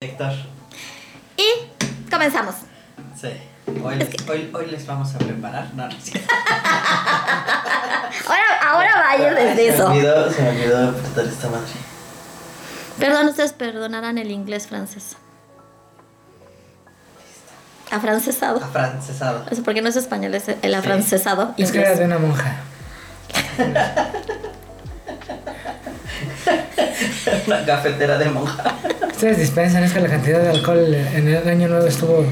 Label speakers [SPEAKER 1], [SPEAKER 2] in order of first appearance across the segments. [SPEAKER 1] Héctor,
[SPEAKER 2] Y comenzamos.
[SPEAKER 1] sí. Hoy les, hoy, hoy les vamos a preparar. No, no, sí.
[SPEAKER 2] Ahora, ahora vaya desde
[SPEAKER 3] Se
[SPEAKER 2] eso.
[SPEAKER 3] me olvidó, se me olvidó apretar esta madre.
[SPEAKER 2] Perdón, ustedes perdonarán el inglés francés. Afrancesado.
[SPEAKER 1] Afrancesado.
[SPEAKER 2] O sea, porque no es español, es el afrancesado.
[SPEAKER 4] Es que
[SPEAKER 2] inglés.
[SPEAKER 4] eras de una monja.
[SPEAKER 1] Una cafetera de monja.
[SPEAKER 4] Ustedes dispensan, es que la cantidad de alcohol en el año nuevo estuvo,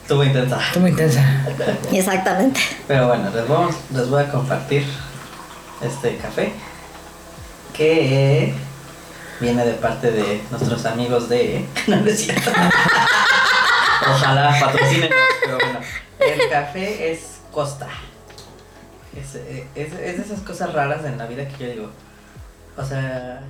[SPEAKER 1] Estuvo intensa.
[SPEAKER 4] estuvo intensa.
[SPEAKER 2] Exactamente.
[SPEAKER 1] Pero bueno, les, vamos, les voy a compartir este café que viene de parte de nuestros amigos de... No, no es cierto. Ojalá patrocinen, pero bueno. El café es Costa. Es, eh, es- es de esas cosas raras en la vida que yo digo. O sea...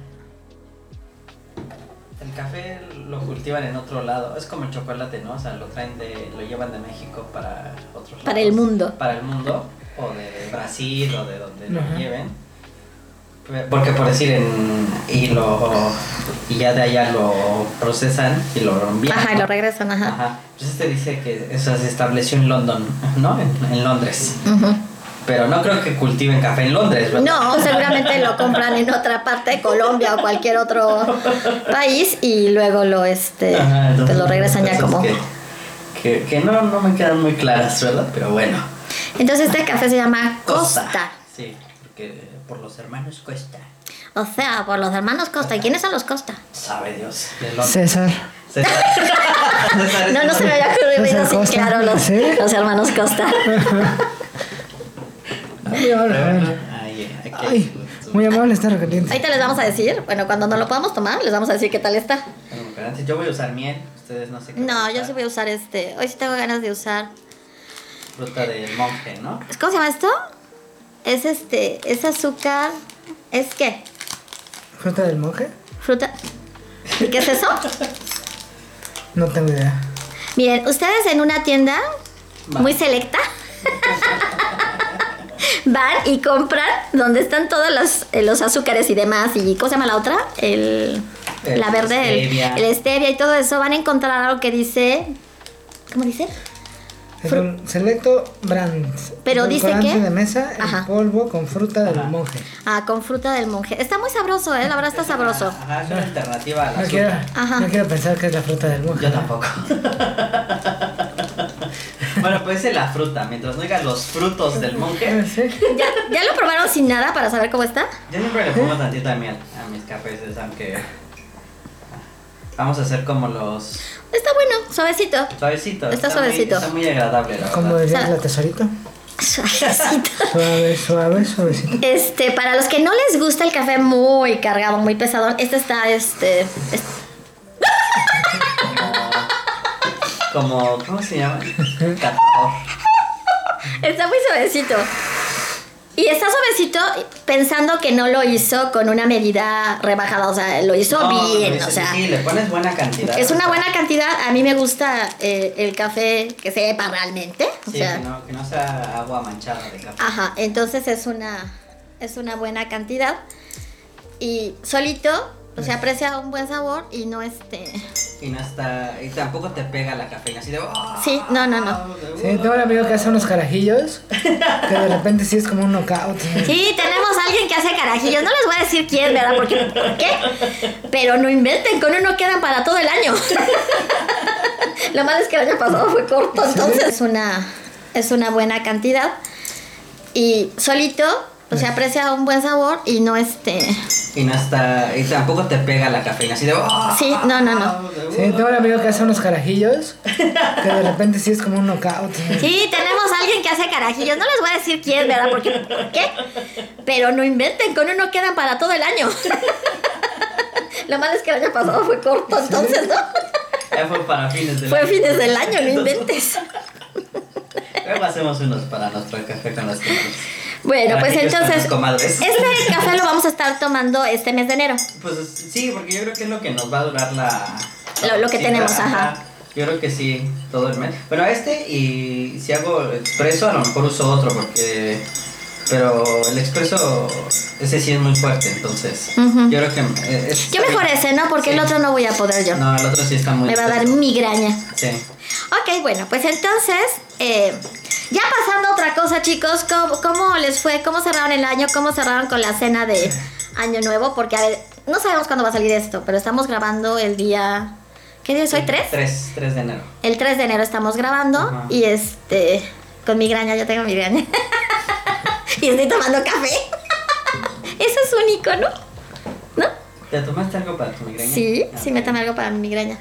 [SPEAKER 1] El café lo cultivan en otro lado. Es como el chocolate, ¿no? O sea, lo traen de... Lo llevan de México para otros
[SPEAKER 2] Para el
[SPEAKER 1] lados
[SPEAKER 2] mundo.
[SPEAKER 1] para el mundo o de Brasil o de donde
[SPEAKER 4] Ajá.
[SPEAKER 1] lo lleven. Pe- Porque por decir en y lo y ya de allá lo procesan y lo envían.
[SPEAKER 2] Ajá, y lo regresan, ajá.
[SPEAKER 1] Ajá. Entonces te dice que eso se estableció en London, ¿no? En, en Londres.
[SPEAKER 2] Ujú.
[SPEAKER 1] Pero no creo que cultiven café en Londres, ¿verdad?
[SPEAKER 2] No, seguramente lo compran en otra parte, Colombia o cualquier otro país, y luego lo este
[SPEAKER 1] Ajá,
[SPEAKER 2] te
[SPEAKER 1] entonces,
[SPEAKER 2] lo regresan ya
[SPEAKER 1] cosas
[SPEAKER 2] como.
[SPEAKER 1] que, que, que no, no me quedan muy claras, ¿verdad? Pero bueno.
[SPEAKER 2] Entonces este café se llama Costa.
[SPEAKER 1] Sí, porque por los hermanos Costa.
[SPEAKER 2] O sea, por los hermanos Costa. ¿Y quiénes son los Costa?
[SPEAKER 1] Sabe Dios. de Londres.
[SPEAKER 4] César.
[SPEAKER 1] César. César es
[SPEAKER 2] No, no se me había ocurrido
[SPEAKER 4] César
[SPEAKER 2] así,
[SPEAKER 4] Costa,
[SPEAKER 2] claro, los,
[SPEAKER 4] ¿sí?
[SPEAKER 2] los hermanos Costa.
[SPEAKER 4] Muy amable.
[SPEAKER 1] Ay, aquí hay su-
[SPEAKER 4] Ay,
[SPEAKER 1] su-
[SPEAKER 4] muy amable estar caliente.
[SPEAKER 2] Ahorita les vamos a decir, bueno, cuando no lo podamos tomar, les vamos a decir qué tal está.
[SPEAKER 1] Bueno, pero antes yo voy a usar miel, ustedes no sé qué.
[SPEAKER 2] No,
[SPEAKER 1] van a
[SPEAKER 2] yo
[SPEAKER 1] usar.
[SPEAKER 2] sí voy a usar este. Hoy sí tengo ganas de usar.
[SPEAKER 1] Fruta del monje, ¿no?
[SPEAKER 2] ¿Cómo se llama esto? Es este, es azúcar. ¿Es qué?
[SPEAKER 4] ¿Fruta del monje?
[SPEAKER 2] Fruta. ¿Y qué es eso?
[SPEAKER 4] No tengo idea.
[SPEAKER 2] Miren, ustedes en una tienda
[SPEAKER 1] Van.
[SPEAKER 2] muy selecta van y compran donde están todos los, eh, los azúcares y demás. ¿Y cómo se llama la otra? El,
[SPEAKER 1] El
[SPEAKER 2] la verde, el-
[SPEAKER 1] stevia.
[SPEAKER 2] el stevia y todo eso. Van a encontrar algo que dice. ¿Cómo dice?
[SPEAKER 4] Es un selecto brands.
[SPEAKER 2] Pero dice
[SPEAKER 4] Edulcorante
[SPEAKER 2] que-
[SPEAKER 4] de mesa en
[SPEAKER 2] Ajá.
[SPEAKER 4] polvo con fruta del
[SPEAKER 1] Ajá.
[SPEAKER 4] monje.
[SPEAKER 2] Ah, con fruta del monje. Está muy sabroso, ¿eh? La verdad está sabroso.
[SPEAKER 1] Ajá, es una alternativa a la
[SPEAKER 4] No quiero,
[SPEAKER 1] azúcar.
[SPEAKER 2] Ajá.
[SPEAKER 4] no quiero pensar que es la fruta del monje.
[SPEAKER 1] Yo tampoco. bueno, pues es la fruta, mientras no digas los frutos del monje.
[SPEAKER 4] Ah, Sí.
[SPEAKER 2] ¿Ya, ya lo probaron sin nada para saber cómo está?
[SPEAKER 1] Yo siempre le
[SPEAKER 4] ¿Eh?
[SPEAKER 1] pongo tantita miel a mis cafés, es aunque. Vamos a hacer como los
[SPEAKER 2] Está bueno, suavecito.
[SPEAKER 1] suavecitos.
[SPEAKER 2] Está
[SPEAKER 1] muy-
[SPEAKER 2] suavecito.
[SPEAKER 1] está muy agradable, la
[SPEAKER 4] Como
[SPEAKER 1] verdad.
[SPEAKER 4] diría
[SPEAKER 2] Sal-
[SPEAKER 4] la tesorito.
[SPEAKER 2] Suavecito.
[SPEAKER 4] Suave, suave, suavecito.
[SPEAKER 2] Este, para los que no les gusta el café muy cargado, muy pesado, este está, este, es-
[SPEAKER 1] Como, como. ¿Cómo se llama? Catador.
[SPEAKER 2] está muy suavecito. Y está suavecito pensando que no lo hizo con una medida rebajada, o sea, lo hizo
[SPEAKER 1] No,
[SPEAKER 2] bien,
[SPEAKER 1] no,
[SPEAKER 2] o sea.
[SPEAKER 1] Sí, le pones buena cantidad.
[SPEAKER 2] Es una buena cantidad, a mí me gusta eh, el café que sepa realmente, o
[SPEAKER 1] Sí,
[SPEAKER 2] sea.
[SPEAKER 1] que, no, que no sea agua manchada de café.
[SPEAKER 2] Ajá, entonces es una, es una buena cantidad. Y solito, o
[SPEAKER 1] Mm.
[SPEAKER 2] sea, aprecia un buen sabor y no este...
[SPEAKER 1] Y no está. Y tampoco te pega la cafeína. Así de. ¡ah!
[SPEAKER 2] Sí, no, no, no.
[SPEAKER 4] Sí, tengo un amigo que hace unos carajillos que de repente sí es como un knockout.
[SPEAKER 2] Sí, tenemos a alguien que hace carajillos. No les voy a decir quién, ¿verdad? Porque, ¿por qué? Pero no inventen, con uno quedan para todo el año. Lo malo es que el año pasado fue corto, entonces es una, es una buena cantidad. Y solito, o sea, aprecia un buen sabor y no este...
[SPEAKER 1] Y no está. Y tampoco te pega la cafeína. Así de. ¡ah!
[SPEAKER 2] Sí, no, no, no.
[SPEAKER 4] Sí, tengo un amigo que hace unos carajillos que de repente sí es como un knockout.
[SPEAKER 2] Sí, tenemos a alguien que hace carajillos. No les voy a decir quién, ¿verdad? Porque, ¿por qué? Pero no inventen, con uno quedan para todo el año. Lo malo es que el año pasado fue corto, entonces, ¿no?
[SPEAKER 1] Ya fue para fines del
[SPEAKER 2] Fue
[SPEAKER 1] año.
[SPEAKER 2] fines del año, no inventes.
[SPEAKER 1] Luego hacemos unos para nuestro café con las comadres.
[SPEAKER 2] Bueno,
[SPEAKER 1] Para
[SPEAKER 2] pues
[SPEAKER 1] aquellos con
[SPEAKER 2] entonces,
[SPEAKER 1] las comadres.
[SPEAKER 2] este café lo vamos a estar tomando este mes de enero.
[SPEAKER 1] Pues sí, porque yo creo que es lo que nos va a durar la.
[SPEAKER 2] Lo- lo que
[SPEAKER 1] sí,
[SPEAKER 2] tenemos, ajá.
[SPEAKER 1] Yo creo que sí, todo el mes. Bueno, este y si hago expreso, a lo mejor uso otro porque Pero el expreso, ese sí es muy fuerte, entonces.
[SPEAKER 2] Ujú.
[SPEAKER 1] Yo creo que. eh, es-
[SPEAKER 2] Yo mejor ese, ¿no? Porque el
[SPEAKER 1] Sí.
[SPEAKER 2] otro no voy a poder yo.
[SPEAKER 1] No, el otro sí está muy.
[SPEAKER 2] Me va a dar
[SPEAKER 1] fuerte.
[SPEAKER 2] migraña.
[SPEAKER 1] Sí.
[SPEAKER 2] Ok, bueno, pues entonces, eh, ya pasando a otra cosa, chicos, ¿cómo, cómo les fue? ¿Cómo cerraron el año? ¿Cómo cerraron con la cena de Año Nuevo? Porque, a ver, no sabemos cuándo va a salir esto, pero estamos grabando el día... ¿Qué día es hoy? ¿Tres?
[SPEAKER 1] 3, 3 de enero.
[SPEAKER 2] El 3 de enero estamos grabando
[SPEAKER 1] Ajá.
[SPEAKER 2] y este... Con migraña, yo tengo migraña. y estoy tomando café. Eso es único, ¿no? ¿No?
[SPEAKER 1] ¿Te tomaste algo para tu migraña?
[SPEAKER 2] Sí,
[SPEAKER 1] Ah,
[SPEAKER 2] sí,
[SPEAKER 1] ok.
[SPEAKER 2] me tomé algo para mi migraña.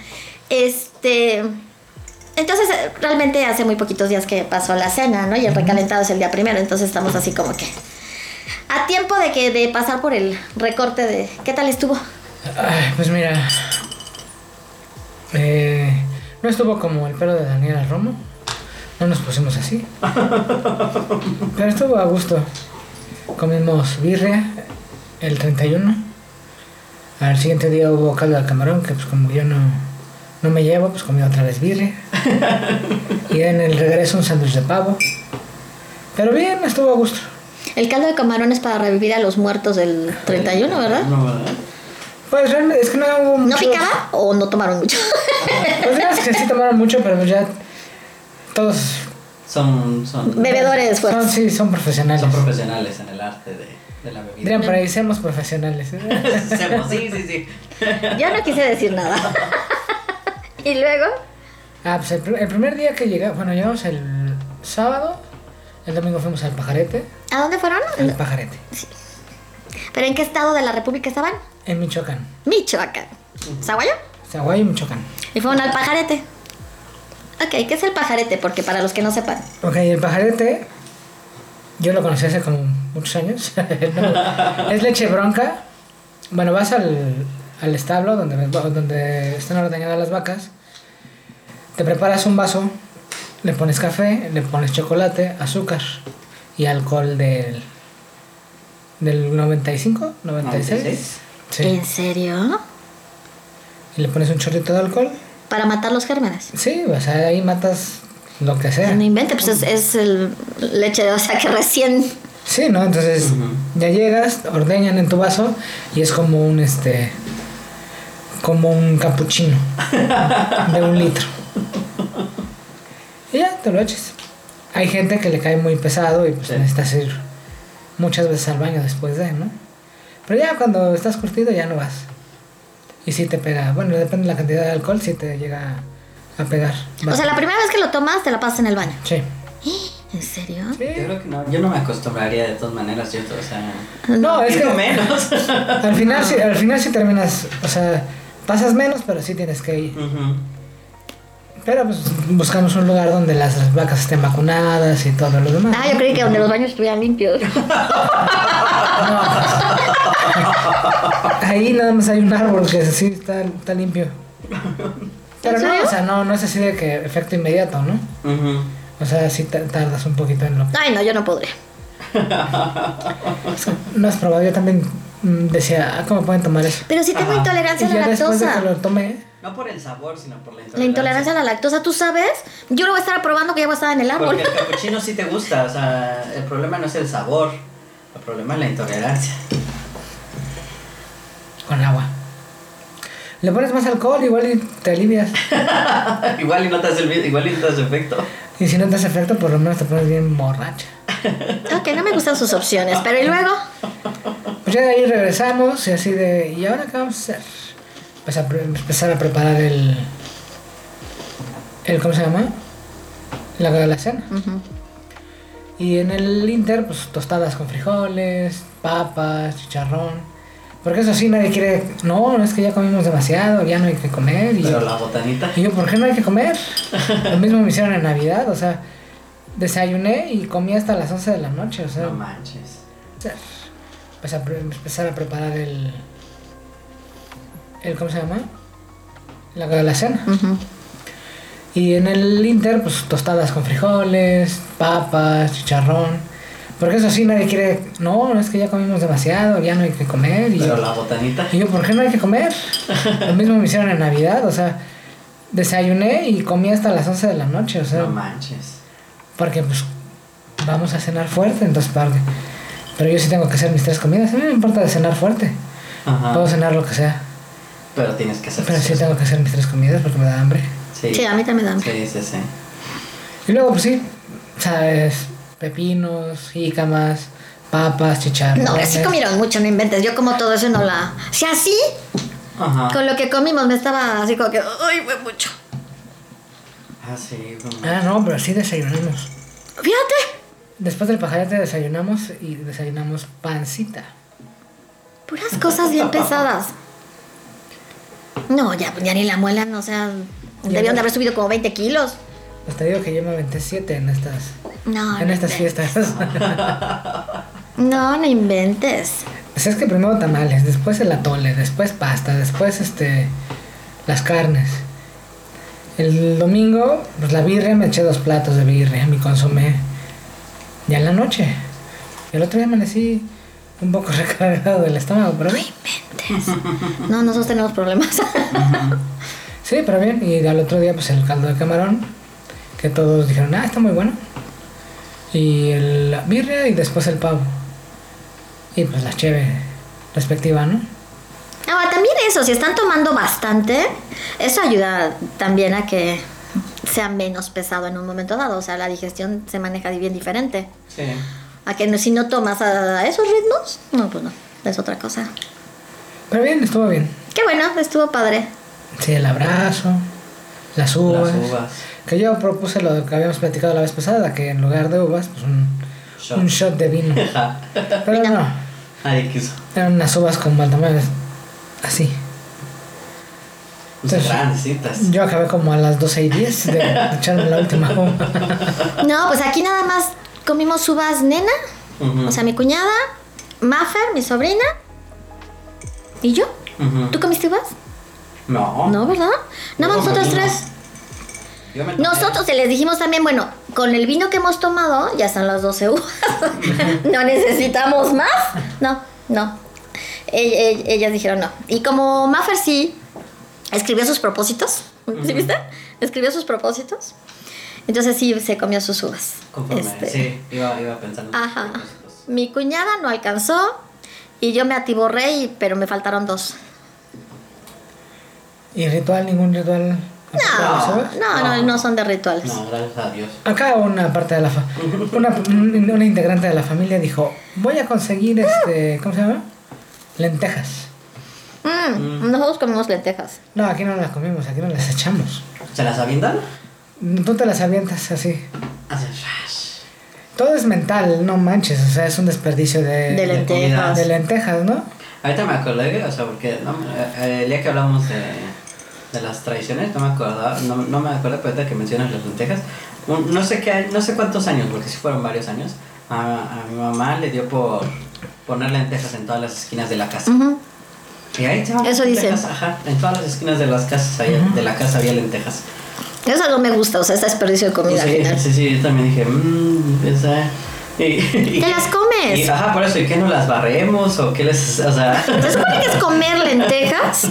[SPEAKER 2] Este. Entonces, eh, realmente hace muy poquitos días que pasó la cena, ¿no? Y el recalentado es el día primero, entonces estamos así como que. A tiempo de que de pasar por el recorte de. ¿Qué tal estuvo?
[SPEAKER 4] Ay, pues mira. Eh, no estuvo como el pelo de Daniela Romo. No nos pusimos así. Pero estuvo a gusto. Comimos birria el 31. Al siguiente día hubo caldo de camarón, que pues como yo no, no me llevo, pues comí otra vez birria. Y en el regreso un sándwich de pavo. Pero bien, estuvo a gusto.
[SPEAKER 2] El caldo de camarón es para revivir a los muertos del 31, ¿verdad?
[SPEAKER 1] No, ¿verdad?
[SPEAKER 4] Pues realmente es que no hubo
[SPEAKER 2] ¿No
[SPEAKER 4] mucho-
[SPEAKER 2] picaba o no tomaron mucho?
[SPEAKER 4] Pues digamos que sí tomaron mucho, pero pues ya todos
[SPEAKER 1] Son, son,
[SPEAKER 2] Bebedores pues.
[SPEAKER 4] Son,
[SPEAKER 2] fuertes.
[SPEAKER 4] sí, son profesionales.
[SPEAKER 1] son profesionales en el arte de, de la bebida.
[SPEAKER 4] Dirían por ahí, seamos profesionales.
[SPEAKER 1] Hacemos, sí, sí, sí.
[SPEAKER 2] Yo no quise decir nada. y luego.
[SPEAKER 4] Ah, pues el, pr- el primer día que llegamos, bueno, llegamos el sábado, el domingo fuimos al pajarete,
[SPEAKER 2] ¿A dónde fueron?
[SPEAKER 4] al pajarete,
[SPEAKER 2] ¿Pero en qué estado de la República estaban?
[SPEAKER 4] en Michoacán,
[SPEAKER 2] Michoacán. ¿Zaguayo?
[SPEAKER 4] Zaguayo, Michoacán.
[SPEAKER 2] Y fueron al pajarete. Ok, ¿qué es el pajarete? Porque para los que no sepan.
[SPEAKER 4] Ok, el pajarete, yo lo conocí hace como muchos años. No, es leche bronca. Bueno, vas al, al establo donde, donde están ordeñadas las vacas, te preparas un vaso, le pones café, le pones chocolate, azúcar y alcohol del, del 95, 96.
[SPEAKER 1] 96.
[SPEAKER 4] Sí.
[SPEAKER 2] ¿En serio?
[SPEAKER 4] Y le pones un chorrito de alcohol.
[SPEAKER 2] Para matar los gérmenes.
[SPEAKER 4] Sí, o sea, ahí matas lo que sea.
[SPEAKER 2] No invente, pues es, es el leche de, o sea, que recién.
[SPEAKER 4] Sí, ¿no? Entonces
[SPEAKER 1] Ujú.
[SPEAKER 4] ya llegas, ordeñan en tu vaso y es como un este como un capuchino de un litro. Y ya te lo eches. Hay gente que le cae muy pesado y pues
[SPEAKER 1] Sí.
[SPEAKER 4] necesitas ir muchas veces al baño después de, ¿no? Pero ya cuando estás curtido ya no vas. Y si te pega, bueno, depende de la cantidad de alcohol, si te llega a pegar.
[SPEAKER 2] O sea, la primera vez que lo tomas, te la pasas en el baño.
[SPEAKER 4] Sí.
[SPEAKER 2] ¿En serio?
[SPEAKER 1] Yo creo que no, yo no me acostumbraría de todas maneras, ¿cierto? O sea,
[SPEAKER 4] No, es que
[SPEAKER 1] no menos.
[SPEAKER 4] Al final, sí, al final sí terminas, o sea, pasas menos, pero sí tienes que ir.
[SPEAKER 1] Ujú.
[SPEAKER 4] Pero pues buscamos un lugar donde las vacas estén vacunadas y todo lo demás.
[SPEAKER 2] Ah, yo creí que donde los baños estuvieran limpios. ah.
[SPEAKER 4] Ahí nada más hay un árbol que sí está, está limpio. Pero
[SPEAKER 2] ¿En
[SPEAKER 4] no,
[SPEAKER 2] serio?
[SPEAKER 4] o sea, no, no es así de que efecto inmediato, ¿no?
[SPEAKER 1] Ujú.
[SPEAKER 4] O sea, sí ta- tardas un poquito en lo
[SPEAKER 2] Ay, no, yo no podré.
[SPEAKER 4] No has probado, yo también mm, decía, ah, ¿cómo pueden tomar eso?
[SPEAKER 2] Pero si tengo
[SPEAKER 1] Ajá.
[SPEAKER 2] intolerancia
[SPEAKER 4] Y
[SPEAKER 2] a la
[SPEAKER 4] ya después de que
[SPEAKER 2] lactosa.
[SPEAKER 4] lo tomé,
[SPEAKER 1] No por el sabor, sino por la intolerancia.
[SPEAKER 2] La intolerancia a la lactosa, ¿tú sabes? Yo lo voy a estar probando que ya voy a estar en el árbol.
[SPEAKER 1] Porque el capuchino sí te gusta, o sea, el problema no es el sabor, el problema es la intolerancia.
[SPEAKER 4] con agua. Le pones más alcohol, igual y te alivias.
[SPEAKER 1] igual y no te hace el vi- igual y no te hace efecto.
[SPEAKER 4] Y si no te hace efecto, por lo menos te pones bien borracha.
[SPEAKER 2] Ok, no me gustan sus opciones, pero ¿y luego?
[SPEAKER 4] Pues ya de ahí regresamos y así de, ¿y ahora qué vamos a hacer? Pues a pre- empezar a preparar el, el ¿cómo se llama? La, la cena.
[SPEAKER 2] Ujú.
[SPEAKER 4] Y en el Inter, pues tostadas con frijoles, papas, chicharrón. Porque eso sí, nadie quiere, no, es que ya comimos demasiado, ya no hay que comer. Y,
[SPEAKER 1] Pero
[SPEAKER 4] yo,
[SPEAKER 1] la botanita.
[SPEAKER 4] y yo, ¿por qué no hay que comer? Lo mismo me hicieron en Navidad, o sea, desayuné y comí hasta las 11 de la noche, o sea.
[SPEAKER 1] No manches.
[SPEAKER 4] Pues a pre- empezar a preparar el, el ¿cómo se llama? La, la cena.
[SPEAKER 2] Ujú.
[SPEAKER 4] Y en el Inter, pues tostadas con frijoles, papas, chicharrón. Porque eso sí, nadie quiere, no, es que ya comimos demasiado, ya no hay que comer. Y
[SPEAKER 1] Pero
[SPEAKER 4] yo,
[SPEAKER 1] la botanita.
[SPEAKER 4] y yo, ¿por qué no hay que comer? Lo mismo me hicieron en Navidad, o sea, desayuné y comí hasta las 11 de la noche, o sea,
[SPEAKER 1] No manches.
[SPEAKER 4] porque pues vamos a cenar fuerte, entonces para, Pero yo sí tengo que hacer mis tres comidas. A mí no me importa cenar fuerte.
[SPEAKER 1] Ajá.
[SPEAKER 4] Puedo cenar lo que sea.
[SPEAKER 1] Pero tienes que hacer
[SPEAKER 4] Pero sí
[SPEAKER 1] ejercicio.
[SPEAKER 4] tengo que hacer mis tres comidas porque me da hambre.
[SPEAKER 1] Sí.
[SPEAKER 2] Sí, a mí también me da hambre.
[SPEAKER 1] Sí, sí, sí.
[SPEAKER 4] Y luego, pues sí, sabes, pepinos, jícamas, papas, chicharrones.
[SPEAKER 2] No, sí comieron mucho, no inventes. Yo como todo eso no la... Si así,
[SPEAKER 1] Ajá.
[SPEAKER 4] Ah.
[SPEAKER 2] con lo que comimos me estaba así como que... ¡Ay, fue mucho!
[SPEAKER 1] Ah, sí. como-
[SPEAKER 4] Ah, no, pero sí desayunamos.
[SPEAKER 2] Fíjate,
[SPEAKER 4] Después del pajarete desayunamos y desayunamos pancita.
[SPEAKER 2] puras cosas bien pesadas. No, ya, ya ni la muela, no, o sea... Debieron de haber subido como 20 kilos.
[SPEAKER 4] Pues te digo que yo me aventé siete en estas,
[SPEAKER 2] No,
[SPEAKER 4] en
[SPEAKER 2] no
[SPEAKER 4] estas
[SPEAKER 2] inventes.
[SPEAKER 4] fiestas.
[SPEAKER 2] No, no inventes.
[SPEAKER 4] Pues es que primero tamales, después el atole, después pasta, después este las carnes. El domingo, pues la birria, me eché dos platos de birria, mi consomé. Ya en la noche. Y el otro día amanecí un poco recargado del estómago, pero bien.
[SPEAKER 2] No, nosotros tenemos problemas. Ah.
[SPEAKER 4] Sí, pero bien. Y al otro día, pues el caldo de camarón, que todos dijeron, ah, está muy bueno. Y el, la birria y después el pavo. Y pues la cheve respectiva, ¿no?
[SPEAKER 2] Ahora, también eso, si están tomando bastante, eso ayuda también a que sea menos pesado en un momento dado. O sea, la digestión se maneja bien diferente.
[SPEAKER 1] Sí.
[SPEAKER 2] A que no- si no tomas a, a esos ritmos, no, pues no, es otra cosa.
[SPEAKER 4] Pero bien, estuvo bien.
[SPEAKER 2] Qué bueno, estuvo padre.
[SPEAKER 4] Sí, el abrazo, las uvas.
[SPEAKER 1] Las uvas.
[SPEAKER 4] Que yo propuse lo que habíamos platicado la vez pasada, que en lugar de uvas, pues un
[SPEAKER 1] Shot.
[SPEAKER 4] un shot de vino.
[SPEAKER 1] Ja.
[SPEAKER 4] Pero no,
[SPEAKER 1] Nadie quiso.
[SPEAKER 4] eran unas uvas con baldamemes. Así. Entonces-
[SPEAKER 1] Grandecitas.
[SPEAKER 4] Yo acabé como a las 12 y 10 de echarme la última uva.
[SPEAKER 2] No, pues aquí nada más comimos uvas nena,
[SPEAKER 1] Ujú,
[SPEAKER 2] o sea, mi cuñada, Maffer, mi sobrina y yo.
[SPEAKER 1] ujú.
[SPEAKER 2] ¿Tú comiste uvas?
[SPEAKER 1] No.
[SPEAKER 2] No, ¿verdad? Nada más
[SPEAKER 1] No,
[SPEAKER 2] nosotros
[SPEAKER 1] no.
[SPEAKER 2] tres.
[SPEAKER 1] Yo me tomé-
[SPEAKER 2] Nosotros les dijimos también, bueno, con el vino que hemos tomado, ya son las 12 uvas. no necesitamos más. No, no. Ell- ell- ellas dijeron no. Y como Maffer sí escribió sus propósitos, ¿sí viste? Escribió sus propósitos. Entonces sí se comió sus uvas.
[SPEAKER 1] Conforme,
[SPEAKER 2] Este,
[SPEAKER 1] sí, iba, iba pensando. en
[SPEAKER 2] Ajá.
[SPEAKER 1] propósitos.
[SPEAKER 2] Mi cuñada no alcanzó y yo me atiborré, y- pero me faltaron dos.
[SPEAKER 4] ¿Y ritual? ¿Ningún ritual? aparte de las
[SPEAKER 2] No,
[SPEAKER 4] uvas?
[SPEAKER 2] no, no,
[SPEAKER 1] No.
[SPEAKER 2] no son de rituales.
[SPEAKER 1] Ah. No, gracias a Dios.
[SPEAKER 4] Acá una parte de la fa una, un- una integrante de la familia dijo, voy a conseguir este, ¿cómo se llama? Lentejas.
[SPEAKER 2] Mm, Nosotros comimos lentejas.
[SPEAKER 4] No, aquí no las comimos, aquí no las echamos.
[SPEAKER 1] ¿Se las avientan?
[SPEAKER 4] Tú te las avientas así.
[SPEAKER 1] Hacen flash.
[SPEAKER 4] Todo es mental, no manches, o sea, es un desperdicio
[SPEAKER 1] Eh,
[SPEAKER 4] de,
[SPEAKER 2] De lentejas.
[SPEAKER 4] de lentejas, ¿no?
[SPEAKER 1] Ahorita me acordé, o sea, porque no, eh, el día que hablamos de, de las tradiciones, no me acordaba, no, no me acuerdo, pero ahorita que mencionas las lentejas, un- no sé qué, año- no sé cuántos años, porque sí fueron varios años, a, a mi mamá le dio por poner lentejas en todas las esquinas de la casa.
[SPEAKER 2] Ujú.
[SPEAKER 1] Y ahí echaban
[SPEAKER 2] Eso
[SPEAKER 1] lentejas,
[SPEAKER 2] dicen.
[SPEAKER 1] Ajá, en todas las esquinas de las casas, había- de la casa había lentejas.
[SPEAKER 2] Eso no me gusta, o sea, es desperdicio de comida al
[SPEAKER 1] sí,
[SPEAKER 2] final.
[SPEAKER 1] sí, sí, yo también dije, mmm, esa... Y, y-
[SPEAKER 2] Te las comes.
[SPEAKER 1] y- ajá, por eso, ¿y qué no las barremos? ¿O qué les...? O sea...
[SPEAKER 2] Se supone que es comer lentejas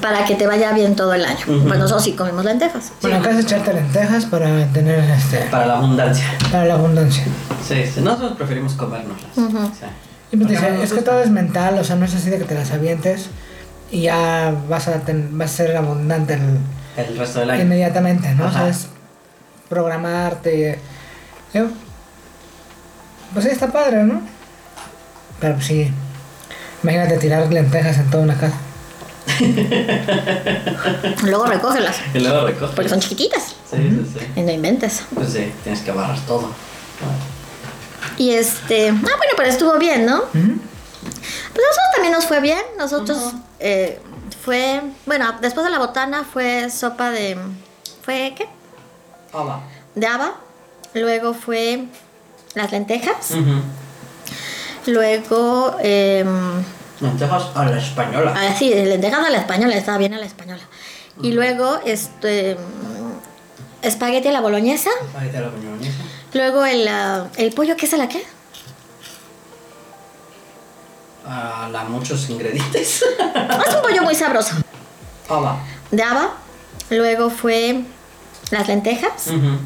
[SPEAKER 2] para que te vaya bien todo el año. Pues nosotros sí comemos lentejas.
[SPEAKER 4] Bueno, acá es echarte lentejas para tener este
[SPEAKER 1] para la abundancia.
[SPEAKER 4] para la abundancia.
[SPEAKER 1] Sí, sí, nosotros preferimos comérnoslas.
[SPEAKER 2] Ujú.
[SPEAKER 1] Sí.
[SPEAKER 4] Y pues
[SPEAKER 1] Porque
[SPEAKER 4] dice,
[SPEAKER 1] no
[SPEAKER 4] es
[SPEAKER 1] nos
[SPEAKER 4] que
[SPEAKER 1] gusta.
[SPEAKER 4] todo es mental, o sea, no es así de que te las avientes y ya vas a ten- vas a ser abundante el-
[SPEAKER 1] El resto del año.
[SPEAKER 4] inmediatamente, ¿no? O sea,
[SPEAKER 1] Ajá.
[SPEAKER 4] es programarte. Yo- Pues sí, está padre, ¿no? Pero pues, sí, imagínate tirar lentejas en toda una casa.
[SPEAKER 2] Luego recógelas,
[SPEAKER 1] Y luego recoge.
[SPEAKER 2] porque son chiquititas
[SPEAKER 1] Sí, sí, sí.
[SPEAKER 2] y no inventes.
[SPEAKER 1] Pues sí, tienes que barrar todo.
[SPEAKER 2] Y este, ah, bueno, pero estuvo bien, ¿no?
[SPEAKER 4] Ujú.
[SPEAKER 2] Pues a nosotros también nos fue bien. Nosotros eh, fue, bueno, después de la botana fue sopa de, ¿fue qué? Ah,
[SPEAKER 1] Pava.
[SPEAKER 2] De haba. Luego fue las lentejas.
[SPEAKER 1] Ujú.
[SPEAKER 2] Luego, eh,
[SPEAKER 1] Lentejas a la española.
[SPEAKER 2] Ah, sí, lentejas a la española, estaba bien a la española. Y luego, este. mm, Espagueti a la boloñesa.
[SPEAKER 1] Ahí te lo poñonesa.
[SPEAKER 2] Luego el, ah, el pollo, ¿qué es a la qué?
[SPEAKER 1] A la muchos ingredientes.
[SPEAKER 2] Ah, Es un pollo muy sabroso. Ah,
[SPEAKER 1] Pava.
[SPEAKER 2] De haba. Luego fue las lentejas.
[SPEAKER 1] Ujú.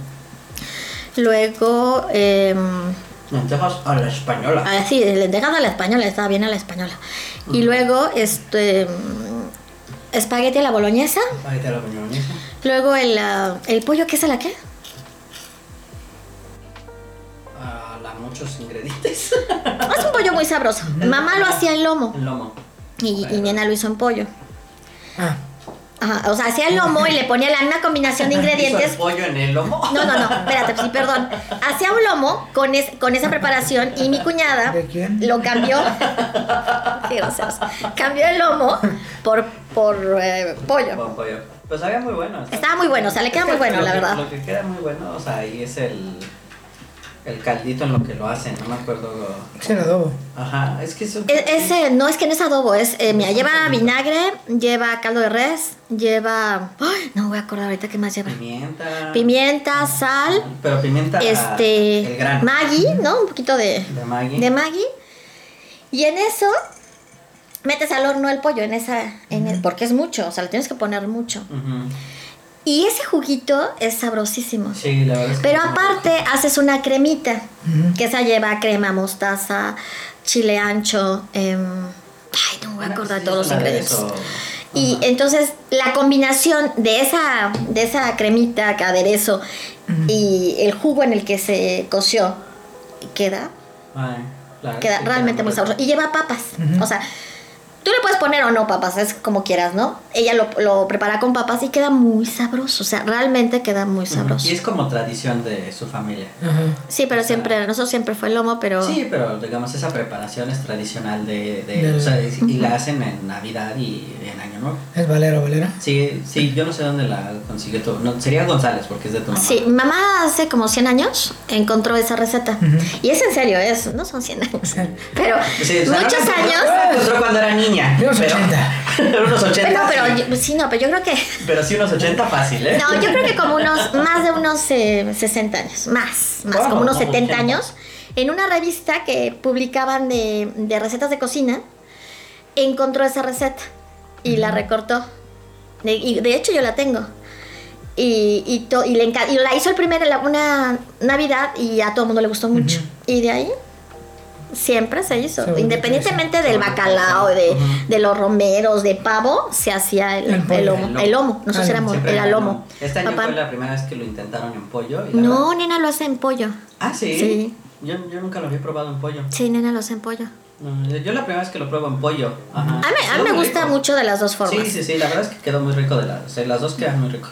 [SPEAKER 2] Luego. em,
[SPEAKER 1] Lentejas a la española.
[SPEAKER 2] Ah, sí, lentejas a la española, estaba bien a la española. Y luego, este. mm, Espagueti a la boloñesa.
[SPEAKER 1] Espagueti a la boloñesa.
[SPEAKER 2] Luego el, ah, el pollo, ¿qué es a la qué?
[SPEAKER 1] A la muchos ingredientes.
[SPEAKER 2] Ah, Es un pollo muy sabroso. Mamá lo hacía en lomo
[SPEAKER 1] El lomo.
[SPEAKER 2] y, y nena lo hizo en pollo.
[SPEAKER 4] Ah,
[SPEAKER 2] Ajá, o sea, hacía el lomo y le ponía la misma combinación de
[SPEAKER 1] Hizo el
[SPEAKER 2] ingredientes.
[SPEAKER 1] pollo en el lomo.
[SPEAKER 2] No, no, no, espérate, pues sí, perdón. Hacía un lomo con, es- con esa preparación y mi cuñada
[SPEAKER 4] ¿De quién?
[SPEAKER 2] lo cambió. Sí, o sea, cambió el lomo por, por eh, pollo.
[SPEAKER 1] Con pollo. Pues sabía muy bueno.
[SPEAKER 2] Estaba muy bueno, o sea, le queda
[SPEAKER 1] Es que
[SPEAKER 2] muy bueno,
[SPEAKER 1] lo
[SPEAKER 2] la
[SPEAKER 1] que-
[SPEAKER 2] verdad.
[SPEAKER 1] Lo que queda muy bueno, o sea, ahí es el, el caldito en lo que lo hacen, no me acuerdo.
[SPEAKER 4] es el adobo.
[SPEAKER 1] Ajá, es que es un-
[SPEAKER 2] E- ese, no, es que no es adobo, es, eh, mira, lleva vinagre, lleva caldo de res, lleva... ¡Ay! no voy a acordar ahorita qué más lleva.
[SPEAKER 1] pimienta.
[SPEAKER 2] Pimienta, sal,
[SPEAKER 1] Pero pimienta. El
[SPEAKER 2] este
[SPEAKER 1] grano.
[SPEAKER 2] Maggi, ¿no? Un poquito de,
[SPEAKER 1] de Maggi.
[SPEAKER 2] de Maggi. Y en eso metes al horno el pollo en esa en el- porque es mucho, o sea, le tienes que poner mucho.
[SPEAKER 1] Ujú.
[SPEAKER 2] Y ese juguito es sabrosísimo.
[SPEAKER 1] Sí, la verdad es que
[SPEAKER 2] Pero
[SPEAKER 1] sí.
[SPEAKER 2] aparte haces una cremita,
[SPEAKER 4] Ujú.
[SPEAKER 2] que esa lleva crema, mostaza, chile ancho, em, ay, no me voy a acordar de todos los
[SPEAKER 1] Una de
[SPEAKER 2] ingredientes.
[SPEAKER 1] eso.
[SPEAKER 2] Y entonces la combinación de esa, de esa cremita que aderezo y el jugo en el que se coció queda,
[SPEAKER 1] Ay, la verdad
[SPEAKER 2] queda
[SPEAKER 1] es que
[SPEAKER 2] realmente
[SPEAKER 1] queda
[SPEAKER 2] muy sabroso. Y lleva papas.
[SPEAKER 4] Ujú.
[SPEAKER 2] O sea, tú le puedes poner o no papas, es como quieras, ¿no? Ella lo, lo prepara con papas y queda muy sabroso. O sea, realmente queda muy
[SPEAKER 1] Ujú.
[SPEAKER 2] sabroso.
[SPEAKER 1] Y es como tradición de su familia.
[SPEAKER 4] Ajá.
[SPEAKER 2] Sí, pero siempre, nosotros siempre fue el lomo, pero...
[SPEAKER 1] Sí, pero digamos, esa preparación es tradicional de. de-
[SPEAKER 4] Del-
[SPEAKER 1] o sea, es- y la hacen en Navidad y en Año Nuevo.
[SPEAKER 4] Es Valero, Valero.
[SPEAKER 1] Sí, sí, yo no sé dónde la consiguió tu. No, sería González, porque es de tu mamá.
[SPEAKER 2] Sí, mi mamá hace como 100 años encontró esa receta.
[SPEAKER 4] Ujú.
[SPEAKER 2] Y es en serio, es, no son 100 años, pero
[SPEAKER 1] Sí, o sea,
[SPEAKER 2] muchos
[SPEAKER 1] no la encontró-
[SPEAKER 2] años...
[SPEAKER 1] no la encontró cuando era niña.
[SPEAKER 4] Unos
[SPEAKER 1] pero-
[SPEAKER 4] 80.
[SPEAKER 1] Pero unos 80.
[SPEAKER 2] Bueno, pero
[SPEAKER 1] sí.
[SPEAKER 2] yo- sí, no, pero yo creo que.
[SPEAKER 1] Pero sí, unos 80 fácil, ¿eh?
[SPEAKER 2] No, yo creo que como unos. Más de unos eh, 60 años. Más, más,
[SPEAKER 1] Wow,
[SPEAKER 2] como unos
[SPEAKER 1] como
[SPEAKER 2] 70
[SPEAKER 1] 80.
[SPEAKER 2] años. En una revista que publicaban de, de recetas de cocina, encontró esa receta y la recortó. De, y de hecho, yo la tengo. Y, y, to- y le enca- y la hizo el primer, la- una Navidad y a todo el mundo le gustó mucho. Y de ahí siempre se hizo.
[SPEAKER 4] Se volvió
[SPEAKER 2] Independientemente del bacalao, de,
[SPEAKER 1] Ujú.
[SPEAKER 2] de los romeros, de pavo, se hacía el,
[SPEAKER 4] El pollo.
[SPEAKER 2] el lomo. El lomo. Nosotros
[SPEAKER 4] Ah,
[SPEAKER 2] éramos,
[SPEAKER 1] Siempre
[SPEAKER 2] era
[SPEAKER 1] era
[SPEAKER 2] lomo.
[SPEAKER 1] Este año
[SPEAKER 2] Papá-
[SPEAKER 1] fue la primera vez que lo intentaron en pollo. y la
[SPEAKER 2] No,
[SPEAKER 1] verdad-
[SPEAKER 2] nena lo hace en pollo.
[SPEAKER 1] Ah, sí.
[SPEAKER 2] Sí.
[SPEAKER 1] Yo, yo nunca lo había probado en pollo.
[SPEAKER 2] Sí, nena lo hace en pollo.
[SPEAKER 1] No, yo- Yo la primera vez que lo pruebo en pollo. Ajá.
[SPEAKER 2] A mí, a mí
[SPEAKER 1] Quedó
[SPEAKER 2] me
[SPEAKER 1] muy
[SPEAKER 2] gusta
[SPEAKER 1] rico.
[SPEAKER 2] mucho de las dos formas.
[SPEAKER 1] Sí, sí, sí, la verdad es que quedó muy rico de las, o sea, las dos quedan muy rico.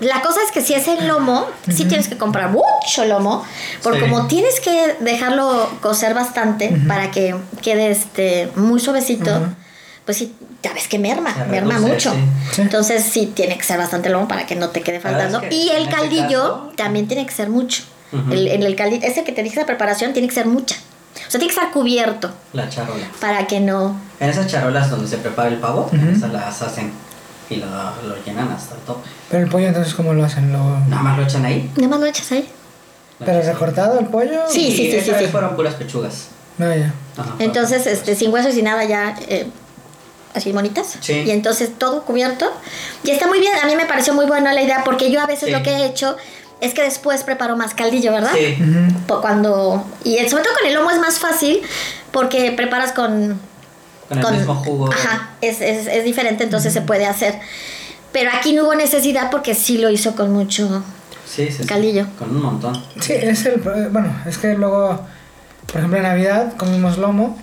[SPEAKER 2] La cosa es que si es en lomo, sí tienes que comprar mucho lomo, porque
[SPEAKER 1] Sí.
[SPEAKER 2] como tienes que dejarlo cocer bastante para que quede este muy suavecito,
[SPEAKER 4] Ujú.
[SPEAKER 2] pues sí, ya ves que merma,
[SPEAKER 1] Se
[SPEAKER 2] merma
[SPEAKER 1] reduce,
[SPEAKER 2] mucho.
[SPEAKER 1] sí.
[SPEAKER 4] Sí.
[SPEAKER 2] Entonces sí tiene que ser bastante lomo para que no te quede
[SPEAKER 1] La verdad
[SPEAKER 2] faltando.
[SPEAKER 1] es que
[SPEAKER 2] y
[SPEAKER 1] en
[SPEAKER 2] el
[SPEAKER 1] este
[SPEAKER 2] caldillo
[SPEAKER 1] caso-
[SPEAKER 2] también tiene que ser mucho.
[SPEAKER 1] Ujú.
[SPEAKER 2] el, en el caldillo, ese que te dije la preparación tiene que ser mucha. O sea, tiene que estar cubierto
[SPEAKER 1] La charola.
[SPEAKER 2] para que no
[SPEAKER 1] En esas charolas donde se prepara el pavo,
[SPEAKER 4] Ujú.
[SPEAKER 1] esas las hacen y lo, lo llenan hasta el tope.
[SPEAKER 4] Pero el pollo, entonces, ¿cómo lo hacen? ¿Lo...
[SPEAKER 1] Nada más lo echan ahí.
[SPEAKER 2] nada más lo echas ahí.
[SPEAKER 4] ¿Pero recortado el pollo?
[SPEAKER 2] Sí.
[SPEAKER 1] Y esa
[SPEAKER 2] sí,
[SPEAKER 1] vez
[SPEAKER 2] sí.
[SPEAKER 1] fueron puras pechugas.
[SPEAKER 4] No, ya.
[SPEAKER 1] Ajá, fueron
[SPEAKER 2] Entonces,
[SPEAKER 1] puras
[SPEAKER 2] este, sin huesos y nada ya, eh, así bonitas.
[SPEAKER 1] Sí.
[SPEAKER 2] Y entonces todo cubierto. Y está muy bien, a mí me pareció muy buena la idea porque yo a veces
[SPEAKER 1] Sí.
[SPEAKER 2] lo que he hecho es que después preparo más caldillo, ¿verdad?
[SPEAKER 1] pechugas. Sí.
[SPEAKER 4] Ujú.
[SPEAKER 2] Po- Cuando, y el- sobre todo con el lomo es más fácil porque preparas con...
[SPEAKER 1] Con el
[SPEAKER 2] con-
[SPEAKER 1] mismo jugo.
[SPEAKER 2] Ajá, es, es- es diferente, entonces se puede hacer. Pero aquí no hubo necesidad porque sí lo hizo con mucho...
[SPEAKER 1] Sí, sí, sí.
[SPEAKER 2] Caldillo.
[SPEAKER 1] Con un montón.
[SPEAKER 4] Sí, es el. pro- eh, Bueno, es que luego, por ejemplo, en Navidad comimos lomo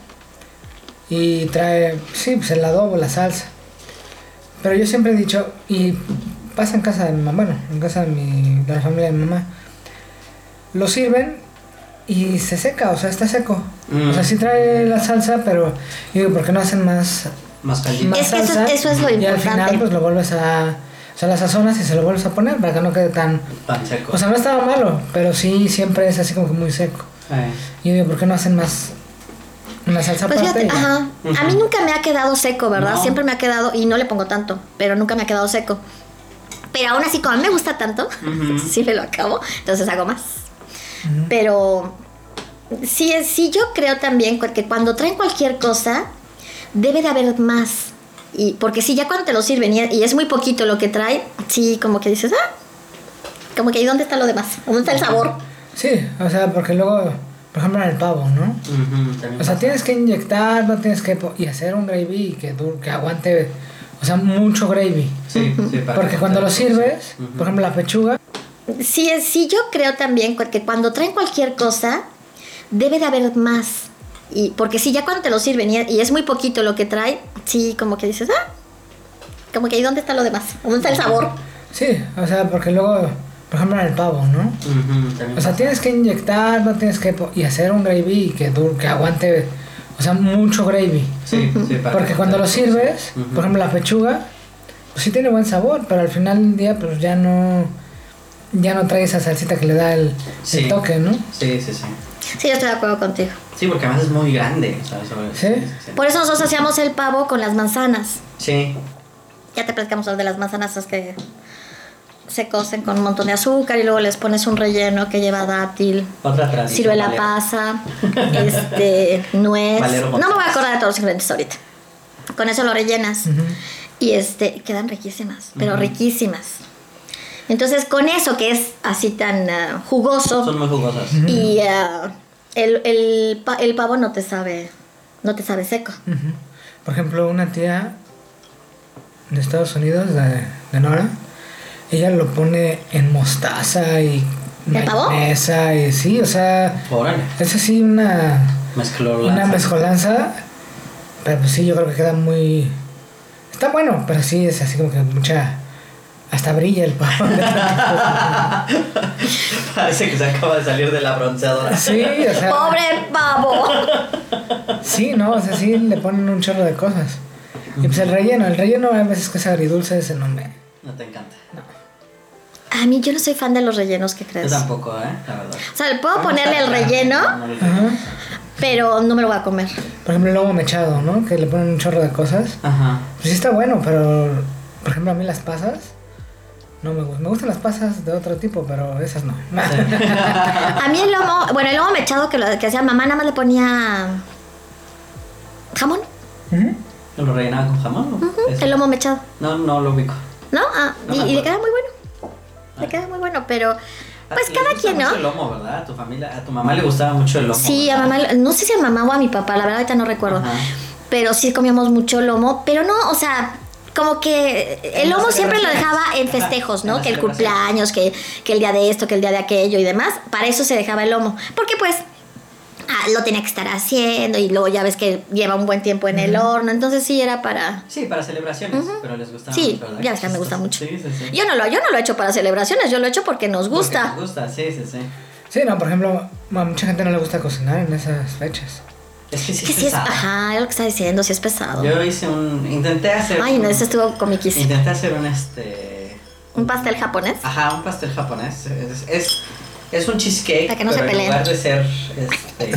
[SPEAKER 4] y trae, sí, pues el adobo, la salsa. Pero yo siempre he dicho, y pasa en casa de mi mamá, bueno, en casa de, mi, de la familia de mi mamá, lo sirven y se seca, o sea, está seco.
[SPEAKER 1] Mm.
[SPEAKER 4] O sea, sí trae la salsa, pero yo digo, ¿por qué no hacen más,
[SPEAKER 1] Más caldito.
[SPEAKER 4] más
[SPEAKER 2] Es que eso-
[SPEAKER 4] salsa?
[SPEAKER 2] eso es lo
[SPEAKER 4] Y al
[SPEAKER 2] importante.
[SPEAKER 4] final, pues lo vuelves a. O sea, la sazonas y se lo vuelves a poner para que no quede tan
[SPEAKER 1] Pan seco.
[SPEAKER 4] o sea, no estaba malo, pero sí siempre es así como que muy seco.
[SPEAKER 1] Eh,
[SPEAKER 4] Y yo digo, ¿por qué no hacen más una salsa
[SPEAKER 2] Pues
[SPEAKER 4] aparte?
[SPEAKER 2] fíjate,
[SPEAKER 4] y ya?
[SPEAKER 2] ajá. A mí
[SPEAKER 1] Ujú.
[SPEAKER 2] nunca me ha quedado seco, ¿verdad?
[SPEAKER 1] No.
[SPEAKER 2] Siempre me ha quedado, y no le pongo tanto, pero nunca me ha quedado seco. Pero aún así, como a mí me gusta tanto,
[SPEAKER 1] Ujú.
[SPEAKER 2] sí me lo acabo, entonces hago más. Pero sí, es- sí, yo creo también cu- que cuando traen cualquier cosa, debe de haber más. Y, porque sí, ya cuando te lo sirven y, y es muy poquito lo que trae, sí, como que dices, ah, como que ¿y dónde está lo demás? ¿Dónde está el sabor?
[SPEAKER 4] Sí, o sea, porque luego, por ejemplo, en el pavo, ¿no?
[SPEAKER 1] Ujú, también
[SPEAKER 4] O sea,
[SPEAKER 1] pasa.
[SPEAKER 4] tienes que inyectarlo, tienes que po- y hacer un gravy y que, dur- que aguante, o sea, mucho gravy.
[SPEAKER 1] Sí, sí, para
[SPEAKER 4] Porque cuando lo sirves,
[SPEAKER 1] Ujú.
[SPEAKER 4] por ejemplo, la pechuga,
[SPEAKER 2] Sí, es- sí, yo creo también que cuando traen cualquier cosa, debe de haber más. Y, porque si ya cuando te lo sirven y, y es muy poquito lo que trae, sí, como que dices, ah, como que ¿y dónde está lo demás? ¿Dónde está el sabor?
[SPEAKER 4] sí, o sea, porque luego, por ejemplo, en el pavo, ¿no?
[SPEAKER 1] Ujú, también
[SPEAKER 4] O sea,
[SPEAKER 1] pasa.
[SPEAKER 4] tienes que inyectarlo, tienes que po- y hacer un gravy y que, dur- que aguante, o sea, mucho gravy.
[SPEAKER 1] Sí, sí, para
[SPEAKER 4] Porque cuando lo sirves,
[SPEAKER 1] Ujú.
[SPEAKER 4] por ejemplo, la pechuga, pues sí tiene buen sabor, pero al final del día, pues ya no. Ya no trae esa salsita que le da el, el
[SPEAKER 1] Sí.
[SPEAKER 4] toque, ¿no?
[SPEAKER 1] Sí, sí, sí.
[SPEAKER 2] Sí, yo estoy de acuerdo contigo.
[SPEAKER 1] Sí, porque además es muy grande. o sea, sobre-
[SPEAKER 4] ¿Sí?
[SPEAKER 2] Por eso nosotros hacíamos el pavo con las manzanas.
[SPEAKER 1] Sí,
[SPEAKER 2] Ya te platicamos lo de las manzanas esas que se cocen con un montón de azúcar y luego les pones un relleno que lleva dátil,
[SPEAKER 1] otra tradición.
[SPEAKER 2] ciruela
[SPEAKER 1] vale.
[SPEAKER 2] pasa, este, nuez.
[SPEAKER 1] Valero
[SPEAKER 2] No me voy
[SPEAKER 1] González.
[SPEAKER 2] a acordar de todos los ingredientes ahorita. Con eso lo rellenas.
[SPEAKER 4] Ujú.
[SPEAKER 2] Y este, quedan riquísimas, pero riquísimas. Entonces, con eso que es así tan ah, jugoso
[SPEAKER 1] Son muy jugosas.
[SPEAKER 2] y ah, el, el, pa- el pavo no te sabe, no te sabe seco.
[SPEAKER 4] Ujú. Por ejemplo, una tía de Estados Unidos, de, de Nora, ella lo pone en mostaza y
[SPEAKER 2] ¿El pavo?
[SPEAKER 4] mayonesa y sí, o sea,
[SPEAKER 1] Órale.
[SPEAKER 4] es así una,
[SPEAKER 1] Mezcló la-
[SPEAKER 4] una mezcolanza, pero pues sí, yo creo que queda muy... Está bueno, pero sí es así como que mucha... Hasta brilla el pavo.
[SPEAKER 1] Parece que se acaba de salir de la bronceadora.
[SPEAKER 4] sí, o sea...
[SPEAKER 2] ¡Pobre pavo!
[SPEAKER 4] Sí, no, o sea, sí le ponen un chorro de cosas. Y pues el relleno, el relleno a veces que es agridulce ese nombre.
[SPEAKER 1] No te encanta.
[SPEAKER 2] A mí yo no soy fan de los rellenos que
[SPEAKER 1] Yo
[SPEAKER 2] crees. O
[SPEAKER 1] tampoco, ¿eh? La verdad.
[SPEAKER 2] sea, le puedo ponerle el relleno,
[SPEAKER 4] Ajá.
[SPEAKER 2] pero no me lo voy a comer.
[SPEAKER 4] Por ejemplo, el lomo mechado, ¿no? Que le ponen un chorro de cosas.
[SPEAKER 1] Ajá.
[SPEAKER 4] Pues sí está bueno, pero por ejemplo a mí las pasas no me gustan. Me gustan las pasas de otro tipo, pero esas no.
[SPEAKER 2] A mí el lomo, bueno, el lomo mechado que, lo, que hacía mamá nada más le ponía jamón,
[SPEAKER 4] Ujú.
[SPEAKER 1] ¿Lo rellenaba con jamón? o
[SPEAKER 2] Ujú,
[SPEAKER 1] eso?
[SPEAKER 2] el lomo mechado.
[SPEAKER 1] No, no lo ubico.
[SPEAKER 2] ¿No? Ah,
[SPEAKER 1] No
[SPEAKER 2] y,
[SPEAKER 1] me
[SPEAKER 2] y le
[SPEAKER 1] acuerdo.
[SPEAKER 2] queda muy bueno. Le
[SPEAKER 1] Ah.
[SPEAKER 2] queda muy bueno, pero
[SPEAKER 1] A
[SPEAKER 2] pues
[SPEAKER 1] ti le
[SPEAKER 2] cada
[SPEAKER 1] Ah, gusta
[SPEAKER 2] quien,
[SPEAKER 1] mucho el
[SPEAKER 2] ¿no?
[SPEAKER 1] lomo, ¿verdad? A tu familia, a tu mamá le gustaba mucho el lomo.
[SPEAKER 2] Sí, a
[SPEAKER 1] ¿verdad?
[SPEAKER 2] mamá, no sé si a mamá o a mi papá, la verdad ahorita no recuerdo.
[SPEAKER 1] Ajá.
[SPEAKER 2] Pero sí comíamos mucho lomo, pero no, o sea, como que el
[SPEAKER 1] En las
[SPEAKER 2] lomo siempre lo
[SPEAKER 1] celebraciones.
[SPEAKER 2] dejaba en
[SPEAKER 1] Ajá,
[SPEAKER 2] festejos,
[SPEAKER 1] en
[SPEAKER 2] ¿no?
[SPEAKER 1] las
[SPEAKER 2] Que el
[SPEAKER 1] celebraciones.
[SPEAKER 2] cumpleaños, que, que el día de esto, que el día de aquello y demás. Para eso se dejaba el lomo. Porque pues ah, lo tenía que estar haciendo y luego ya ves que lleva un buen tiempo en el horno. Entonces sí era para...
[SPEAKER 1] Sí, para celebraciones, pero les gustaba
[SPEAKER 2] Sí,
[SPEAKER 1] mucho, ¿verdad?
[SPEAKER 2] ya ves que me gusta mucho.
[SPEAKER 1] Sí, sí, sí.
[SPEAKER 2] Yo no, lo, yo no lo he hecho para celebraciones, yo lo he hecho porque nos
[SPEAKER 1] Porque
[SPEAKER 2] gusta.
[SPEAKER 1] les gusta, sí, sí, sí.
[SPEAKER 4] Sí, no, por ejemplo, a mucha gente no le gusta cocinar en esas fechas.
[SPEAKER 1] Es que sí
[SPEAKER 2] Que
[SPEAKER 1] es
[SPEAKER 2] sí es,
[SPEAKER 1] pesado.
[SPEAKER 2] ajá, es lo que está diciendo, sí es pesado.
[SPEAKER 1] Yo hice un... Intenté hacer...
[SPEAKER 2] Ay, no,
[SPEAKER 1] un-
[SPEAKER 2] ese estuvo comiquísimo.
[SPEAKER 1] Intenté hacer un este...
[SPEAKER 2] ¿Un pastel japonés?
[SPEAKER 1] Ajá, un pastel japonés. Es, es, es un cheesecake,
[SPEAKER 2] Para que no se
[SPEAKER 1] pero en
[SPEAKER 2] peleen.
[SPEAKER 1] lugar de ser este,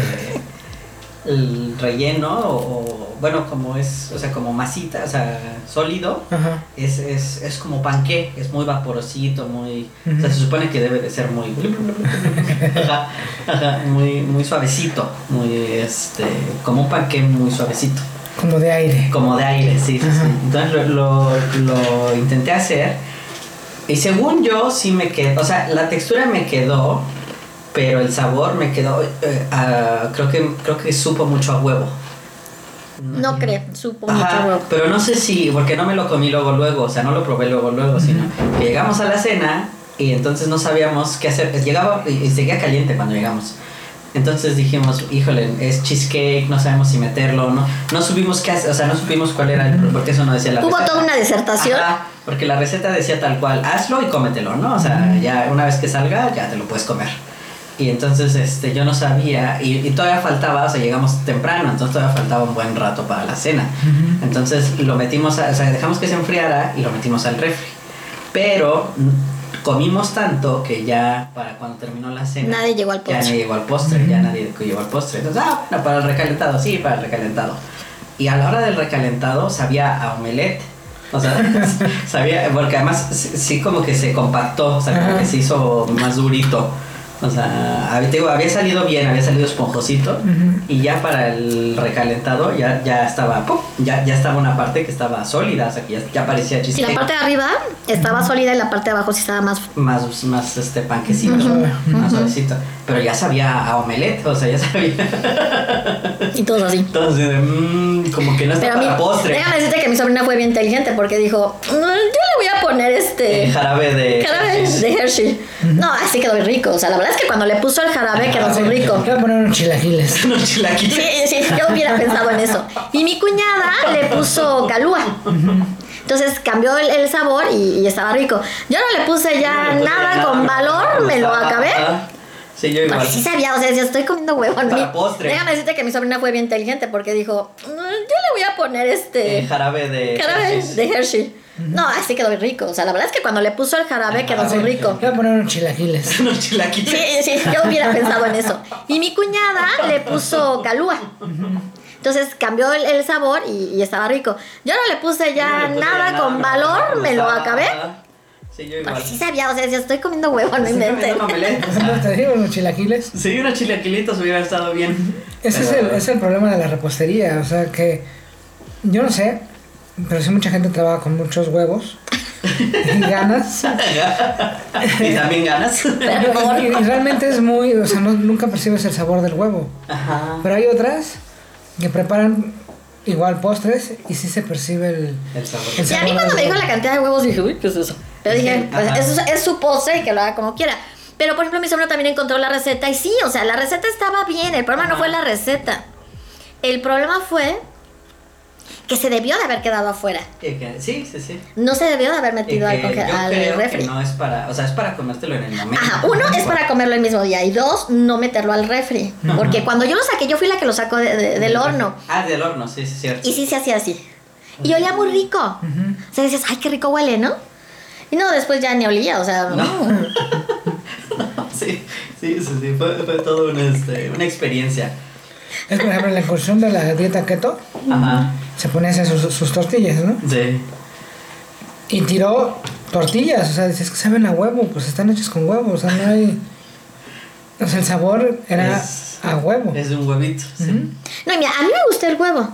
[SPEAKER 1] el relleno o, o, bueno, como es, o sea, como masita, o sea, sólido,
[SPEAKER 4] Ajá.
[SPEAKER 1] es, es, es como panqué, es muy vaporosito, muy, o sea,
[SPEAKER 4] Ujú.
[SPEAKER 1] se supone que debe de ser muy, ajá, ajá, muy, muy suavecito, muy, este, como un panqué muy suavecito
[SPEAKER 4] Como de aire.
[SPEAKER 1] como de aire, sí, sí, sí.
[SPEAKER 4] Ajá.
[SPEAKER 1] Entonces lo, lo- lo intenté hacer y según yo sí me quedó, o sea, la textura me quedó, pero el sabor me quedó, eh, a- creo que creo que supo mucho a huevo.
[SPEAKER 2] No creo, supo
[SPEAKER 1] Ajá,
[SPEAKER 2] mucho huevo.
[SPEAKER 1] pero no sé si, porque no me lo comí luego luego, o sea, no lo probé luego luego, sino que llegamos a la cena y entonces no sabíamos qué hacer, llegaba y y seguía caliente cuando llegamos. Entonces dijimos, híjole, es cheesecake, no sabemos si meterlo, no, no supimos qué hacer, o sea, no supimos cuál era el, porque eso no decía la
[SPEAKER 2] Hubo
[SPEAKER 1] receta.
[SPEAKER 2] toda una disertación.
[SPEAKER 1] Ajá, porque la receta decía tal cual, hazlo y cómetelo, ¿no? O sea, ya una vez que salga, ya te lo puedes comer. Y entonces este, yo no sabía, y, y todavía faltaba, o sea, llegamos temprano, entonces todavía faltaba un buen rato para la cena. Entonces lo metimos, a- o sea, dejamos que se enfriara y lo metimos al refri. Pero mm, comimos tanto que ya para cuando terminó la cena...
[SPEAKER 2] Nadie llegó al
[SPEAKER 1] Ya
[SPEAKER 2] postre.
[SPEAKER 1] nadie llegó al postre, ya nadie llegó al postre. Entonces, ah, bueno, para el recalentado, sí, para el recalentado. Y a la hora del recalentado sabía a omelette. O sea, sabía, porque además sí, sí como que se compactó, o sea, como
[SPEAKER 4] Ajá.
[SPEAKER 1] que se hizo más durito. O sea, había, te digo, había salido bien, había salido esponjosito.
[SPEAKER 4] Ujú.
[SPEAKER 1] Y ya para el recalentado ya, ya estaba ¡pum! ya, ya estaba una parte que estaba sólida, o sea que ya, ya parecía
[SPEAKER 2] Si
[SPEAKER 1] chiste.
[SPEAKER 2] la parte de arriba estaba sólida y la parte de abajo sí estaba más.
[SPEAKER 1] más, más este panquecito,
[SPEAKER 4] Ujú.
[SPEAKER 1] más suavecito. Pero ya sabía a omelette, o sea, ya sabía.
[SPEAKER 2] Y todo así.
[SPEAKER 1] Entonces, mm, como que no está
[SPEAKER 2] Pero a mí,
[SPEAKER 1] para postre.
[SPEAKER 2] déjame decirte que mi sobrina fue bien inteligente porque dijo: "Mm, Yo le voy a poner
[SPEAKER 1] Eh,
[SPEAKER 2] este.
[SPEAKER 1] jarabe de.
[SPEAKER 2] Jarabe de Hershey. No, así quedó bien rico. O sea, la verdad es que cuando le puso el jarabe quedó muy rico.
[SPEAKER 4] Voy a poner unos chilaquiles.
[SPEAKER 1] Unos chilaquiles.
[SPEAKER 2] Sí, sí, yo hubiera pensado en eso. Y mi cuñada le puso calúa. Entonces cambió el, el sabor y, y estaba rico. Yo no le puse ya
[SPEAKER 1] No le puse
[SPEAKER 2] nada con
[SPEAKER 1] no,
[SPEAKER 2] valor,
[SPEAKER 1] no
[SPEAKER 2] me lo
[SPEAKER 1] estaba-
[SPEAKER 2] acabé.
[SPEAKER 1] ah, Sí, yo igual.
[SPEAKER 2] Porque sí sabía, o sea, yo estoy comiendo huevo. ¿no?
[SPEAKER 1] Para postre.
[SPEAKER 2] Déjame decirte que mi sobrina fue bien inteligente porque dijo, "Mm, yo le voy a poner este
[SPEAKER 1] Eh, jarabe de.
[SPEAKER 2] jarabe
[SPEAKER 1] sí, sí.
[SPEAKER 2] de Hershey. No, así quedó bien rico. O sea, la verdad es que cuando le puso el jarabe quedó muy rico.
[SPEAKER 4] Voy a poner unos chilaquiles.
[SPEAKER 1] Unos chilaquiles.
[SPEAKER 2] Sí, sí, yo hubiera pensado en eso. Y mi cuñada le puso calúa. Entonces cambió el, el sabor y, y estaba rico. Yo no le puse
[SPEAKER 1] No
[SPEAKER 2] ya
[SPEAKER 1] le puse
[SPEAKER 2] nada con
[SPEAKER 1] no,
[SPEAKER 2] valor,
[SPEAKER 1] no
[SPEAKER 2] me lo
[SPEAKER 1] estaba-
[SPEAKER 2] acabé.
[SPEAKER 1] Sí, yo igual.
[SPEAKER 2] Porque sí sabía, o sea, yo estoy comiendo huevo, no
[SPEAKER 1] Sí,
[SPEAKER 2] inventen.
[SPEAKER 1] comiendo omelette.
[SPEAKER 4] Entonces, ¿Te digo unos chilaquiles?
[SPEAKER 1] Sí, unos chilaquilitos hubiera estado bien.
[SPEAKER 4] Ese es el,
[SPEAKER 1] Pero-
[SPEAKER 4] es el problema de la repostería, o sea que yo no sé, pero sí mucha gente trabaja con muchos huevos y ganas.
[SPEAKER 1] y también ganas.
[SPEAKER 4] Y, y realmente es muy, o sea, no- nunca percibes el sabor del huevo.
[SPEAKER 1] Ajá.
[SPEAKER 4] Pero hay otras que preparan igual postres y sí se percibe el,
[SPEAKER 1] El sabor.
[SPEAKER 4] el
[SPEAKER 2] Y a mí
[SPEAKER 4] sabor
[SPEAKER 2] cuando
[SPEAKER 4] del
[SPEAKER 2] me dijo
[SPEAKER 4] huevo.
[SPEAKER 2] la cantidad de huevos dije, uy, ¿qué es eso? Pero dije, pues,
[SPEAKER 1] Ajá.
[SPEAKER 2] eso es, es su postre y que lo haga como quiera. Pero por ejemplo, mi sobrino también encontró la receta y sí, o sea, la receta estaba bien. El problema no fue la receta. El problema fue que se debió de haber quedado afuera.
[SPEAKER 1] Y que- Sí, sí, sí.
[SPEAKER 2] No se debió de haber
[SPEAKER 1] Y
[SPEAKER 2] metido al,
[SPEAKER 1] que
[SPEAKER 2] conge-
[SPEAKER 1] yo
[SPEAKER 2] al
[SPEAKER 1] creo
[SPEAKER 2] refri.
[SPEAKER 1] que no es para, o sea, es para comértelo en el momento.
[SPEAKER 2] Ajá, uno es para comerlo el mismo día y dos, no meterlo al refri. Porque cuando yo lo saqué, yo fui la que lo sacó de- de- del horno.
[SPEAKER 1] Ah, del horno, sí, sí, cierto.
[SPEAKER 2] Y sí se hacía así. Y olía muy rico. O sea, dices, ay, qué rico huele, ¿no? Y no, después ya ni olía, o sea,
[SPEAKER 1] No.
[SPEAKER 2] no.
[SPEAKER 1] Sí, sí, sí, sí, fue, fue todo un, este, una experiencia.
[SPEAKER 4] Es por ejemplo la incursión de la dieta keto,
[SPEAKER 1] Ajá.
[SPEAKER 4] se ponía a hacer sus, sus tortillas, ¿no?
[SPEAKER 1] Sí.
[SPEAKER 4] Y tiró tortillas, o sea, dices que saben a huevo, pues están hechas con huevo, o sea, no hay... O sea, el sabor era
[SPEAKER 1] Es-
[SPEAKER 4] a huevo.
[SPEAKER 1] Es de un huevito, sí.
[SPEAKER 4] Ujú.
[SPEAKER 2] No, y mira, a mí me gusta el huevo.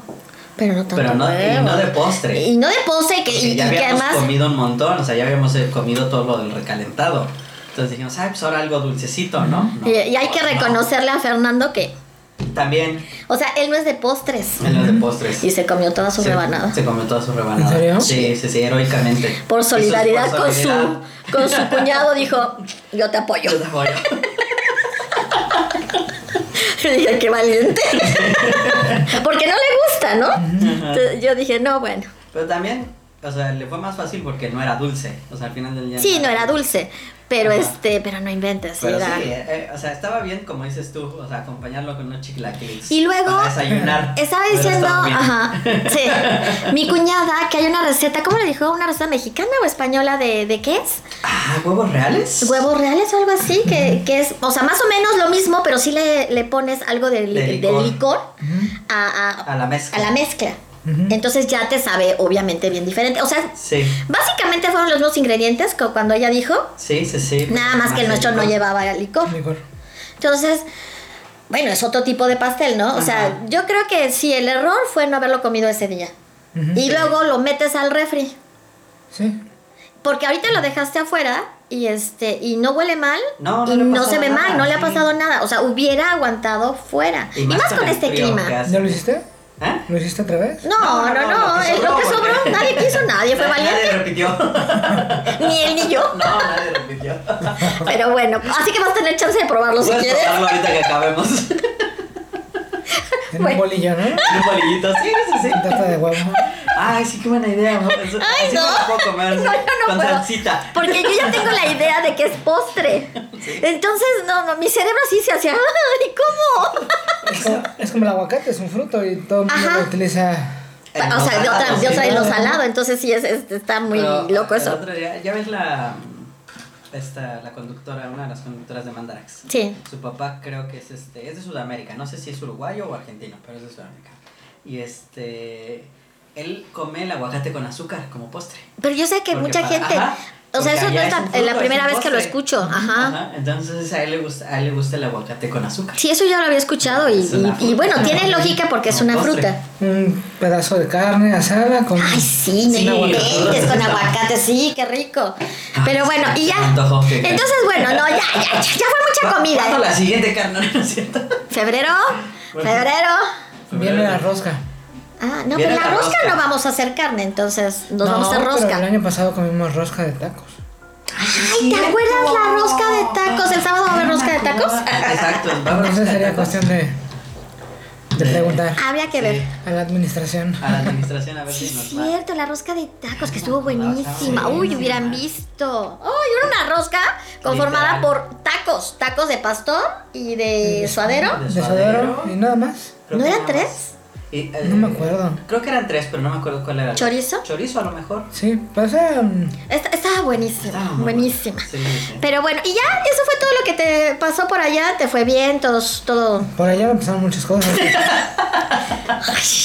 [SPEAKER 2] Pero no tanto.
[SPEAKER 1] Pero no, y
[SPEAKER 2] huevo.
[SPEAKER 1] no de postre.
[SPEAKER 2] Y no de pose, que,
[SPEAKER 1] Porque
[SPEAKER 2] y, y que
[SPEAKER 1] ya habíamos
[SPEAKER 2] además.
[SPEAKER 1] comido un montón, o sea, ya habíamos eh, comido todo lo del recalentado. Entonces dijimos, ay, pues ahora algo dulcecito, ¿no? No,
[SPEAKER 2] Y, y hay que
[SPEAKER 1] no.
[SPEAKER 2] reconocerle a Fernando que.
[SPEAKER 1] También
[SPEAKER 2] O sea, él no es de postres.
[SPEAKER 1] en los de postres.
[SPEAKER 2] Y se comió toda su
[SPEAKER 1] Se-
[SPEAKER 2] rebanada.
[SPEAKER 1] Se comió toda su rebanada.
[SPEAKER 4] ¿En serio?
[SPEAKER 1] Sí, sí, sí, heroicamente.
[SPEAKER 2] Por solidaridad,
[SPEAKER 1] Eso es por solidaridad.
[SPEAKER 2] con su con su cuñado dijo, yo te apoyo.
[SPEAKER 1] Yo te apoyo.
[SPEAKER 2] Yo dije, qué valiente. Porque no le gusta, ¿no? Entonces, yo dije, no, bueno.
[SPEAKER 1] Pero también, o sea, le fue más fácil porque no era dulce. O sea, al final del día.
[SPEAKER 2] Sí, no era dulce, pero
[SPEAKER 1] Ajá.
[SPEAKER 2] este, pero no inventes,
[SPEAKER 1] Pero sí,
[SPEAKER 2] era-
[SPEAKER 1] eh, eh, o sea, estaba bien, como dices tú, o sea, acompañarlo con unos chilaquiles.
[SPEAKER 2] Y luego-
[SPEAKER 1] Para desayunar.
[SPEAKER 2] Estaba
[SPEAKER 1] Hubiera
[SPEAKER 2] diciendo,
[SPEAKER 1] estado bien.
[SPEAKER 2] ajá, sí, mi cuñada que hay una receta, ¿cómo le dijo? ¿Una receta mexicana o española de, de qué es?
[SPEAKER 1] Ah, ¿huevos reales?
[SPEAKER 2] ¿Huevos reales o algo así? Que, que es, o sea, más o menos lo mismo, pero sí le, le pones algo de, li-
[SPEAKER 1] De
[SPEAKER 2] de
[SPEAKER 1] licor.
[SPEAKER 2] licor, a, a-
[SPEAKER 1] A la mezcla.
[SPEAKER 2] a la mezcla. Entonces ya te sabe, obviamente, bien diferente. O sea,
[SPEAKER 1] Sí,
[SPEAKER 2] básicamente fueron los mismos ingredientes que cuando ella dijo,
[SPEAKER 1] sí, sí, sí.
[SPEAKER 2] nada más que el nuestro no
[SPEAKER 1] rico.
[SPEAKER 2] llevaba licor.
[SPEAKER 4] Licor.
[SPEAKER 2] Entonces, bueno, es otro tipo de pastel, ¿no? O
[SPEAKER 1] Ajá.
[SPEAKER 2] sea, yo creo que sí, el error fue no haberlo comido ese día.
[SPEAKER 4] Ujú.
[SPEAKER 2] Y luego lo metes al refri.
[SPEAKER 4] Sí.
[SPEAKER 2] Porque ahorita lo dejaste afuera y este y no huele mal
[SPEAKER 1] No, no
[SPEAKER 2] y
[SPEAKER 1] le ha
[SPEAKER 2] no
[SPEAKER 1] pasado
[SPEAKER 2] se ve
[SPEAKER 1] nada,
[SPEAKER 2] mal, no le ha
[SPEAKER 1] sí.
[SPEAKER 2] pasado nada. O sea, hubiera aguantado fuera. Y, más, con,
[SPEAKER 1] el
[SPEAKER 2] este
[SPEAKER 1] frío
[SPEAKER 2] clima.
[SPEAKER 1] que hace.
[SPEAKER 4] ¿Ya lo hiciste?
[SPEAKER 1] ¿Eh?
[SPEAKER 4] ¿Lo hiciste otra vez?
[SPEAKER 2] No, no, no,
[SPEAKER 1] lo que
[SPEAKER 2] el- lo que sobró,
[SPEAKER 1] porque-
[SPEAKER 2] nadie quiso, nadie fue valiente,
[SPEAKER 1] Nadie repitió. no,
[SPEAKER 2] ni él ni yo.
[SPEAKER 1] nadie repitió.
[SPEAKER 2] Pero bueno, así que vas a tener chance de probarlo Pues, si
[SPEAKER 1] Puedes
[SPEAKER 2] quieres.
[SPEAKER 1] probarlo ahorita que acabemos. Un
[SPEAKER 4] En un
[SPEAKER 2] Bueno.
[SPEAKER 4] bolillo, ¿no?
[SPEAKER 1] bolillito, sí, sí, sí.
[SPEAKER 4] Una tarta de huevo.
[SPEAKER 1] Ay, sí, qué buena idea. amor. Eso-
[SPEAKER 2] Ay,
[SPEAKER 1] Así
[SPEAKER 2] no.
[SPEAKER 1] me la puedo comer.
[SPEAKER 2] No, yo no
[SPEAKER 1] con
[SPEAKER 2] puedo.
[SPEAKER 1] salsita.
[SPEAKER 2] Porque yo ya tengo la idea de que es postre. Entonces, no, no, mi cerebro sí se hacía. ¡Ay, cómo!
[SPEAKER 4] Es como, es como el aguacate, es un fruto y todo el mundo
[SPEAKER 2] Ajá.
[SPEAKER 4] lo utiliza.
[SPEAKER 2] o sea, de otra, de otra y lo salado. Entonces, sí, es, es- está muy
[SPEAKER 1] Pero
[SPEAKER 2] loco
[SPEAKER 1] el
[SPEAKER 2] eso.
[SPEAKER 1] otro día, ya ves la. Esta, la conductora, una de las conductoras de Mandarax.
[SPEAKER 2] Sí.
[SPEAKER 1] Su papá creo que es este, es de Sudamérica, no sé si es uruguayo o argentino, pero es de Sudamérica. Y este él come el aguacate con azúcar como postre.
[SPEAKER 2] Pero yo sé que
[SPEAKER 1] Porque
[SPEAKER 2] mucha
[SPEAKER 1] para-
[SPEAKER 2] gente.
[SPEAKER 1] ajá.
[SPEAKER 2] O sea,
[SPEAKER 1] Porque
[SPEAKER 2] eso no
[SPEAKER 1] allá
[SPEAKER 2] es la,
[SPEAKER 1] un fruto,
[SPEAKER 2] la primera
[SPEAKER 1] un
[SPEAKER 2] vez que lo
[SPEAKER 1] postre.
[SPEAKER 2] escucho. Ajá.
[SPEAKER 1] Ajá, Entonces a él, le gusta, a él le gusta el aguacate con azúcar.
[SPEAKER 2] Sí, eso ya lo había escuchado y,
[SPEAKER 1] Es una
[SPEAKER 2] y- y bueno,
[SPEAKER 1] fruta.
[SPEAKER 2] tiene lógica porque es
[SPEAKER 1] Un
[SPEAKER 2] una
[SPEAKER 1] postre.
[SPEAKER 2] fruta.
[SPEAKER 4] Un pedazo de carne asada con.
[SPEAKER 2] Ay, sí,
[SPEAKER 1] Sí,
[SPEAKER 2] no
[SPEAKER 1] los
[SPEAKER 2] inventes,
[SPEAKER 1] colores.
[SPEAKER 2] con aguacate, sí, qué rico. Pero bueno, y ya.
[SPEAKER 1] Ah, Se me antojó, qué rico.
[SPEAKER 2] Entonces, bueno, no, ya, ya, ya, ya fue mucha
[SPEAKER 1] ¿Cu- ¿Cuándo
[SPEAKER 2] comida. ¿eh?
[SPEAKER 1] la siguiente carne, no es cierto?
[SPEAKER 2] Febrero,
[SPEAKER 1] Bueno.
[SPEAKER 2] febrero.
[SPEAKER 4] Viene la rosca.
[SPEAKER 2] Ah, no,
[SPEAKER 1] Viene
[SPEAKER 2] pero la
[SPEAKER 1] la
[SPEAKER 2] rosca
[SPEAKER 1] rosca.
[SPEAKER 2] no vamos a hacer carne, entonces nos vamos a hacer
[SPEAKER 4] pero
[SPEAKER 2] rosca.
[SPEAKER 4] el año pasado comimos rosca de tacos.
[SPEAKER 2] Ay, ¿te acuerdas la rosca de tacos? ¿El sábado va a haber rosca de tacos?
[SPEAKER 1] Exacto. vamos
[SPEAKER 4] Entonces sería cuestión de, de
[SPEAKER 1] De- Ah,
[SPEAKER 4] preguntar
[SPEAKER 2] Habría que
[SPEAKER 1] Sí.
[SPEAKER 2] ver.
[SPEAKER 4] a la administración.
[SPEAKER 1] A la administración a ver si
[SPEAKER 2] Sí, es
[SPEAKER 1] nos va.
[SPEAKER 2] cierto, la rosca de tacos que estuvo buenísima.
[SPEAKER 1] buenísima.
[SPEAKER 2] Uy, hubieran visto. Uy, era una rosca conformada
[SPEAKER 1] Literal.
[SPEAKER 2] por tacos, tacos de pastor y de suadero.
[SPEAKER 1] De
[SPEAKER 4] De suadero y nada más.
[SPEAKER 1] Creo
[SPEAKER 2] ¿No
[SPEAKER 1] que
[SPEAKER 2] eran
[SPEAKER 1] nada más.
[SPEAKER 2] tres?
[SPEAKER 1] Y, eh,
[SPEAKER 4] No me acuerdo.
[SPEAKER 1] Creo que eran tres, pero no me acuerdo cuál era.
[SPEAKER 2] ¿Chorizo?
[SPEAKER 1] Chorizo a lo mejor.
[SPEAKER 4] Sí, pues, eh, mm, pasa.
[SPEAKER 2] Esta- estaba buenísima,
[SPEAKER 1] Estaba muy
[SPEAKER 2] buenísima.
[SPEAKER 1] bueno. Sí, sí.
[SPEAKER 2] Pero bueno, y ya, eso fue todo lo que te pasó por allá, te fue bien, todo, todo.
[SPEAKER 4] Por allá me pasaron muchas cosas.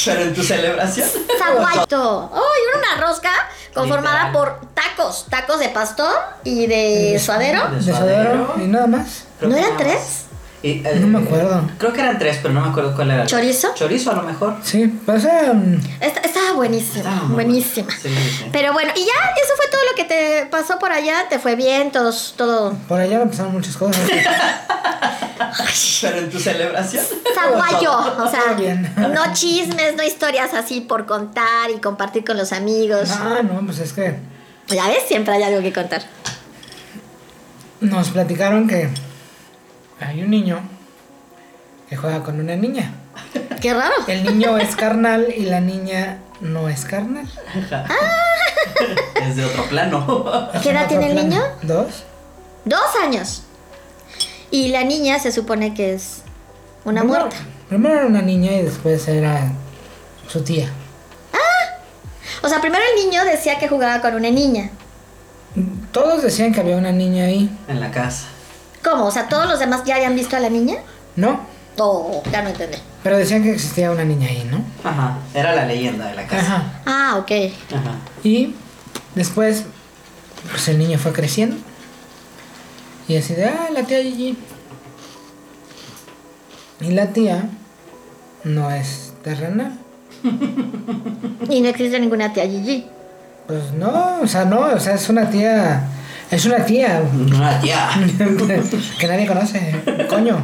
[SPEAKER 1] Pero en tu celebración.
[SPEAKER 2] Está guayito. Uy, era una rosca conformada
[SPEAKER 1] Literal.
[SPEAKER 2] por tacos, tacos de pastor y de suadero.
[SPEAKER 4] De suadero y nada más.
[SPEAKER 1] Creo
[SPEAKER 2] ¿No
[SPEAKER 1] que
[SPEAKER 2] eran
[SPEAKER 1] nada más.
[SPEAKER 2] tres?
[SPEAKER 1] Y, eh,
[SPEAKER 4] No me acuerdo.
[SPEAKER 1] Creo que eran tres, pero no me acuerdo cuál era.
[SPEAKER 2] ¿Chorizo?
[SPEAKER 1] Chorizo a lo mejor.
[SPEAKER 4] Sí, pues, eh, mm, pasa.
[SPEAKER 2] Esta- estaba buenísima,
[SPEAKER 1] Estaba muy bueno.
[SPEAKER 2] buenísima.
[SPEAKER 1] Sí, sí.
[SPEAKER 2] Pero bueno, y ya, eso fue todo lo que te pasó por allá, te fue bien, todo, todo.
[SPEAKER 4] Por allá me pasaron muchas cosas.
[SPEAKER 1] Pero en tu celebración.
[SPEAKER 2] Zaguayo, o sea,
[SPEAKER 4] bien.
[SPEAKER 2] no chismes, no historias así por contar y compartir con los amigos.
[SPEAKER 4] Ah, no, pues es que
[SPEAKER 2] Ya ves, siempre hay algo que contar.
[SPEAKER 4] nos platicaron que hay un niño que juega con una niña.
[SPEAKER 2] Qué raro.
[SPEAKER 4] El niño es carnal y la niña no es carnal.
[SPEAKER 1] Es de otro plano.
[SPEAKER 2] ¿Qué edad tiene el
[SPEAKER 4] Otro plan.
[SPEAKER 2] niño?
[SPEAKER 4] Dos.
[SPEAKER 2] Dos años. Y la niña se supone que es una
[SPEAKER 4] Primero-
[SPEAKER 2] muerta.
[SPEAKER 4] Primero era una niña y después era su tía.
[SPEAKER 2] O sea, primero el niño decía que jugaba con una niña.
[SPEAKER 4] Todos decían que había una niña ahí.
[SPEAKER 1] En la casa.
[SPEAKER 2] ¿Cómo? O sea, todos los demás ya habían visto a la niña.
[SPEAKER 4] No,
[SPEAKER 2] Oh, ya no entendí.
[SPEAKER 4] pero decían que existía una niña ahí, ¿no?
[SPEAKER 1] Ajá. Era la leyenda de la casa.
[SPEAKER 4] Ajá.
[SPEAKER 2] Ah, ok.
[SPEAKER 1] Ajá.
[SPEAKER 4] Y después, pues el niño fue creciendo. Y así de, ah, la tía Gigi. Y la tía no es terrenal.
[SPEAKER 2] Y no existe ninguna tía Gigi.
[SPEAKER 4] Pues no, o sea, no, o sea, es una tía. Es una tía
[SPEAKER 1] Una tía.
[SPEAKER 4] que nadie conoce, coño.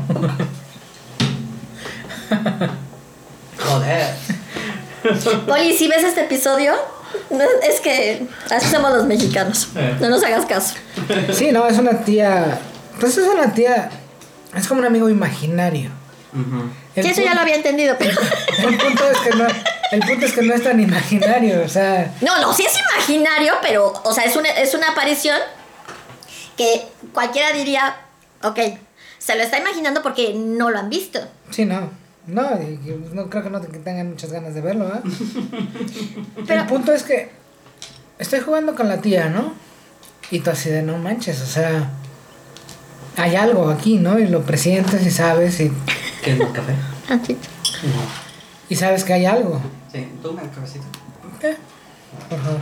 [SPEAKER 1] Joder.
[SPEAKER 2] Poli, si ves este episodio, no, es que así somos los mexicanos.
[SPEAKER 1] Eh.
[SPEAKER 2] No nos hagas caso.
[SPEAKER 4] Sí, no, es una tía. Pues es una tía. Es como un amigo imaginario.
[SPEAKER 1] Ujú.
[SPEAKER 2] Sí, eso ya lo había entendido, pero.
[SPEAKER 4] punto- el punto es que no. El punto es que no es tan imaginario, o sea.
[SPEAKER 2] No, no, sí es imaginario, pero, o sea, es una, es una aparición que cualquiera diría, ok, se lo está imaginando porque no lo han visto.
[SPEAKER 4] Sí, no. No, y- y no creo que no te- que tengan muchas ganas de verlo, ¿ah?
[SPEAKER 2] Pero-
[SPEAKER 4] El punto es que. Estoy jugando con la tía, ¿no? Y tú así de no manches, o sea. Hay algo aquí, ¿no? Y lo presientes y sabes y,
[SPEAKER 1] ¿Qué es un café?
[SPEAKER 2] Ah, sí.
[SPEAKER 1] No.
[SPEAKER 4] y sabes que hay algo.
[SPEAKER 1] Sí, toma el cafecito.
[SPEAKER 4] Eh, Por favor.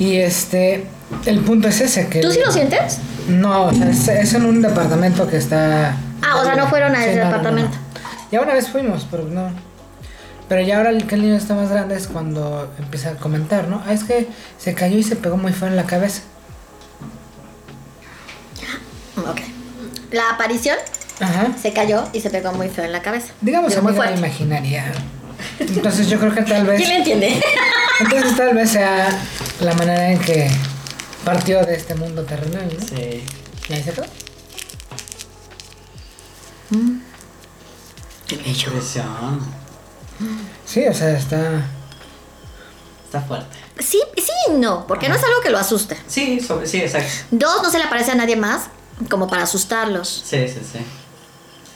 [SPEAKER 4] Y este, el punto es ese que...
[SPEAKER 2] ¿Tú sí lo sientes?
[SPEAKER 4] No, o sea, es, es en un departamento que está...
[SPEAKER 2] Ah, o sea, no fueron a ese departamento.
[SPEAKER 4] Ya una vez fuimos, pero no. Pero ya ahora el que el niño está más grande es cuando empieza a comentar, ¿no? Ah, es que se cayó y se pegó muy feo en la cabeza.
[SPEAKER 2] Ok. La aparición
[SPEAKER 4] Ajá.
[SPEAKER 2] se cayó y se pegó muy feo en la cabeza.
[SPEAKER 4] Digamos
[SPEAKER 2] Digo,
[SPEAKER 4] que
[SPEAKER 2] muy
[SPEAKER 4] muy la
[SPEAKER 2] fuerte.
[SPEAKER 4] imaginaria. Entonces yo creo que tal vez...
[SPEAKER 2] ¿Quién le entiende?
[SPEAKER 4] Entonces tal vez sea la manera en que partió de este mundo terrenal, ¿no?
[SPEAKER 1] Sí.
[SPEAKER 4] ¿Y ahí se quedó?
[SPEAKER 1] Impresión.
[SPEAKER 4] Sí, o sea, está.
[SPEAKER 1] Está fuerte.
[SPEAKER 2] Sí, sí y no, porque no es algo que lo asuste.
[SPEAKER 1] Sí, sobre, sí, exacto.
[SPEAKER 2] Dos, no se le aparece a nadie más como para asustarlos.
[SPEAKER 1] Sí, sí, sí.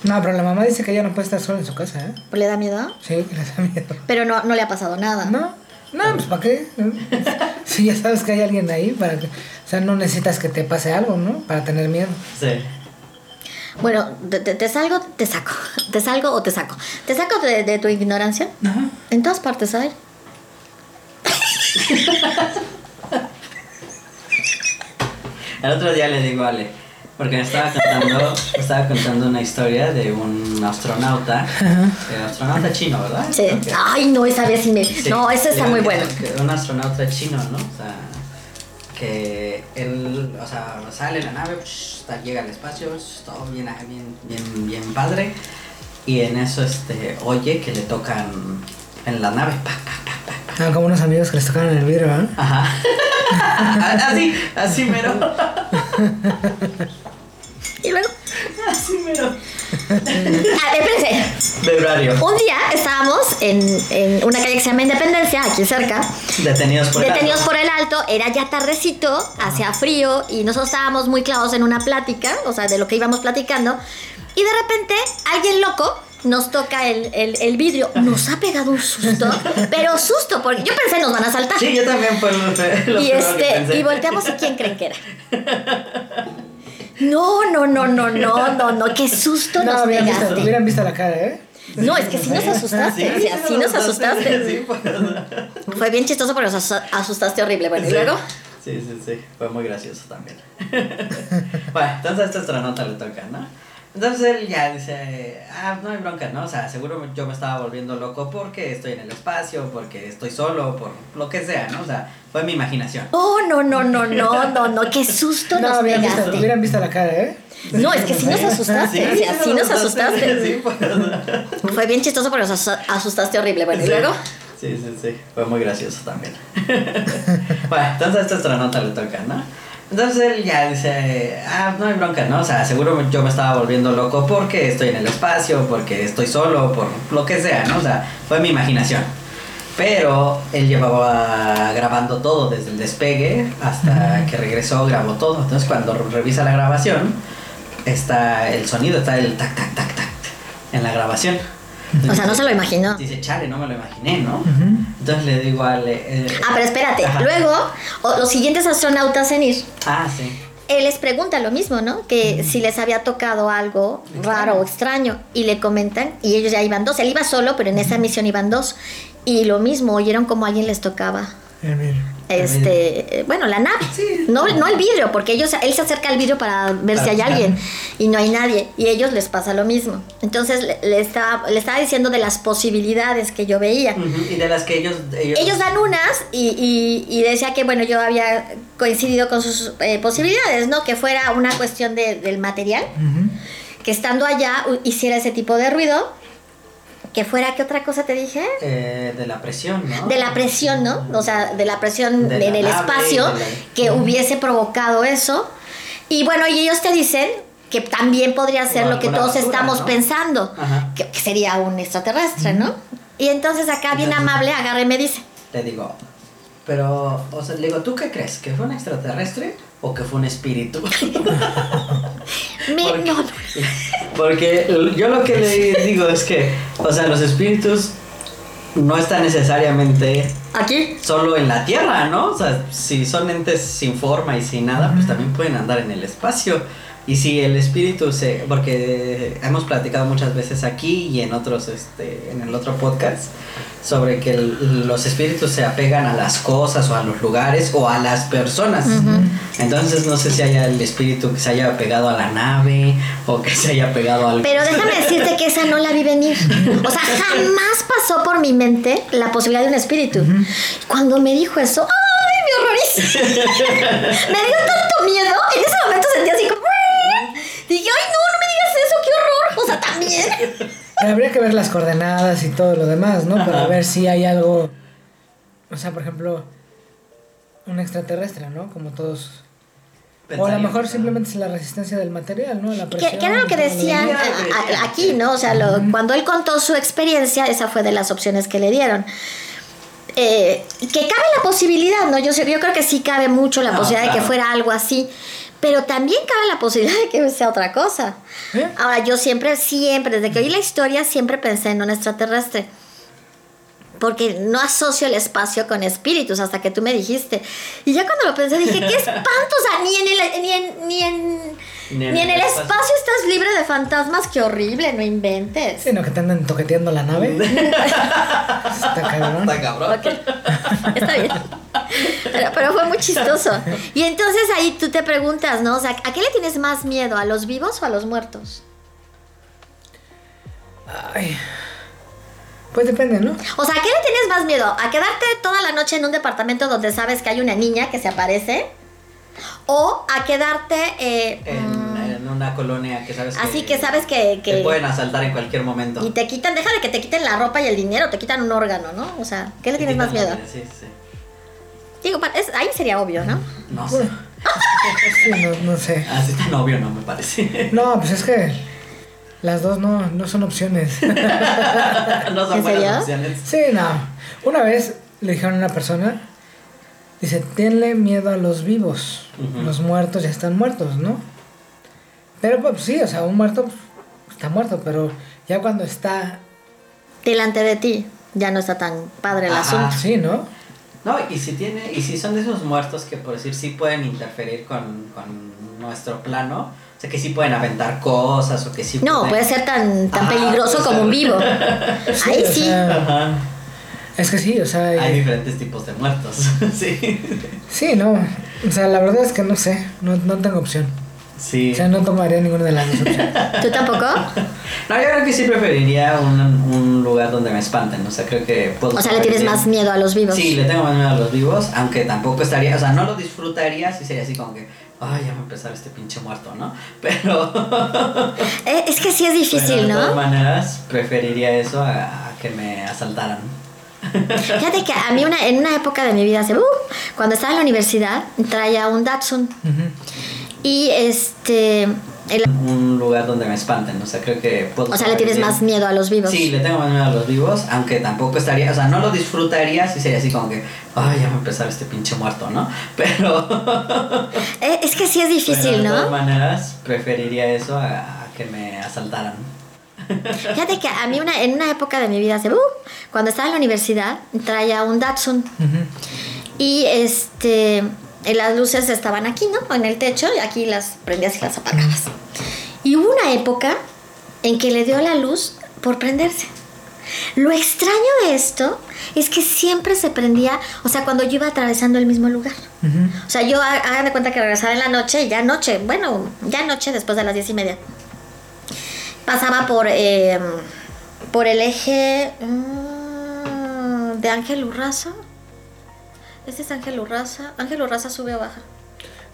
[SPEAKER 4] No, pero la mamá dice que ella no puede estar sola en su casa, ¿eh?
[SPEAKER 2] ¿Le da miedo?
[SPEAKER 4] Sí, que le da miedo.
[SPEAKER 2] Pero no, no le ha pasado nada.
[SPEAKER 4] No, no, pues ¿para qué? Si ya sabes que hay alguien ahí, para que. O sea, no necesitas que te pase algo, ¿no? Para tener miedo.
[SPEAKER 1] Sí.
[SPEAKER 2] Bueno, te, te- te salgo, te saco. Te salgo o te saco. Te saco de, de tu ignorancia. En todas partes hay.
[SPEAKER 1] El otro día le digo a Ale, porque me estaba contando, me estaba contando una historia de un astronauta, eh, astronauta chino, ¿verdad?
[SPEAKER 2] Sí.
[SPEAKER 1] Creo que-
[SPEAKER 2] Ay, no, esa vez sí me.
[SPEAKER 1] Sí,
[SPEAKER 2] No, esa está
[SPEAKER 1] le-
[SPEAKER 2] muy buena.
[SPEAKER 1] que Un astronauta chino, ¿no? O sea, que él, o sea, sale la nave, psh, hasta llega al espacio, psh, todo bien, bien, bien, bien padre. Y en eso, este, oye que le tocan en la nave, pa, pa, pa, pa.
[SPEAKER 4] Ah, como unos amigos que les tocaron el vidrio, ¿verdad?
[SPEAKER 1] Ajá. así, así mero.
[SPEAKER 2] Y luego.
[SPEAKER 1] Así mero.
[SPEAKER 2] A ver, espérense.
[SPEAKER 1] De horario.
[SPEAKER 2] Un día estábamos en, en una calle que se llama Independencia, aquí cerca.
[SPEAKER 1] Detenidos por el
[SPEAKER 2] Detenidos
[SPEAKER 1] alto.
[SPEAKER 2] por el alto, era ya tardecito, hacía frío y nosotros estábamos muy clavados en una plática, o sea, de lo que íbamos platicando. Y de repente, alguien loco nos toca el, el- el vidrio. Nos ha pegado un susto, pero susto, porque yo pensé nos van a saltar.
[SPEAKER 1] Sí, yo también fue lo, que- lo
[SPEAKER 2] y
[SPEAKER 1] primero que
[SPEAKER 2] este,
[SPEAKER 1] pensé.
[SPEAKER 2] y volteamos y quién creen que era. No, no, no, no, no, no, no, qué susto
[SPEAKER 4] No,
[SPEAKER 2] nos
[SPEAKER 4] hubieran visto,
[SPEAKER 2] pegaste.
[SPEAKER 4] hubieran visto la cara, ¿eh?
[SPEAKER 2] No, es que sí nos
[SPEAKER 1] Sí,
[SPEAKER 2] asustaste, o sea, sí nos asustaste.
[SPEAKER 1] Sí, pues.
[SPEAKER 2] Fue bien chistoso, pero nos asu- asustaste horrible. Bueno, y luego.
[SPEAKER 1] Sí, sí, sí. Fue muy gracioso también. bueno, entonces a este astronauta le toca, ¿no? Entonces él ya dice, ah, no hay bronca, ¿no? O sea, seguro yo me estaba volviendo loco porque estoy en el espacio, porque estoy solo, por lo que sea, ¿no? O sea, fue mi imaginación.
[SPEAKER 2] Oh, no, no, no, no, no, no, qué susto
[SPEAKER 4] No,
[SPEAKER 2] nos
[SPEAKER 4] hubieran visto,
[SPEAKER 2] pegaste.
[SPEAKER 4] hubieran visto la cara, ¿eh?
[SPEAKER 2] No, es que sí nos asustaste, o sea, sí nos
[SPEAKER 1] Sí,
[SPEAKER 2] asustaste.
[SPEAKER 1] pues.
[SPEAKER 2] Fue bien chistoso, pero nos asu- asustaste horrible. Bueno, y
[SPEAKER 1] Sí.
[SPEAKER 2] luego.
[SPEAKER 1] Sí, sí, sí. Fue muy gracioso también. bueno, entonces a este astronauta le toca, ¿no? Entonces él ya dice, ah, no hay bronca, ¿no? O sea, seguro yo me estaba volviendo loco porque estoy en el espacio, porque estoy solo, por lo que sea, ¿no? O sea, fue mi imaginación. Pero él llevaba grabando todo desde el despegue hasta que regresó, grabó todo. Entonces cuando revisa la grabación, está el sonido, está el tac, tac, tac, tac en la grabación.
[SPEAKER 2] O sea, no se lo imaginó.
[SPEAKER 1] Dice, chale, no me lo imaginé, ¿no?
[SPEAKER 4] Ujú.
[SPEAKER 1] Entonces le digo a Ale. eh,
[SPEAKER 2] Ah, pero espérate.
[SPEAKER 1] Ajá.
[SPEAKER 2] Luego, o- los siguientes astronautas en ir,
[SPEAKER 1] Ah, sí.
[SPEAKER 2] él les pregunta lo mismo, ¿no? Que si les había tocado algo raro o extraño. Y le comentan, y ellos ya iban dos. Él iba solo, pero en esa misión iban dos. Y lo mismo, oyeron como a alguien les tocaba.
[SPEAKER 4] El vidrio.
[SPEAKER 2] este eh, bueno la nave
[SPEAKER 1] Sí.
[SPEAKER 2] no no el vidrio porque ellos él se acerca al vidrio para ver si
[SPEAKER 1] Para
[SPEAKER 2] hay
[SPEAKER 1] buscar.
[SPEAKER 2] alguien y no hay nadie y ellos les pasa lo mismo entonces le, le estaba le estaba diciendo de las posibilidades que yo veía
[SPEAKER 1] Ujú, Y de las que ellos. Ellos,
[SPEAKER 2] ellos dan unas y, y- y decía que bueno yo había coincidido con sus eh, posibilidades no que fuera una cuestión de- del material
[SPEAKER 4] Ujú.
[SPEAKER 2] que estando allá u- hiciera ese tipo de ruido que fuera qué otra cosa te dije
[SPEAKER 1] eh, de la presión, ¿no?
[SPEAKER 2] de la presión, ¿no? O sea, de la presión
[SPEAKER 1] De la
[SPEAKER 2] en el
[SPEAKER 1] nave,
[SPEAKER 2] espacio
[SPEAKER 1] de la-
[SPEAKER 2] que hubiese provocado eso. Y bueno, y ellos te dicen que también podría ser
[SPEAKER 1] O
[SPEAKER 2] lo que
[SPEAKER 1] alguna
[SPEAKER 2] todos
[SPEAKER 1] basura,
[SPEAKER 2] estamos
[SPEAKER 1] ¿no? Ah.
[SPEAKER 2] pensando,
[SPEAKER 1] Ajá.
[SPEAKER 2] que, que sería un extraterrestre, ¿no? Y entonces acá bien
[SPEAKER 1] Entonces-
[SPEAKER 2] amable agarra y me dice,
[SPEAKER 1] Le digo. Pero, o sea, le digo, ¿tú qué crees? ¿Que fue un extraterrestre o que fue un espíritu?
[SPEAKER 2] "Me-
[SPEAKER 1] Porque-
[SPEAKER 2] no, no".
[SPEAKER 1] Porque yo lo que le digo es que, o sea, los espíritus no están necesariamente
[SPEAKER 2] aquí.
[SPEAKER 1] solo en la Tierra, ¿no? O sea, si son entes sin forma y sin nada, pues también pueden andar en el espacio. Y si el espíritu se... Porque hemos platicado muchas veces aquí y en otros, este, en el otro podcast, sobre que el- los espíritus se apegan a las cosas o a los lugares o a las personas. Entonces no sé si haya el espíritu que se haya apegado a la nave o que se haya apegado al...
[SPEAKER 2] Pero déjame decirte que esa no la vi venir. O sea, jamás pasó por mi mente la posibilidad de un espíritu. Cuando me dijo eso, ¡ay, me horrorizé! me dio tanto miedo. En ese momento sentí así como... "Ué". Dije, ¡ay, no, no me digas eso! ¡Qué horror! O sea, también.
[SPEAKER 4] Pero habría que ver las coordenadas y todo lo demás, ¿no? Para ver si hay algo. O sea, por ejemplo, un extraterrestre, ¿no? Como todos. O a lo
[SPEAKER 1] Pensaría.
[SPEAKER 4] mejor simplemente es la resistencia del material, ¿no? La presión.
[SPEAKER 2] Que, que era lo que decían
[SPEAKER 1] Mira,
[SPEAKER 2] a- a-
[SPEAKER 1] mira.
[SPEAKER 2] aquí, ¿no? O sea, lo- cuando él contó su experiencia, esa fue de las opciones que le dieron. Eh, que cabe la posibilidad, ¿no? Yo, sé- yo creo que sí cabe mucho la
[SPEAKER 1] No,
[SPEAKER 2] posibilidad de que
[SPEAKER 1] Ah, claro.
[SPEAKER 2] fuera algo así, pero también cabe la posibilidad de que sea otra cosa.
[SPEAKER 4] ¿Eh?
[SPEAKER 2] Ahora, yo siempre, siempre, desde que oí la historia, siempre pensé en un extraterrestre. Porque no asocio el espacio con espíritus hasta que tú me dijiste. Y ya cuando lo pensé dije, qué espanto, o sea, ni en el, ni en, ni en,
[SPEAKER 1] Ni en
[SPEAKER 2] ni en
[SPEAKER 1] el
[SPEAKER 2] el
[SPEAKER 1] espacio.
[SPEAKER 2] espacio estás libre de fantasmas, qué horrible, no inventes.
[SPEAKER 4] Sino que te andan toqueteando la nave. Está cabrón.
[SPEAKER 1] Está cabrón.
[SPEAKER 2] Ok, está bien. Pero, pero fue muy chistoso. Y entonces ahí tú te preguntas, ¿no? O sea, ¿a qué le tienes más miedo? ¿A los vivos o a los muertos?
[SPEAKER 4] Ay. Pues depende, ¿no?
[SPEAKER 2] O sea, ¿a qué le tienes más miedo? ¿A quedarte toda la noche en un departamento donde sabes que hay una niña que se aparece? ¿O a quedarte... eh,
[SPEAKER 1] En, en una colonia que sabes
[SPEAKER 2] así Ah, que sabes que... que-
[SPEAKER 1] Te pueden asaltar en cualquier momento.
[SPEAKER 2] y te quitan, deja de que te quiten la ropa y el dinero, te quitan un órgano, ¿no? O sea, ¿qué le tienes más miedo?
[SPEAKER 1] Sí, sí.
[SPEAKER 2] Digo, pa- es- ahí sería obvio, ¿no?
[SPEAKER 1] No sé. Ah,
[SPEAKER 4] Bueno. Sí, no, no sé.
[SPEAKER 1] Así tan obvio no me parece.
[SPEAKER 4] No, pues es que las dos no, no son opciones.
[SPEAKER 1] no son
[SPEAKER 2] ¿En serio?
[SPEAKER 1] buenas opciones.
[SPEAKER 4] Sí, no. Una vez le dijeron a una persona, dice, tenle miedo a los vivos.
[SPEAKER 1] Ujú.
[SPEAKER 4] Los muertos ya están muertos, ¿no? Pero pues sí, o sea, un muerto pues, está muerto, pero ya cuando está...
[SPEAKER 2] Delante de ti ya no está tan padre el
[SPEAKER 1] Ajá.
[SPEAKER 2] asunto.
[SPEAKER 4] Sí, ¿no?
[SPEAKER 1] No, y si tiene, y si son de esos muertos que por decir sí pueden interferir con, con nuestro plano, o sea que sí pueden aventar cosas o que sí
[SPEAKER 2] No,
[SPEAKER 1] pueden-
[SPEAKER 2] puede ser tan, tan
[SPEAKER 1] Ah,
[SPEAKER 2] peligroso
[SPEAKER 1] puede
[SPEAKER 2] como
[SPEAKER 1] ser.
[SPEAKER 2] un vivo. Ahí
[SPEAKER 4] o
[SPEAKER 2] sí.
[SPEAKER 4] sea,
[SPEAKER 1] Ajá.
[SPEAKER 4] es que sí, o sea...
[SPEAKER 1] Hay
[SPEAKER 4] eh,
[SPEAKER 1] diferentes tipos de muertos. sí.
[SPEAKER 4] Sí, no. O sea, la verdad es que no sé, no, no tengo opción.
[SPEAKER 1] Sí.
[SPEAKER 4] O sea, no tomaría ninguna de las dos opciones.
[SPEAKER 2] ¿Tú tampoco?
[SPEAKER 1] No, yo creo que sí preferiría un, un lugar donde me espanten. O sea, creo que puedo.
[SPEAKER 2] O sea, le tienes más miedo a los vivos.
[SPEAKER 1] Sí, le tengo más miedo a los vivos, aunque tampoco estaría, o sea, no lo disfrutaría si sería así como que, ay, ya va a empezar este pinche muerto, ¿no? Pero,
[SPEAKER 2] Eh, es que sí es
[SPEAKER 1] pero
[SPEAKER 2] difícil,
[SPEAKER 1] de todas
[SPEAKER 2] ¿no?
[SPEAKER 1] maneras, preferiría eso a, a que me asaltaran.
[SPEAKER 2] Fíjate que a mí una, en una época de mi vida, hace, uh, cuando estaba en la universidad, traía un Datsun.
[SPEAKER 4] Ujú.
[SPEAKER 2] Y este... el-
[SPEAKER 1] Un lugar donde me espanten, o sea, creo que puedo.
[SPEAKER 2] o sea, le tienes más miedo a los vivos.
[SPEAKER 1] Sí, le tengo más miedo a los vivos, aunque tampoco estaría, o sea, no lo disfrutaría si sería así como que, ay, ya va a empezar este pinche muerto, ¿no? Pero,
[SPEAKER 2] Eh, es que sí es
[SPEAKER 1] pero
[SPEAKER 2] difícil,
[SPEAKER 1] de todas
[SPEAKER 2] ¿no?
[SPEAKER 1] maneras, preferiría eso a, a que me asaltaran.
[SPEAKER 2] Fíjate que a mí una, en una época de mi vida, hace, uh, cuando estaba en la universidad, traía un Datsun.
[SPEAKER 4] Ujú.
[SPEAKER 2] Y este, eh, las luces estaban aquí, ¿no? En el techo, y aquí las prendías y las apagabas. Y hubo una época en que le dio la luz por prenderse. Lo extraño de esto es que siempre se prendía, o sea, cuando yo iba atravesando el mismo lugar.
[SPEAKER 4] Ujú.
[SPEAKER 2] O sea, yo ha- hagan de cuenta que regresaba en la noche y ya noche, bueno, ya noche después de las diez y media. Pasaba por, eh, por el eje mm, de Ángel Urraza. Este es Ángel Urraza. Ángel Urraza sube o baja.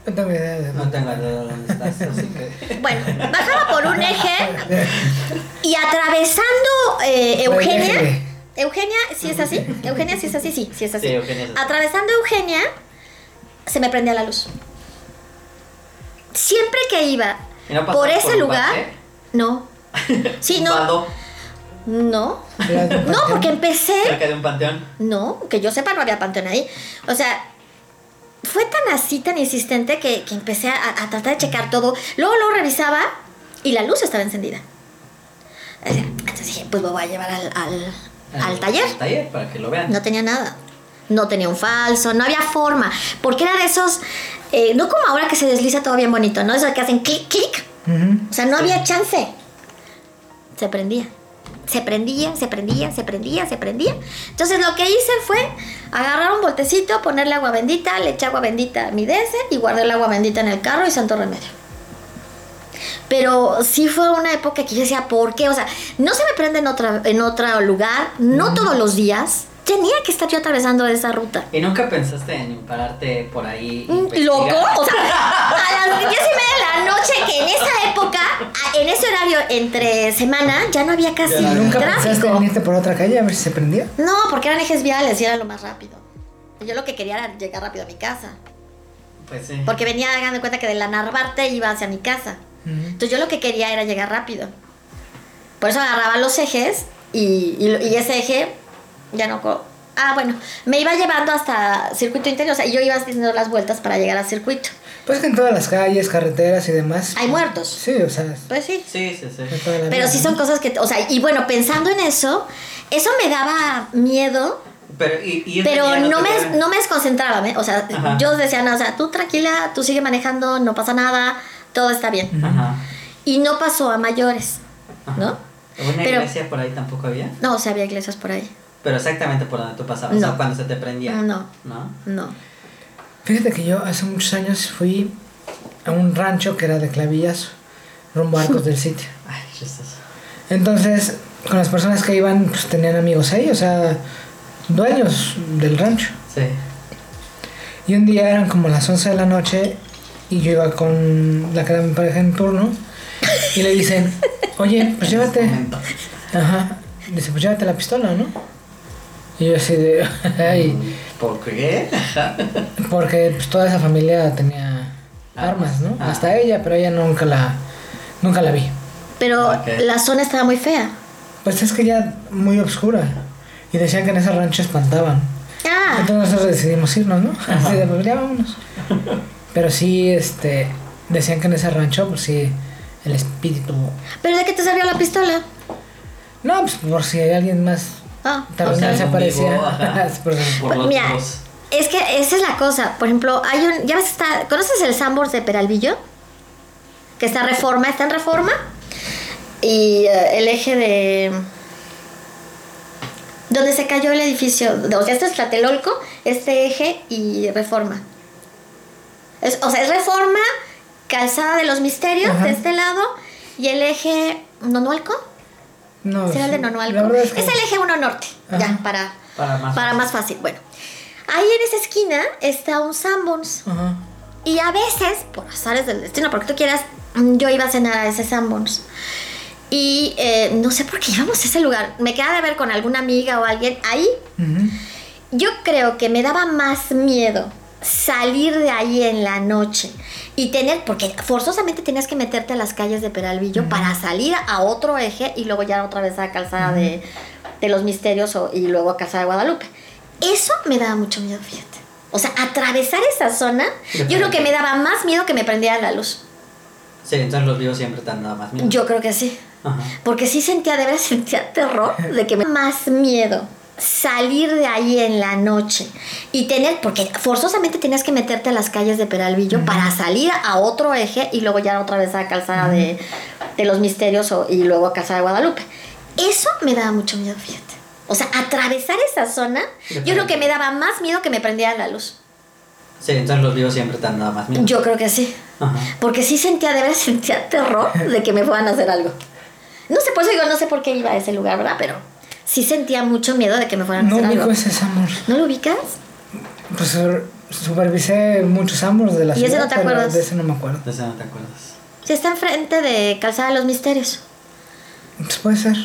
[SPEAKER 4] No tengo idea de
[SPEAKER 1] No tengo idea de dónde estás, así que.
[SPEAKER 2] Bueno, bajaba por un eje y atravesando eh, Eugenia. Eugenia, si es así? Eugenia, si es así? Sí, sí es así.
[SPEAKER 1] Sí, Eugenia es así.
[SPEAKER 2] Atravesando Eugenia, se me prendía la luz. Siempre que iba
[SPEAKER 1] ¿Y no pasabas
[SPEAKER 2] por ese
[SPEAKER 1] por un
[SPEAKER 2] lugar,
[SPEAKER 1] bache?
[SPEAKER 2] no. Sí,
[SPEAKER 1] Un
[SPEAKER 2] no.
[SPEAKER 1] vado
[SPEAKER 2] No.
[SPEAKER 4] Las de
[SPEAKER 2] No,
[SPEAKER 4] Panteón.
[SPEAKER 2] porque empecé
[SPEAKER 1] cerca de un panteón.
[SPEAKER 2] no, que yo sepa no había panteón ahí. O sea, fue tan así, tan insistente que, que empecé a, a tratar de checar todo. Luego lo revisaba y la luz estaba encendida. O sea, Entonces dije, pues lo voy a llevar al, al, al taller.
[SPEAKER 1] Al taller, para que lo vean.
[SPEAKER 2] No tenía nada. No tenía un falso, no había forma. Porque era de esos, eh, no como ahora que se desliza todo bien bonito, ¿no? Esos que hacen clic, clic.
[SPEAKER 4] Ujú.
[SPEAKER 2] O sea, no había chance. Se prendía. Se prendía, se prendía, se prendía, se prendía. Entonces lo que hice fue agarrar un botecito, ponerle agua bendita, le eché agua bendita a mi DS y guardé el agua bendita en el carro y santo remedio. Pero sí fue una época que yo decía, ¿por qué? O sea, no se me prende en, otra, en otro lugar, no todos los días. Tenía que estar yo atravesando esa ruta.
[SPEAKER 1] ¿Y nunca pensaste en pararte por ahí?
[SPEAKER 2] Mm,
[SPEAKER 1] investigar?
[SPEAKER 2] loco. O sea, a las 10 y media de la noche, que en esa época, a- en ese horario entre semana, ya no había casi
[SPEAKER 1] Ya no había.
[SPEAKER 4] ¿Nunca pensaste en
[SPEAKER 2] tráfico.
[SPEAKER 4] irte por otra calle a ver si se prendía?
[SPEAKER 2] No, porque eran ejes viales y era lo más rápido. Yo lo que quería era llegar rápido a mi casa.
[SPEAKER 1] Pues sí.
[SPEAKER 2] Porque venía, hagan de cuenta que de la Narvarte iba hacia mi casa. Entonces yo lo que quería era llegar rápido. Por eso agarraba los ejes y, y lo- y ese eje ya no... co- Ah, bueno, me iba llevando hasta circuito interior. O sea, yo iba haciendo las vueltas para llegar al circuito.
[SPEAKER 4] Pues que en todas las calles, carreteras y demás.
[SPEAKER 2] Hay muertos.
[SPEAKER 4] Sí, o sea, en
[SPEAKER 2] Pues sí.
[SPEAKER 1] Sí, sí, sí.
[SPEAKER 4] toda la
[SPEAKER 2] Pero
[SPEAKER 4] vida,
[SPEAKER 2] sí
[SPEAKER 4] ¿no?
[SPEAKER 2] son cosas que, o sea, y bueno, pensando en eso, eso me daba miedo,
[SPEAKER 1] Pero, y, y ese
[SPEAKER 2] pero
[SPEAKER 1] día
[SPEAKER 2] no
[SPEAKER 1] te
[SPEAKER 2] me,
[SPEAKER 1] dieron-
[SPEAKER 2] no me desconcentraba, ¿eh? o sea,
[SPEAKER 1] Ajá.
[SPEAKER 2] yo decía, no, o sea, tú tranquila, tú sigue manejando, no pasa nada, todo está bien.
[SPEAKER 1] Ajá.
[SPEAKER 2] Y no pasó a mayores,
[SPEAKER 1] Ajá.
[SPEAKER 2] ¿no?
[SPEAKER 1] ¿Una
[SPEAKER 2] Pero-
[SPEAKER 1] iglesia por ahí tampoco había?
[SPEAKER 2] No, o sea, había iglesias por ahí,
[SPEAKER 1] Pero exactamente por donde tú pasabas,
[SPEAKER 2] No.
[SPEAKER 1] o cuando se te prendía.
[SPEAKER 2] No.
[SPEAKER 1] ¿No?
[SPEAKER 2] no.
[SPEAKER 4] Fíjate que yo hace muchos años fui a un rancho que era de clavillazo, rumbo a Arcos del Sitio.
[SPEAKER 1] Ay, ya estás.
[SPEAKER 4] Entonces, con las personas que iban, pues tenían amigos ahí, o sea, dueños del rancho.
[SPEAKER 1] Sí.
[SPEAKER 4] Y un día eran como las 11 de la noche y yo iba con la que era mi pareja en turno y le dicen, oye, pues llévate. Ajá. Dice, pues llévate la pistola, ¿no? Y yo así de, ay,
[SPEAKER 1] ¿Por qué?
[SPEAKER 4] porque pues toda esa familia tenía armas, ¿no?
[SPEAKER 1] Ah.
[SPEAKER 4] Hasta ella, pero ella nunca la, nunca la vi.
[SPEAKER 2] Pero
[SPEAKER 1] Ok.
[SPEAKER 2] la zona estaba muy fea.
[SPEAKER 4] Pues es que ya muy obscura y decían que en ese rancho espantaban.
[SPEAKER 2] Ah,
[SPEAKER 4] Entonces nosotros decidimos irnos, ¿no? Así de, pues ya vámonos. Pero sí, este, decían que en ese rancho, pues sí, el espíritu...
[SPEAKER 2] pero ¿de qué te sirvió la pistola?
[SPEAKER 4] No, pues por si hay alguien más
[SPEAKER 2] Ah.
[SPEAKER 4] Tal
[SPEAKER 1] O
[SPEAKER 4] vez
[SPEAKER 1] sea,
[SPEAKER 4] se
[SPEAKER 1] conmigo, ajá.
[SPEAKER 4] aparecía.
[SPEAKER 1] Por
[SPEAKER 4] Por-
[SPEAKER 1] los
[SPEAKER 2] Pues Mira,
[SPEAKER 1] dos.
[SPEAKER 2] es que esa es la cosa. Por ejemplo, hay un. ¿Ya ves está, ¿Conoces el Sambors de Peralvillo? Que está en reforma, está en reforma. Y eh, el eje de. Donde se cayó el edificio. O sea, este es Tlatelolco, este eje y reforma. Es- o sea, es reforma, calzada de los misterios
[SPEAKER 4] Ajá.
[SPEAKER 2] de este lado y el eje. ¿Nonualco?
[SPEAKER 4] no,
[SPEAKER 2] Será el de
[SPEAKER 4] Ah, sí,
[SPEAKER 2] Nonualco.
[SPEAKER 4] la verdad es que-
[SPEAKER 2] el eje 1 norte, ya,
[SPEAKER 4] Ajá.
[SPEAKER 2] para,
[SPEAKER 1] Para más.
[SPEAKER 2] para más fácil. Bueno, ahí en esa esquina está un Sanborns.
[SPEAKER 4] Ajá.
[SPEAKER 2] Y a veces, por azares del destino, porque tú quieras, mm, yo iba a cenar a ese Sanborns. Y eh, no sé por qué íbamos a ese lugar. Me queda de ver con alguna amiga o alguien ahí.
[SPEAKER 4] Ujú.
[SPEAKER 2] Yo creo que me daba más miedo salir de ahí en la noche y tener, porque forzosamente tenías que meterte a las calles de Peralvillo para salir a otro eje y luego ya otra vez a calzada de, de los misterios o- y luego a calzada de Guadalupe. Eso me daba mucho miedo, fíjate. O sea, atravesar esa zona,
[SPEAKER 1] De
[SPEAKER 2] yo creo que
[SPEAKER 1] Peralvillo.
[SPEAKER 2] me daba más miedo que me prendiera la luz.
[SPEAKER 1] Sí, entonces los vivos siempre te han dado más miedo.
[SPEAKER 2] Yo creo que sí.
[SPEAKER 1] Ajá.
[SPEAKER 2] Porque sí sentía, de verdad sentía terror de que me más miedo salir de ahí en la noche y tener, porque forzosamente tenías que meterte a las calles de Peralvillo para salir a otro eje y luego ya otra vez a calzada de, de los misterios o- y luego a calzada de Guadalupe. Eso me daba mucho miedo, fíjate. O sea, atravesar esa zona,
[SPEAKER 1] De
[SPEAKER 2] yo creo que
[SPEAKER 1] Peralvillo.
[SPEAKER 2] me daba más miedo que me prendiera la luz.
[SPEAKER 1] Sí, entonces los vivos siempre te han dado más miedo.
[SPEAKER 2] Yo creo que sí.
[SPEAKER 1] Ajá.
[SPEAKER 2] Porque sí sentía, de verdad sentía terror de que me fueran a hacer algo. No sé, por eso digo, no sé por qué iba a ese lugar, ¿verdad? Pero sí sentía mucho miedo de que me fueran a
[SPEAKER 4] No
[SPEAKER 2] hacer
[SPEAKER 4] ubico
[SPEAKER 2] algo.
[SPEAKER 4] ese Samur.
[SPEAKER 2] ¿No lo ubicas?
[SPEAKER 4] Pues sur- supervisé muchos Samurs de la
[SPEAKER 2] ¿Y ese
[SPEAKER 4] ciudad.
[SPEAKER 2] no te
[SPEAKER 4] pero
[SPEAKER 2] acuerdas?
[SPEAKER 4] De ese no me acuerdo.
[SPEAKER 1] De ese no te acuerdas.
[SPEAKER 2] Sí, está enfrente de Calzada de los Misterios.
[SPEAKER 4] Pues puede ser,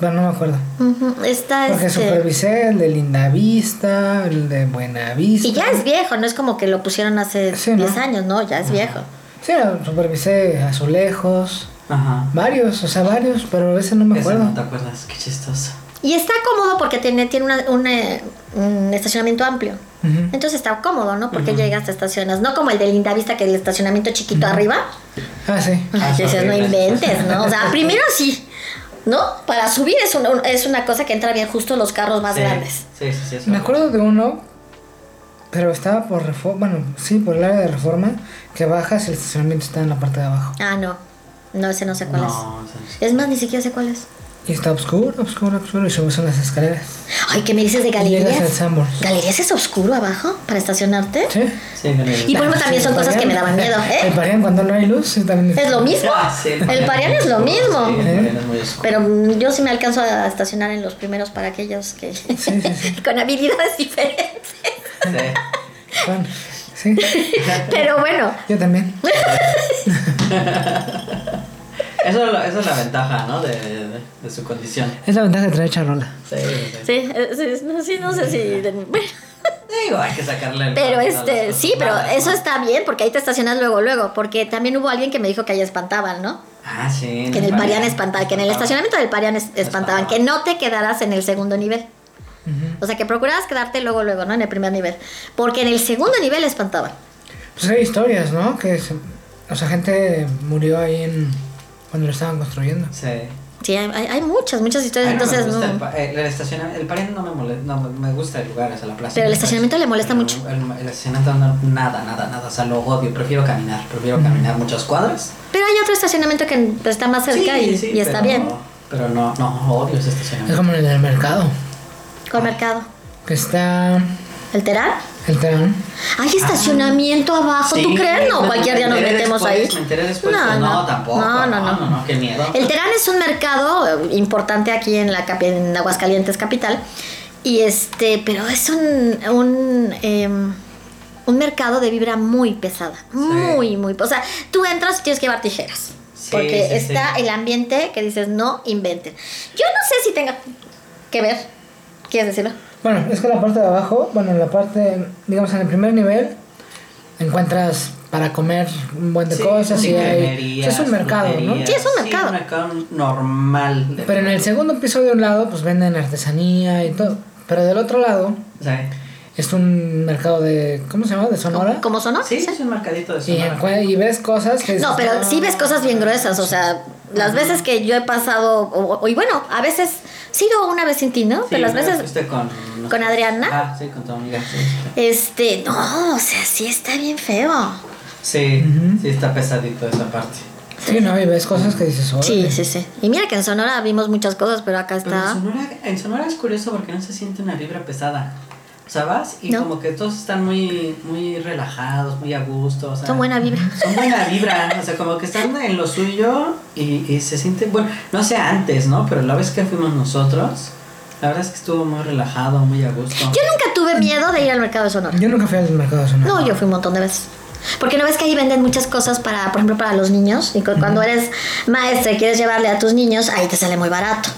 [SPEAKER 4] pero no me acuerdo.
[SPEAKER 2] Ujú, Está
[SPEAKER 4] Porque
[SPEAKER 2] este...
[SPEAKER 4] supervisé el de Linda Vista, el de Buena Vista.
[SPEAKER 2] Y ya es viejo, no es como que lo pusieron hace 10
[SPEAKER 4] Sí, ¿no?
[SPEAKER 2] años, no, ya es viejo.
[SPEAKER 4] Sí, supervisé Azulejos,
[SPEAKER 1] Ajá.
[SPEAKER 4] varios, o sea, varios, pero ese no
[SPEAKER 1] De
[SPEAKER 4] me
[SPEAKER 1] ese
[SPEAKER 4] acuerdo.
[SPEAKER 1] no te acuerdas. Qué chistoso.
[SPEAKER 2] Y está cómodo porque tiene, tiene una- un, eh, un estacionamiento amplio.
[SPEAKER 4] Ujú.
[SPEAKER 2] Entonces está cómodo, ¿no? Porque llegas, te estacionas. No como el de Linda Vista, que el estacionamiento chiquito arriba,
[SPEAKER 4] Ah, sí.
[SPEAKER 1] Ah,
[SPEAKER 2] Ay,
[SPEAKER 1] es
[SPEAKER 2] decías, no
[SPEAKER 1] horrible.
[SPEAKER 2] inventes, ¿no? O sea, primero sí, ¿no? Para subir es una, un- es una cosa que entra bien justo los carros más
[SPEAKER 1] sí.
[SPEAKER 2] grandes.
[SPEAKER 1] Sí, sí, sí. eso.
[SPEAKER 4] Me acuerdo de uno, pero estaba por reforma, bueno, sí, por el área de reforma, que bajas y el estacionamiento está en la parte de abajo.
[SPEAKER 2] Ah, no. No, ese no sé cuál
[SPEAKER 1] No, o sea,
[SPEAKER 2] es. Es más, ni siquiera sé cuál es.
[SPEAKER 4] Y está oscuro, oscuro, oscuro, y subes unas escaleras.
[SPEAKER 2] Ay, ¿qué me dices de
[SPEAKER 4] Y llegas al
[SPEAKER 2] galerías?
[SPEAKER 4] Sanborns.
[SPEAKER 2] ¿Galerías es oscuro abajo para estacionarte?
[SPEAKER 4] ¿Sí?
[SPEAKER 1] sí, Ah, no le-
[SPEAKER 2] Y por ejemplo, también son
[SPEAKER 4] El
[SPEAKER 2] cosas que me daban
[SPEAKER 4] Parián.
[SPEAKER 2] miedo,
[SPEAKER 4] El
[SPEAKER 2] ¿eh?
[SPEAKER 4] Parián cuando no hay luz sí, también
[SPEAKER 2] Es lo mismo.
[SPEAKER 1] Ah, sí,
[SPEAKER 2] El Parián es lo
[SPEAKER 1] Sí,
[SPEAKER 2] mismo.
[SPEAKER 1] el Parián es muy oscuro.
[SPEAKER 2] Pero mm, yo sí me alcanzo a estacionar en los primeros para aquellos que.
[SPEAKER 4] Sí, sí, sí.
[SPEAKER 2] con habilidades diferentes.
[SPEAKER 1] Sí.
[SPEAKER 4] Bueno, sí,
[SPEAKER 2] Pero bueno,
[SPEAKER 4] yo también.
[SPEAKER 1] Eso, es lo- esa es la ventaja, ¿no? De, de- de su condición.
[SPEAKER 4] Es la ventaja de traer charola.
[SPEAKER 1] Sí, sí. sí.
[SPEAKER 2] sí, eh, sí, no, sí, no sé si. Bueno.
[SPEAKER 1] Digo, hay que sacarle el
[SPEAKER 2] Pero
[SPEAKER 1] partido a las
[SPEAKER 2] este,
[SPEAKER 1] cosas
[SPEAKER 2] sí, pero
[SPEAKER 1] malas,
[SPEAKER 2] eso
[SPEAKER 1] ¿no?
[SPEAKER 2] está bien porque ahí te estacionas luego, luego, porque también hubo alguien que me dijo que ahí espantaban, ¿no?
[SPEAKER 1] Ah, sí. Ah,
[SPEAKER 2] Que en el Parián espantaban, que en
[SPEAKER 1] espantaban.
[SPEAKER 2] el estacionamiento del Parián es- espantaban, que no te quedaras en el segundo nivel. O sea, que procurabas quedarte luego, luego, ¿no? En el primer nivel. Porque en el segundo nivel espantaban.
[SPEAKER 4] Pues hay historias, ¿no? Que, se- o sea, gente murió ahí en, cuando lo estaban construyendo.
[SPEAKER 1] Sí.
[SPEAKER 2] Sí, hay, hay- hay muchas, muchas historias.
[SPEAKER 1] Ay, no me
[SPEAKER 2] entonces, mm,
[SPEAKER 1] gusta
[SPEAKER 2] no.
[SPEAKER 1] el, pa- eh, el, estacionamiento, el Parián no me molesta, no me gusta el lugar, o sea, la plaza.
[SPEAKER 2] Pero el estacionamiento le molesta
[SPEAKER 1] El-
[SPEAKER 2] mucho.
[SPEAKER 1] El, el estacionamiento no, nada, nada, nada, o sea, lo odio, prefiero caminar, prefiero caminar muchas cuadras.
[SPEAKER 2] Pero hay otro estacionamiento que está más cerca y, y está
[SPEAKER 1] pero-
[SPEAKER 2] bien.
[SPEAKER 1] Pero no, no, odio ese
[SPEAKER 4] Es
[SPEAKER 1] estacionamiento.
[SPEAKER 4] como en el del mercado,
[SPEAKER 2] Con mercado.
[SPEAKER 4] que está
[SPEAKER 2] ¿El Terán?
[SPEAKER 4] El tren.
[SPEAKER 2] Hay estacionamiento abajo, "Ah, ¿tú crees? No, cualquier día nos metemos ahí.
[SPEAKER 1] Me enteré después. pues, No, no, tampoco. Ah,
[SPEAKER 2] No, no, no.
[SPEAKER 1] qué miedo.
[SPEAKER 2] El Terán es un mercado eh, importante aquí en la capi- en Aguascalientes capital y este, pero es un un, em, un mercado de vibra muy pesada, muy muy, o sea, tú entras y tienes que llevar tijeras.
[SPEAKER 1] Sí,
[SPEAKER 2] Porque
[SPEAKER 1] sí,
[SPEAKER 2] está
[SPEAKER 1] sí.
[SPEAKER 2] el ambiente que dices, no inventen. Yo no sé si tenga que ver. ¿Quieres decirlo?
[SPEAKER 4] Bueno, es que la parte de abajo, bueno, en la parte, digamos, en el primer nivel, encuentras para comer un buen de
[SPEAKER 1] Sí,
[SPEAKER 4] cosas y hay.
[SPEAKER 1] cremerías,
[SPEAKER 4] Es un mercado, ¿no?
[SPEAKER 1] fruterías.
[SPEAKER 2] Sí, es un mercado.
[SPEAKER 1] un mercado normal.
[SPEAKER 4] Pero en el segundo piso de un lado, pues venden artesanía y todo. Pero del otro lado,
[SPEAKER 1] Sí.
[SPEAKER 4] es un mercado de. ¿Cómo se llama? ¿De Sonora?
[SPEAKER 2] ¿Como sonó?
[SPEAKER 1] Sí, Ah. es un mercadito de
[SPEAKER 4] Y,
[SPEAKER 1] Sonora.
[SPEAKER 4] encue- y ves cosas que. dices,
[SPEAKER 2] No, pero sí ves cosas bien gruesas, o sea, las veces que yo he pasado, o, o- y bueno, a veces, sí, no, una vez sin ti, ¿no?
[SPEAKER 1] Sí,
[SPEAKER 2] pero las
[SPEAKER 1] una vez
[SPEAKER 2] veces,
[SPEAKER 1] fuiste con,
[SPEAKER 2] con Adriana.
[SPEAKER 1] Ah, sí, con tu amiga. Sí, sí.
[SPEAKER 2] este, no, o sea, sí está bien feo.
[SPEAKER 1] Sí,
[SPEAKER 4] Ujú.
[SPEAKER 1] sí, está pesadito esa parte.
[SPEAKER 4] Sí, no, y ves cosas que dices.
[SPEAKER 2] Sí,
[SPEAKER 4] "Órale".
[SPEAKER 2] sí, sí. Y mira que en Sonora vimos muchas cosas, pero acá
[SPEAKER 1] Pero en
[SPEAKER 2] está...
[SPEAKER 1] Sonora, en Sonora es curioso porque no se siente una vibra pesada. O sea, vas y
[SPEAKER 2] No.
[SPEAKER 1] como que todos están muy, muy relajados, muy a gusto. O sea,
[SPEAKER 2] Son buena vibra.
[SPEAKER 1] Son buena vibra, o sea, como que están en lo suyo y, y se sienten, bueno, no sé antes, ¿no? Pero la vez que fuimos nosotros, la verdad es que estuvo muy relajado, muy a gusto.
[SPEAKER 2] Yo nunca tuve miedo de ir al mercado de Sonora.
[SPEAKER 4] Yo nunca fui al mercado de Sonora.
[SPEAKER 2] No, yo fui un montón de veces. Porque no ves que ahí venden muchas cosas para, por ejemplo, para los niños. Y cu- cuando eres maestra y quieres llevarle a tus niños, ahí te sale muy barato.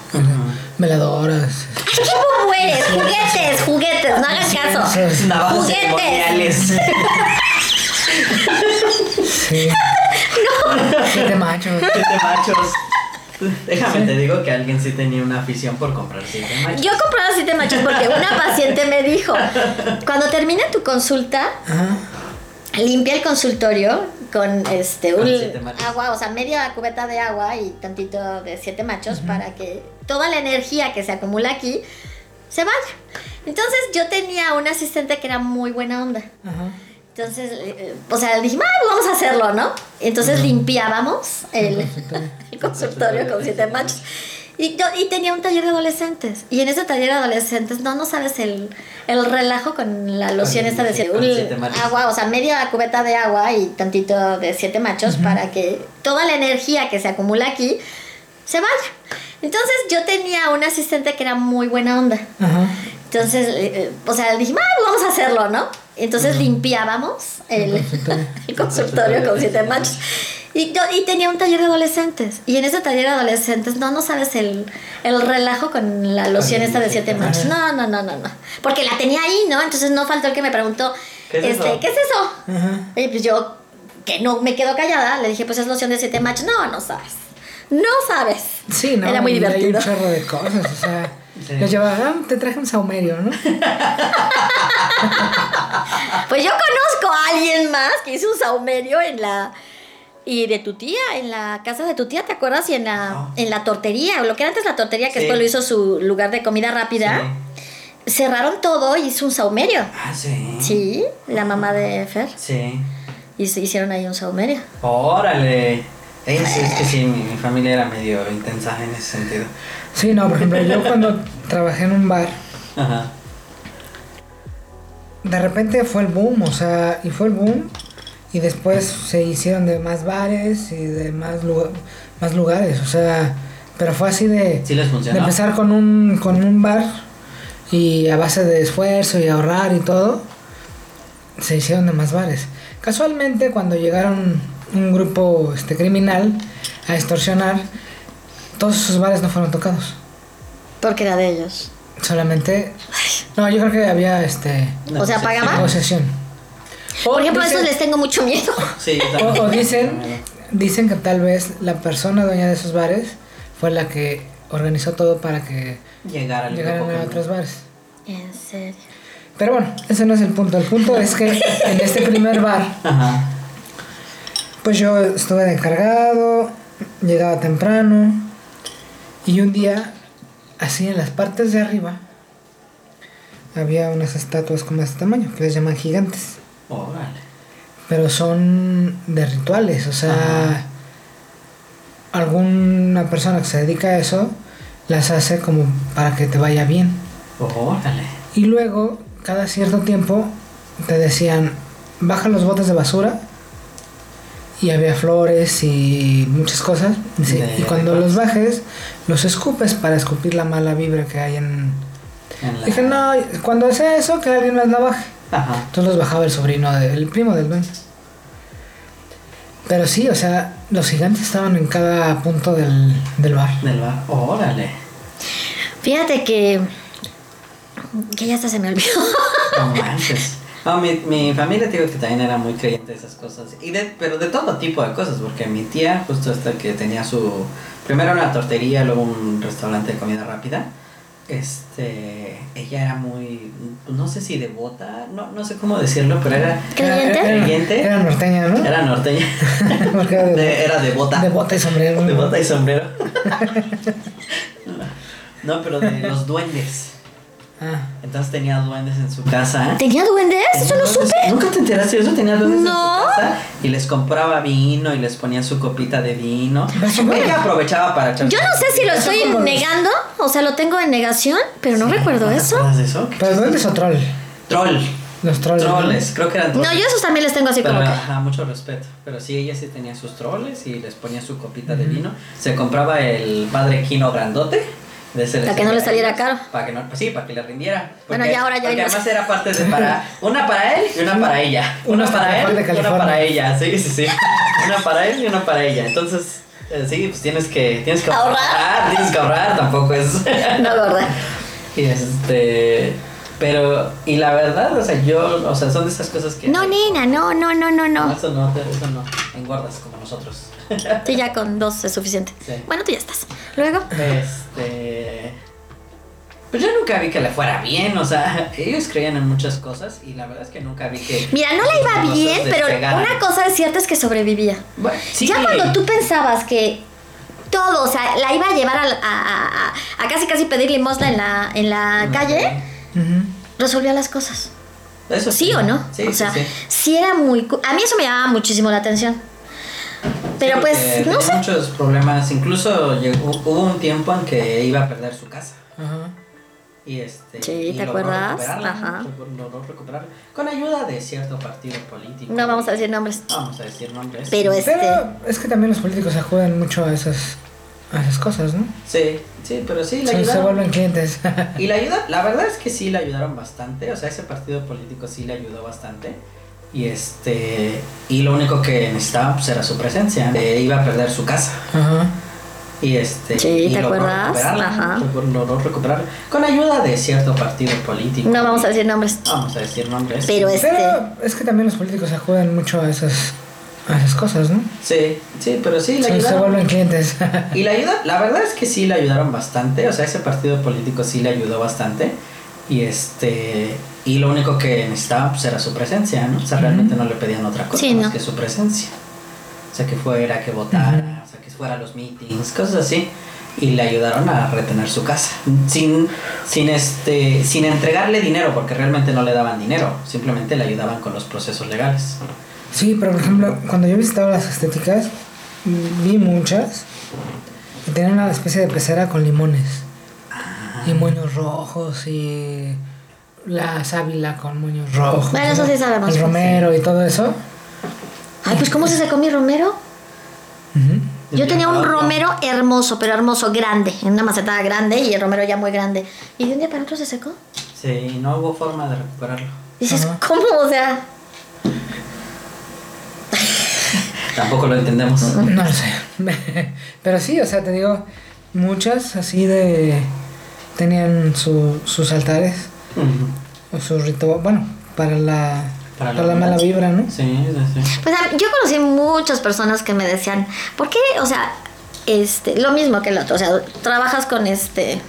[SPEAKER 4] Veladoras.
[SPEAKER 2] ¡Ay, qué bobo eres! Juguetes, juguetes, no hagas caso.
[SPEAKER 4] esas-
[SPEAKER 1] Navajas
[SPEAKER 2] Juguetes.
[SPEAKER 1] ceremoniales.
[SPEAKER 4] Sí. Siete machos.
[SPEAKER 1] Siete machos. Déjame te digo que alguien sí tenía una afición por comprar siete machos.
[SPEAKER 2] Yo compraba siete machos porque una paciente me dijo, cuando termine tu consulta,
[SPEAKER 4] Ajá.
[SPEAKER 2] limpia el consultorio con este
[SPEAKER 1] Con
[SPEAKER 2] un
[SPEAKER 1] siete machos.
[SPEAKER 2] agua, o sea, media cubeta de agua y tantito de siete machos para que toda la energía que se acumula aquí se vaya. Entonces yo tenía un asistente que era muy buena onda.
[SPEAKER 4] Ajá.
[SPEAKER 2] Entonces, eh, o sea, dijimos, "Ah, vamos a hacerlo, ¿no? Entonces limpiábamos el, el consultorio con siete machos. Y, yo, y tenía un taller de adolescentes. Y en ese taller de adolescentes, no, no sabes el, el relajo con la loción esta de siete,
[SPEAKER 1] con
[SPEAKER 2] un
[SPEAKER 1] siete machos.
[SPEAKER 2] agua, o sea, media cubeta de agua y tantito de siete machos para que toda la energía que se acumula aquí se vaya. Entonces, yo tenía un asistente que era muy buena onda.
[SPEAKER 4] Ajá.
[SPEAKER 2] Entonces, eh, eh, o sea, dijimos, "Ah, vamos a hacerlo, ¿no? Entonces limpiábamos el, el consultorio con siete machos. Y, yo, y tenía un taller de adolescentes. Y en ese taller de adolescentes, no, no sabes el, el relajo con la loción esta de siete machos. No, no, no, no, no. Porque la tenía ahí, ¿no? Entonces no faltó el que me preguntó,
[SPEAKER 1] ¿Qué es
[SPEAKER 2] este,
[SPEAKER 1] eso?
[SPEAKER 2] ¿qué es eso?
[SPEAKER 4] Ajá.
[SPEAKER 2] Y pues yo, que no me quedo callada, le dije, pues es loción de siete machos. No, no sabes. No sabes.
[SPEAKER 4] Sí, no.
[SPEAKER 2] Era muy
[SPEAKER 4] y hay
[SPEAKER 2] divertido.
[SPEAKER 4] un chorro de cosas, o sea.
[SPEAKER 1] Sí.
[SPEAKER 4] Yo llevaba, ah, te traje un saumerio, ¿no?
[SPEAKER 2] Pues yo conozco a alguien más que hizo un saumerio en la. Y de tu tía, en la casa de tu tía, ¿te acuerdas? Y en la,
[SPEAKER 1] No.
[SPEAKER 2] en la tortería, o lo que era antes la tortería, que
[SPEAKER 1] Ah. Sí.
[SPEAKER 2] después lo hizo su lugar de comida rápida.
[SPEAKER 1] Sí.
[SPEAKER 2] Cerraron todo y hizo un saumerio.
[SPEAKER 1] Ah, sí.
[SPEAKER 2] Sí, la mamá de Fer.
[SPEAKER 1] Sí.
[SPEAKER 2] Y se hicieron ahí un saumerio.
[SPEAKER 1] Órale. Ey, sí, es que sí, mi, mi familia era medio intensa en ese sentido.
[SPEAKER 4] Sí, no, por ejemplo, yo cuando trabajé en un bar,
[SPEAKER 1] Ajá.
[SPEAKER 4] de repente fue el boom, o sea, y fue el boom, y después se hicieron de más bares y de más, lu- más lugares, o sea, pero fue así de,
[SPEAKER 1] Sí les
[SPEAKER 4] de
[SPEAKER 1] funcionó.
[SPEAKER 4] empezar con un, con un bar y a base de esfuerzo y ahorrar y todo, se hicieron de más bares. Casualmente, cuando llegaron un grupo este, criminal a extorsionar, todos esos bares no fueron tocados,
[SPEAKER 2] Porque era de ellos.
[SPEAKER 4] solamente... No, yo creo que había este...
[SPEAKER 1] Una
[SPEAKER 2] o sea,
[SPEAKER 1] decepción.
[SPEAKER 2] pagaban.
[SPEAKER 4] Posesión.
[SPEAKER 2] Ah. Por ejemplo, a
[SPEAKER 4] dicen-
[SPEAKER 2] esos les tengo mucho miedo.
[SPEAKER 1] Sí, yo
[SPEAKER 4] o,
[SPEAKER 1] también.
[SPEAKER 4] o dicen, dicen que tal vez la persona dueña de esos bares fue la que organizó todo para que
[SPEAKER 1] Llegar al
[SPEAKER 4] llegaran
[SPEAKER 1] grupo
[SPEAKER 4] a
[SPEAKER 1] que-
[SPEAKER 4] otros bares.
[SPEAKER 2] En serio.
[SPEAKER 4] Pero bueno, ese no es el punto. El punto es que en este primer bar,
[SPEAKER 1] Ajá.
[SPEAKER 4] pues yo estuve de encargado, llegaba temprano, y un día, así en las partes de arriba, había unas estatuas como de este tamaño, que les llaman gigantes.
[SPEAKER 1] Órale.
[SPEAKER 4] pero son de rituales, o sea,
[SPEAKER 1] Ajá.
[SPEAKER 4] alguna persona que se dedica a eso las hace como para que te vaya bien.
[SPEAKER 1] Órale.
[SPEAKER 4] Y luego, cada cierto tiempo, te decían, baja los botes de basura. Y había flores y muchas cosas. Dice,
[SPEAKER 1] De-
[SPEAKER 4] y cuando
[SPEAKER 1] de-
[SPEAKER 4] los bajes, los escupes para escupir la mala vibra que hay en...
[SPEAKER 1] En la-
[SPEAKER 4] Dije, no, cuando sea eso, que alguien más la baje.
[SPEAKER 1] Ajá.
[SPEAKER 4] Entonces los bajaba el sobrino, del el primo del dueño. Pero sí, o sea, los gigantes estaban en cada punto del, del bar.
[SPEAKER 1] Del bar. Órale.
[SPEAKER 2] Fíjate que. que ya hasta se me olvidó.
[SPEAKER 1] No manches. No, mi, mi familia, te digo que también era muy creyente de esas cosas. Y de, pero de todo tipo de cosas, porque mi tía, justo hasta que tenía su. Primero una tortería, luego un restaurante de comida rápida. Este. Ella era muy. No sé si devota, no, no sé cómo decirlo, pero era.
[SPEAKER 2] ¿Creyente?
[SPEAKER 4] Era, era,
[SPEAKER 1] Creyente.
[SPEAKER 4] era norteña, ¿no?
[SPEAKER 1] Era norteña.
[SPEAKER 4] Porque era
[SPEAKER 1] De- era devota.
[SPEAKER 4] de bota y sombrero.
[SPEAKER 1] De bota y sombrero. No, pero de los duendes.
[SPEAKER 4] Ah,
[SPEAKER 1] Entonces tenía duendes en su casa.
[SPEAKER 2] ¿Tenía duendes? Eso no supe.
[SPEAKER 1] Nunca te enteraste de eso, tenía duendes
[SPEAKER 2] No.
[SPEAKER 1] en su casa y les compraba vino y les ponía su copita de vino.
[SPEAKER 4] Pero son
[SPEAKER 1] Ella
[SPEAKER 4] buenos.
[SPEAKER 1] aprovechaba para echar.
[SPEAKER 2] Yo no sé si lo
[SPEAKER 4] Eso
[SPEAKER 2] estoy
[SPEAKER 4] como los-
[SPEAKER 2] negando, o sea, lo tengo en negación, pero no recuerdo
[SPEAKER 1] ¿No te
[SPEAKER 2] eso.
[SPEAKER 1] acuerdas de eso?
[SPEAKER 4] ¿Pero duendes o troll?
[SPEAKER 1] Troll.
[SPEAKER 4] Los trolls. ¿no?
[SPEAKER 1] Trolles, creo que eran
[SPEAKER 2] No,
[SPEAKER 1] trolls.
[SPEAKER 2] yo esos también les tengo así
[SPEAKER 1] Pero,
[SPEAKER 2] como que.
[SPEAKER 1] ajá, mucho respeto. Pero sí, ella sí tenía sus troles y les ponía su copita de vino. Se compraba el padre quino grandote. de ese
[SPEAKER 2] Para que no le saliera caro.
[SPEAKER 1] Para que no, pues sí, para que le rindiera.
[SPEAKER 2] Bueno, ya ahora ya
[SPEAKER 1] porque
[SPEAKER 2] hay más.
[SPEAKER 1] además era parte de para. Una para él y una para ella.
[SPEAKER 4] Uno
[SPEAKER 1] Una
[SPEAKER 4] hasta
[SPEAKER 1] para
[SPEAKER 4] Juan de
[SPEAKER 1] él y una
[SPEAKER 4] California.
[SPEAKER 1] para ella. Sí, sí, sí. Una para él y una para ella. Entonces, eh, sí, pues tienes que, tienes que
[SPEAKER 2] Ahorrar.
[SPEAKER 1] Tienes que ahorrar, tampoco es.
[SPEAKER 2] No, verdad.
[SPEAKER 1] Y este. Pero, y la verdad, o sea, yo, o sea, son de esas cosas que.
[SPEAKER 2] No, nena, no, no, no,
[SPEAKER 1] No,
[SPEAKER 2] no, no.
[SPEAKER 1] eso no, te- eso no. Engordas como nosotros.
[SPEAKER 2] Tú ya con dos es suficiente.
[SPEAKER 1] Sí.
[SPEAKER 2] Bueno, tú ya estás. Luego.
[SPEAKER 1] Este. Pues yo nunca vi que le fuera bien, o sea, ellos creían en muchas cosas y la verdad es que nunca vi que.
[SPEAKER 2] Mira, no le iba
[SPEAKER 1] cosas
[SPEAKER 2] bien, pero
[SPEAKER 1] despegaran.
[SPEAKER 2] una cosa es cierta es que sobrevivía.
[SPEAKER 1] Bueno, sí.
[SPEAKER 2] Ya cuando tú pensabas que todo, o sea, la iba a llevar a, a- a- a casi casi pedir limosna en la, en la calle,
[SPEAKER 4] Ujú.
[SPEAKER 2] resolvía las cosas.
[SPEAKER 1] Eso
[SPEAKER 2] ¿Sí o no?
[SPEAKER 1] Sí,
[SPEAKER 2] o sea,
[SPEAKER 1] sí, sí.
[SPEAKER 2] sí era muy... cu- A mí eso me llamaba muchísimo la atención. Pero
[SPEAKER 1] Sí,
[SPEAKER 2] pues,
[SPEAKER 1] porque
[SPEAKER 2] no
[SPEAKER 1] tenía
[SPEAKER 2] sé.
[SPEAKER 1] muchos problemas, incluso llegó- hubo un tiempo en que iba a perder su casa.
[SPEAKER 4] Ajá.
[SPEAKER 1] Y este,
[SPEAKER 2] Sí,
[SPEAKER 1] y
[SPEAKER 2] ¿te
[SPEAKER 1] logró
[SPEAKER 2] acuerdas?
[SPEAKER 1] recuperarla,
[SPEAKER 2] Ajá.
[SPEAKER 1] logró- logró recuperarla, con ayuda de cierto partido político.
[SPEAKER 2] No vamos a decir nombres.
[SPEAKER 1] No vamos a decir nombres.
[SPEAKER 2] Pero es-
[SPEAKER 4] Pero es que también los políticos acudan mucho a esas, a esas cosas, ¿no?
[SPEAKER 1] Sí, sí, pero sí, la
[SPEAKER 4] Se, se
[SPEAKER 1] ayudaron.
[SPEAKER 4] vuelven clientes.
[SPEAKER 1] Y la ayuda, la verdad es que sí le ayudaron bastante, o sea, ese partido político sí le ayudó bastante. Y este y lo único que necesitaba pues, era su presencia. Eh, iba a perder su casa.
[SPEAKER 4] Ajá.
[SPEAKER 1] Y este
[SPEAKER 2] Sí,
[SPEAKER 1] y
[SPEAKER 2] ¿te
[SPEAKER 1] logró
[SPEAKER 2] acuerdas?
[SPEAKER 1] recuperarla,
[SPEAKER 2] Ajá.
[SPEAKER 1] logró- logró recuperarla, con ayuda de cierto partido político.
[SPEAKER 2] No vamos a decir nombres.
[SPEAKER 1] No vamos a decir nombres.
[SPEAKER 2] Pero es-
[SPEAKER 4] Pero es que también los políticos acudan mucho a esas, a esas cosas, ¿no?
[SPEAKER 1] Sí, sí, pero sí le
[SPEAKER 4] Se, se
[SPEAKER 1] ayudaron.
[SPEAKER 4] vuelven clientes.
[SPEAKER 1] Y la ayuda, la verdad es que sí le ayudaron bastante, o sea, ese partido político sí le ayudó bastante. Y este y lo único que necesitaba pues, era su presencia, ¿no? O sea, realmente no le pedían otra cosa
[SPEAKER 2] Sí,
[SPEAKER 1] más
[SPEAKER 2] no.
[SPEAKER 1] que su presencia. O sea, que fuera, que votara, o sea, que fuera a los meetings, cosas así. Y le ayudaron a retener su casa sin sin este sin entregarle dinero porque realmente no le daban dinero, simplemente le ayudaban con los procesos legales.
[SPEAKER 4] Sí, pero por ejemplo, cuando yo visitaba las estéticas, mm, vi muchas que tenían una especie de pecera con limones. Y moños rojos y la sábila con moños rojos.
[SPEAKER 2] Bueno, eso sí sabemos.
[SPEAKER 4] El romero y todo eso.
[SPEAKER 2] Ay, pues ¿cómo se sacó mi romero?
[SPEAKER 4] Ujú.
[SPEAKER 2] Yo tenía un romero hermoso, pero hermoso, grande, en una maceta grande y el romero ya muy grande. Y de un día para otro se secó.
[SPEAKER 1] Sí, no hubo forma de recuperarlo.
[SPEAKER 2] Dices,
[SPEAKER 4] Ajá.
[SPEAKER 2] ¿cómo? O sea,
[SPEAKER 1] Tampoco lo entendemos.
[SPEAKER 4] No lo sé. Pero sí, o sea, te digo, muchas así de. tenían su- sus altares
[SPEAKER 1] Ujú.
[SPEAKER 4] o sus rituales. Bueno, para la,
[SPEAKER 1] Para
[SPEAKER 4] para
[SPEAKER 1] la
[SPEAKER 4] la, mala
[SPEAKER 1] abundancia.
[SPEAKER 4] vibra, ¿no?
[SPEAKER 1] Sí, sí, sí.
[SPEAKER 2] pues a- yo conocí muchas personas que me decían, ¿por qué? O sea, este, lo mismo que el otro, o sea, trabajas con este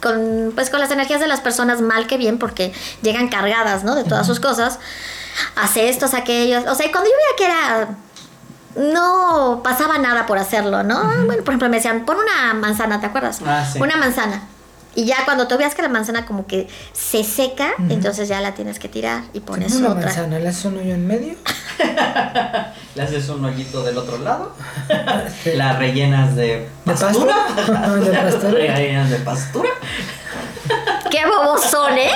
[SPEAKER 2] con pues con las energías de las personas mal que bien porque llegan cargadas, ¿no? De todas sus cosas. Hace estos, aquellos, o sea, y cuando yo veía que era no pasaba nada por hacerlo, ¿no? Bueno, por ejemplo, me decían, "Pon una manzana, ¿te acuerdas?"
[SPEAKER 1] Ah, sí.
[SPEAKER 2] Una manzana. Y ya cuando tú veas que la manzana como que se seca, entonces ya la tienes que tirar y pones
[SPEAKER 4] una
[SPEAKER 2] otra.
[SPEAKER 4] manzana, le haces un hoyo en medio.
[SPEAKER 1] Le haces un hoyito del otro lado, la rellenas de
[SPEAKER 4] ¿De
[SPEAKER 1] pastura,
[SPEAKER 4] pasto? ¿De pastura?
[SPEAKER 1] rellenas de pastura,
[SPEAKER 2] Qué bobosón, ¿eh?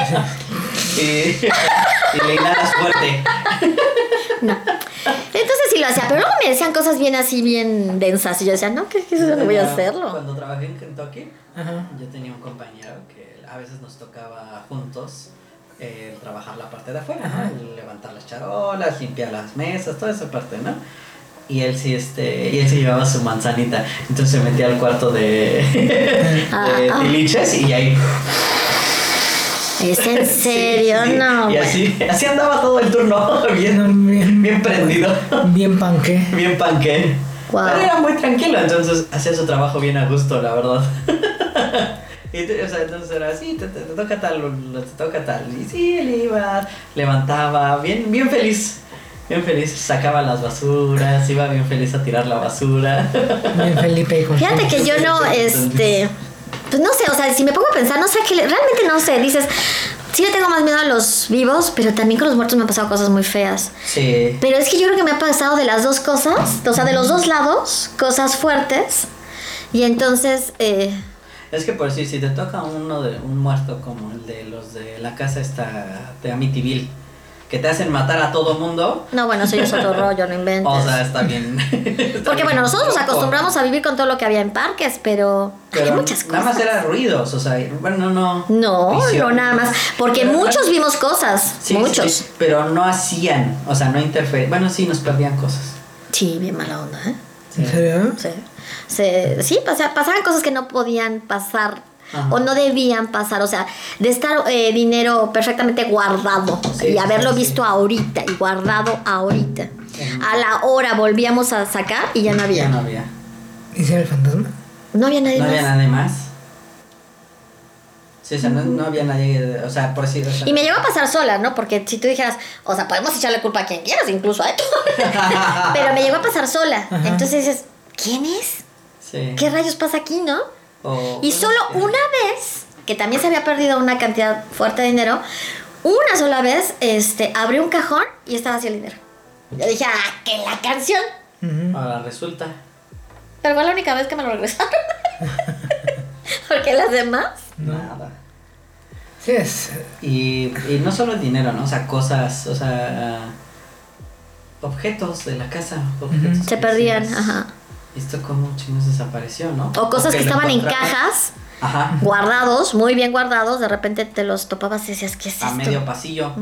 [SPEAKER 1] y, y le inhalas fuerte.
[SPEAKER 2] No. Entonces sí lo hacía, pero luego me decían cosas bien así, bien densas. Y yo decía, no, que que eso no voy a hacerlo.
[SPEAKER 1] Cuando trabajé en Kentucky,
[SPEAKER 4] Ajá.
[SPEAKER 1] yo tenía un compañero que a veces nos tocaba juntos eh, trabajar la parte de afuera, ¿no?
[SPEAKER 4] Ajá.
[SPEAKER 1] El levantar las charolas, limpiar las mesas, toda esa parte, ¿no? Y él sí, este, y él se llevaba su manzanita, entonces se metía al cuarto de,
[SPEAKER 2] Ah,
[SPEAKER 1] de
[SPEAKER 2] ah.
[SPEAKER 1] tiliches y ahí.
[SPEAKER 2] Es en serio,
[SPEAKER 1] Sí,
[SPEAKER 2] no.
[SPEAKER 1] Y
[SPEAKER 2] bueno.
[SPEAKER 1] así, así andaba todo el turno, bien,
[SPEAKER 4] Bien,
[SPEAKER 1] bien prendido.
[SPEAKER 4] bien panque.
[SPEAKER 1] Bien panque.
[SPEAKER 2] Wow.
[SPEAKER 1] Pero era muy tranquilo, entonces hacía su trabajo bien a gusto, la verdad. y, te- o sea, entonces era así, te, te- te toca tal, te toca tal. Y sí, él iba, levantaba, bien, bien feliz. Bien feliz, sacaba las basuras, iba bien feliz a tirar la basura.
[SPEAKER 4] Bien Felipe y con
[SPEAKER 2] Fíjate que yo no, este, pues no sé, o sea, si me pongo a pensar, no sé qué, le- realmente no sé, dices, sí le tengo más miedo a los vivos, pero también con los muertos me han pasado cosas muy feas.
[SPEAKER 1] Sí.
[SPEAKER 2] Pero es que yo creo que me ha pasado de las dos cosas, o sea, de los dos lados, cosas fuertes. Y entonces, eh,
[SPEAKER 1] Es que por si, si te toca uno de un muerto como el de los de la casa esta de Amityville, que te hacen matar a todo mundo,
[SPEAKER 2] no, bueno, eso ya es otro rollo, no inventes.
[SPEAKER 1] o sea, está bien. está
[SPEAKER 2] Porque
[SPEAKER 1] bien
[SPEAKER 2] bueno, nosotros nos
[SPEAKER 1] loco.
[SPEAKER 2] acostumbramos a vivir con todo lo que había en parques, pero, hay
[SPEAKER 1] Pero
[SPEAKER 2] muchas cosas.
[SPEAKER 1] Nada más eran ruidos, o sea, y- bueno, no.
[SPEAKER 2] No, no,
[SPEAKER 1] visión.
[SPEAKER 2] nada más. Porque
[SPEAKER 1] Pero-
[SPEAKER 2] muchos vimos cosas,
[SPEAKER 1] Sí,
[SPEAKER 2] muchos.
[SPEAKER 1] sí, pero no hacían, o sea, no interferían. Bueno, sí, nos perdían cosas.
[SPEAKER 2] Sí, bien mala onda, ¿eh?
[SPEAKER 4] ¿En serio?
[SPEAKER 2] Sí, Se- sí pasa- pasaban cosas que no podían pasar
[SPEAKER 1] Ajá.
[SPEAKER 2] o no debían pasar. O sea, de estar eh, dinero perfectamente guardado
[SPEAKER 1] Sí,
[SPEAKER 2] y haberlo
[SPEAKER 1] sí, sí.
[SPEAKER 2] visto ahorita y guardado ahorita. A la hora volvíamos a sacar y ya no
[SPEAKER 1] Ya no
[SPEAKER 2] había.
[SPEAKER 1] había.
[SPEAKER 4] ¿Y si era el fantasma?
[SPEAKER 2] No había nadie
[SPEAKER 1] No había
[SPEAKER 2] más.
[SPEAKER 1] nadie más. Sí, o sea, no, no había nadie, o sea, por decir. o sea-
[SPEAKER 2] Y me llegó a pasar sola, ¿no? Porque si tú dijeras, o sea, podemos echarle culpa a quien quieras, incluso a él. Pero me llegó a pasar sola.
[SPEAKER 4] Ajá.
[SPEAKER 2] Entonces dices, ¿quién es?
[SPEAKER 1] Sí.
[SPEAKER 2] ¿Qué rayos pasa aquí, no?
[SPEAKER 1] O-
[SPEAKER 2] Y solo una vez, que también se había perdido una cantidad fuerte de dinero, una sola vez, este, abrí un cajón y estaba vacío el dinero. Yo dije, ah, que la canción.
[SPEAKER 4] Ujú.
[SPEAKER 1] Ahora resulta.
[SPEAKER 2] Pero fue la única vez que me lo regresaron. Porque las demás.
[SPEAKER 1] Nada.
[SPEAKER 4] Sí, es.
[SPEAKER 1] Y, y no solo el dinero, ¿no? O sea, cosas, o sea, objetos de la casa. Objetos
[SPEAKER 2] Se
[SPEAKER 1] que
[SPEAKER 2] perdían,
[SPEAKER 1] decías,
[SPEAKER 2] ajá.
[SPEAKER 1] ¿Esto cómo chinos desapareció, no?
[SPEAKER 2] O cosas que
[SPEAKER 1] lo
[SPEAKER 2] estaban en
[SPEAKER 1] encontraban.
[SPEAKER 2] cajas,
[SPEAKER 1] Ajá.
[SPEAKER 2] guardados, muy bien guardados, de repente te los topabas y decías, ¿qué es
[SPEAKER 1] A Ah, medio
[SPEAKER 2] esto?
[SPEAKER 1] pasillo.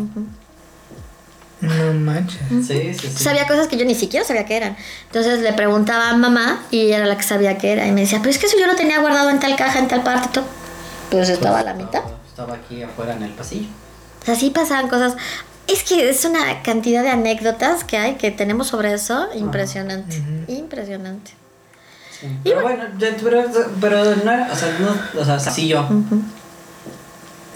[SPEAKER 4] No manches.
[SPEAKER 1] Sí, sí, sí.
[SPEAKER 2] Entonces había cosas que yo ni siquiera sabía que eran. Entonces le preguntaba a mamá y ella era la que sabía que era. Y me decía, pero es que eso yo lo tenía guardado en tal caja, en tal parte, y todo. Pues estaba a la mitad.
[SPEAKER 1] Estaba, estaba aquí afuera en el pasillo.
[SPEAKER 2] O sea, sí pasaban cosas. Es que es una cantidad de anécdotas que hay, que tenemos sobre eso, impresionante. Impresionante.
[SPEAKER 1] Pero bueno, ya- pero, pero no era, o sea, no, o sea, pasillo.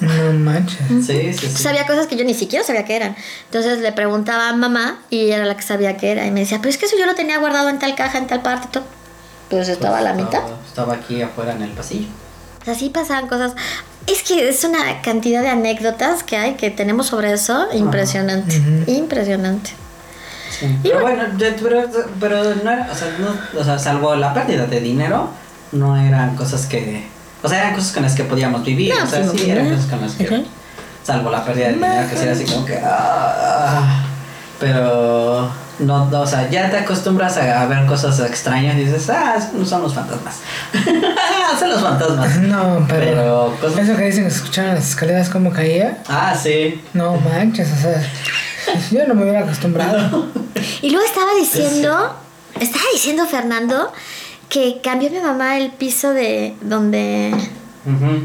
[SPEAKER 4] No manches.
[SPEAKER 1] Sí, sí, sí.
[SPEAKER 2] Entonces había cosas que yo ni siquiera sabía que eran. Entonces le preguntaba a mamá y ella era la que sabía que era. Y me decía, pero es que eso yo lo tenía guardado en tal caja, en tal parte, y todo. Pues estaba a la mitad.
[SPEAKER 1] Estaba, estaba aquí afuera en el pasillo.
[SPEAKER 2] O sea, sí pasaban cosas. Es que es una cantidad de anécdotas que hay, que tenemos sobre eso, impresionante.
[SPEAKER 4] Ujú.
[SPEAKER 2] Impresionante.
[SPEAKER 1] Pero bueno, ya- pero, pero no era, o sea, no, o sea, salvo la pérdida de dinero, no eran cosas que, o sea, eran cosas con las que podíamos vivir,
[SPEAKER 2] No,
[SPEAKER 1] o sea,
[SPEAKER 2] sí,
[SPEAKER 1] sí, eran
[SPEAKER 2] ¿verdad?
[SPEAKER 1] cosas con las que,
[SPEAKER 2] Ajá.
[SPEAKER 1] salvo la pérdida de dinero, que sí era así como que, ah, pero, no, no, o sea, ya te acostumbras a, a ver cosas extrañas y dices, ah, son, son los fantasmas, son los fantasmas,
[SPEAKER 4] No, pero.
[SPEAKER 1] pero cosas,
[SPEAKER 4] Eso que dicen que escuchaban las escaleras como caía.
[SPEAKER 1] ah, sí,
[SPEAKER 4] No manches, o sea. Yo no me hubiera acostumbrado.
[SPEAKER 2] Y luego estaba diciendo, estaba diciendo Fernando que cambió mi mamá el piso de donde
[SPEAKER 1] Ujú.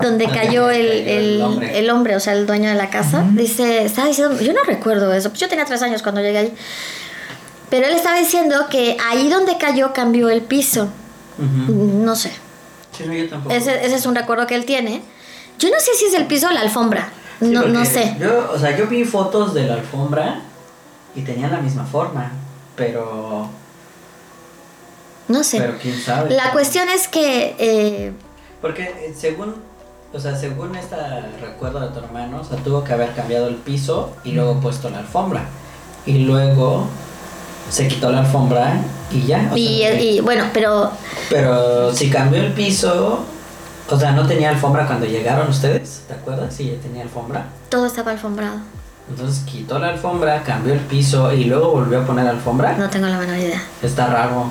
[SPEAKER 2] donde
[SPEAKER 1] Donde
[SPEAKER 2] cayó el,
[SPEAKER 1] cayó el
[SPEAKER 2] el-
[SPEAKER 1] hombre.
[SPEAKER 2] el hombre, o sea, el dueño de la casa. Dice, estaba diciendo, yo no recuerdo eso, pues yo tenía tres años cuando llegué ahí. Pero él estaba diciendo que ahí donde cayó cambió el piso.
[SPEAKER 1] Ujú.
[SPEAKER 2] No sé.
[SPEAKER 1] Sí, no, yo tampoco.
[SPEAKER 2] Ese, ese es un recuerdo que él tiene. Yo no sé si es el piso o la alfombra.
[SPEAKER 1] Sí,
[SPEAKER 2] No, no
[SPEAKER 1] porque
[SPEAKER 2] sé.
[SPEAKER 1] Yo, o sea, yo vi fotos de la alfombra y tenía la misma forma, pero,
[SPEAKER 2] No sé.
[SPEAKER 1] pero quién sabe.
[SPEAKER 2] La cuestión es que... eh,
[SPEAKER 1] Porque eh, según, o sea, según este recuerdo de tu hermano, o sea, tuvo que haber cambiado el piso y luego puesto la alfombra. Y luego se quitó la alfombra y ya. o
[SPEAKER 2] y,
[SPEAKER 1] sea,
[SPEAKER 2] y bueno, pero
[SPEAKER 1] Pero si cambió el piso, O sea, no tenía alfombra cuando llegaron ustedes, ¿te acuerdas? Sí, ya tenía alfombra.
[SPEAKER 2] Todo estaba alfombrado.
[SPEAKER 1] Entonces quitó la alfombra, cambió el piso y luego volvió a poner alfombra.
[SPEAKER 2] No tengo la menor idea.
[SPEAKER 1] Está raro.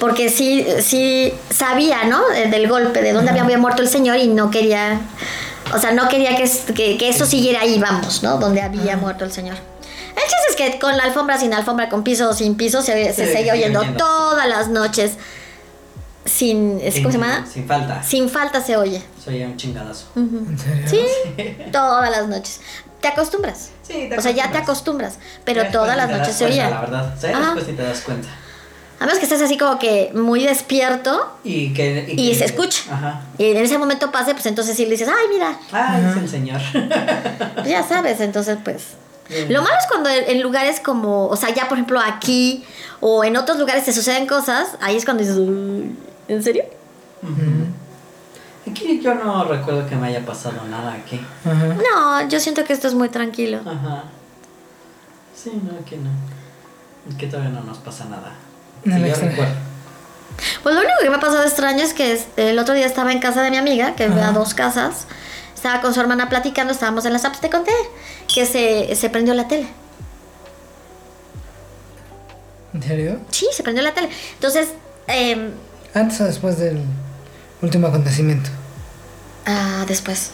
[SPEAKER 2] Porque sí, sí sabía, ¿no? De- Del golpe, de dónde había muerto el señor y no quería. O sea, no quería que, es- que- que eso siguiera ahí, vamos, ¿no? Donde había muerto el señor. El chiste es que con la alfombra, sin alfombra, con piso o sin piso, se, se
[SPEAKER 1] Sí,
[SPEAKER 2] seguía
[SPEAKER 1] sigue
[SPEAKER 2] oyendo
[SPEAKER 1] oyendo.
[SPEAKER 2] todas las noches. Sin. ¿es- ¿Cómo
[SPEAKER 1] Sin-
[SPEAKER 2] se llama?
[SPEAKER 1] Sin falta.
[SPEAKER 2] Sin falta se oye.
[SPEAKER 1] Soy un chingadazo.
[SPEAKER 2] Ujú.
[SPEAKER 4] ¿En serio?
[SPEAKER 2] Sí, todas las noches. Te acostumbras.
[SPEAKER 1] Sí,
[SPEAKER 2] O sea, ya te acostumbras, pero todas las noches se oía.
[SPEAKER 1] La verdad, o sea,
[SPEAKER 2] Ajá.
[SPEAKER 1] después sí te das cuenta.
[SPEAKER 2] A menos que estés así como que muy despierto
[SPEAKER 1] Y que.
[SPEAKER 2] Y
[SPEAKER 1] que-
[SPEAKER 2] se escucha.
[SPEAKER 1] Ajá.
[SPEAKER 2] y en ese momento pase, pues entonces sí le dices, ay, mira,
[SPEAKER 1] Ah, es el señor.
[SPEAKER 2] pues ya sabes, entonces pues...
[SPEAKER 1] Bien.
[SPEAKER 2] Lo malo es cuando en en lugares como, o sea, ya por ejemplo aquí o en otros lugares te suceden cosas, ahí es cuando dices, "Uy, ¿en serio?
[SPEAKER 1] Aquí yo no recuerdo que me haya pasado nada aquí.
[SPEAKER 4] Ajá.
[SPEAKER 2] No, yo siento que esto es muy tranquilo.
[SPEAKER 1] Ajá. Sí, no, aquí no. Aquí todavía no nos pasa nada.
[SPEAKER 4] No
[SPEAKER 1] Sí,
[SPEAKER 4] me
[SPEAKER 1] yo
[SPEAKER 4] extraña.
[SPEAKER 1] recuerdo.
[SPEAKER 2] Pues lo único que me ha pasado extraño es que este, el otro día estaba en casa de mi amiga, que vive a
[SPEAKER 4] Ajá.
[SPEAKER 2] dos casas. Estaba con su hermana platicando, estábamos en las apps, te conté que se, se prendió la tele.
[SPEAKER 4] ¿En serio?
[SPEAKER 2] Sí, se prendió la tele. Entonces, eh,
[SPEAKER 4] ¿Antes o después del último acontecimiento?
[SPEAKER 2] ah, después.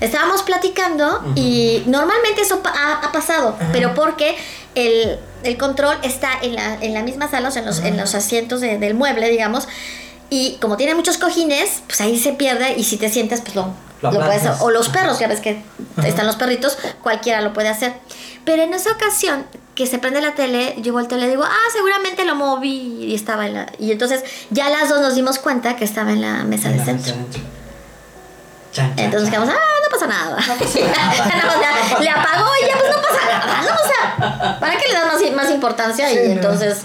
[SPEAKER 2] Estábamos platicando y normalmente eso pa- ha, ha pasado, pero porque el, el control está en la, en la misma sala, o sea, en los, en los asientos de- del mueble, digamos. Y como tiene muchos cojines, pues ahí se pierde y si te sientas, pues lo,
[SPEAKER 1] Lo
[SPEAKER 2] lo puedes.
[SPEAKER 1] aplastas.
[SPEAKER 2] O los perros, ya ves que están los perritos, cualquiera lo puede hacer. Pero en esa ocasión que se prende la tele, yo volteo y le digo, ah, seguramente lo moví y estaba en la. Y entonces ya las dos nos dimos cuenta que estaba en la mesa de
[SPEAKER 1] La
[SPEAKER 2] centro.
[SPEAKER 1] mesa dentro. Chan, chan,
[SPEAKER 2] Entonces
[SPEAKER 1] chan.
[SPEAKER 2] quedamos, ah, no pasa nada. No, o sea, le apagó y ya, pues no pasa nada, ¿no? O sea, ¿para qué le das más, más importancia?
[SPEAKER 4] Sí,
[SPEAKER 2] y
[SPEAKER 4] no.
[SPEAKER 2] entonces,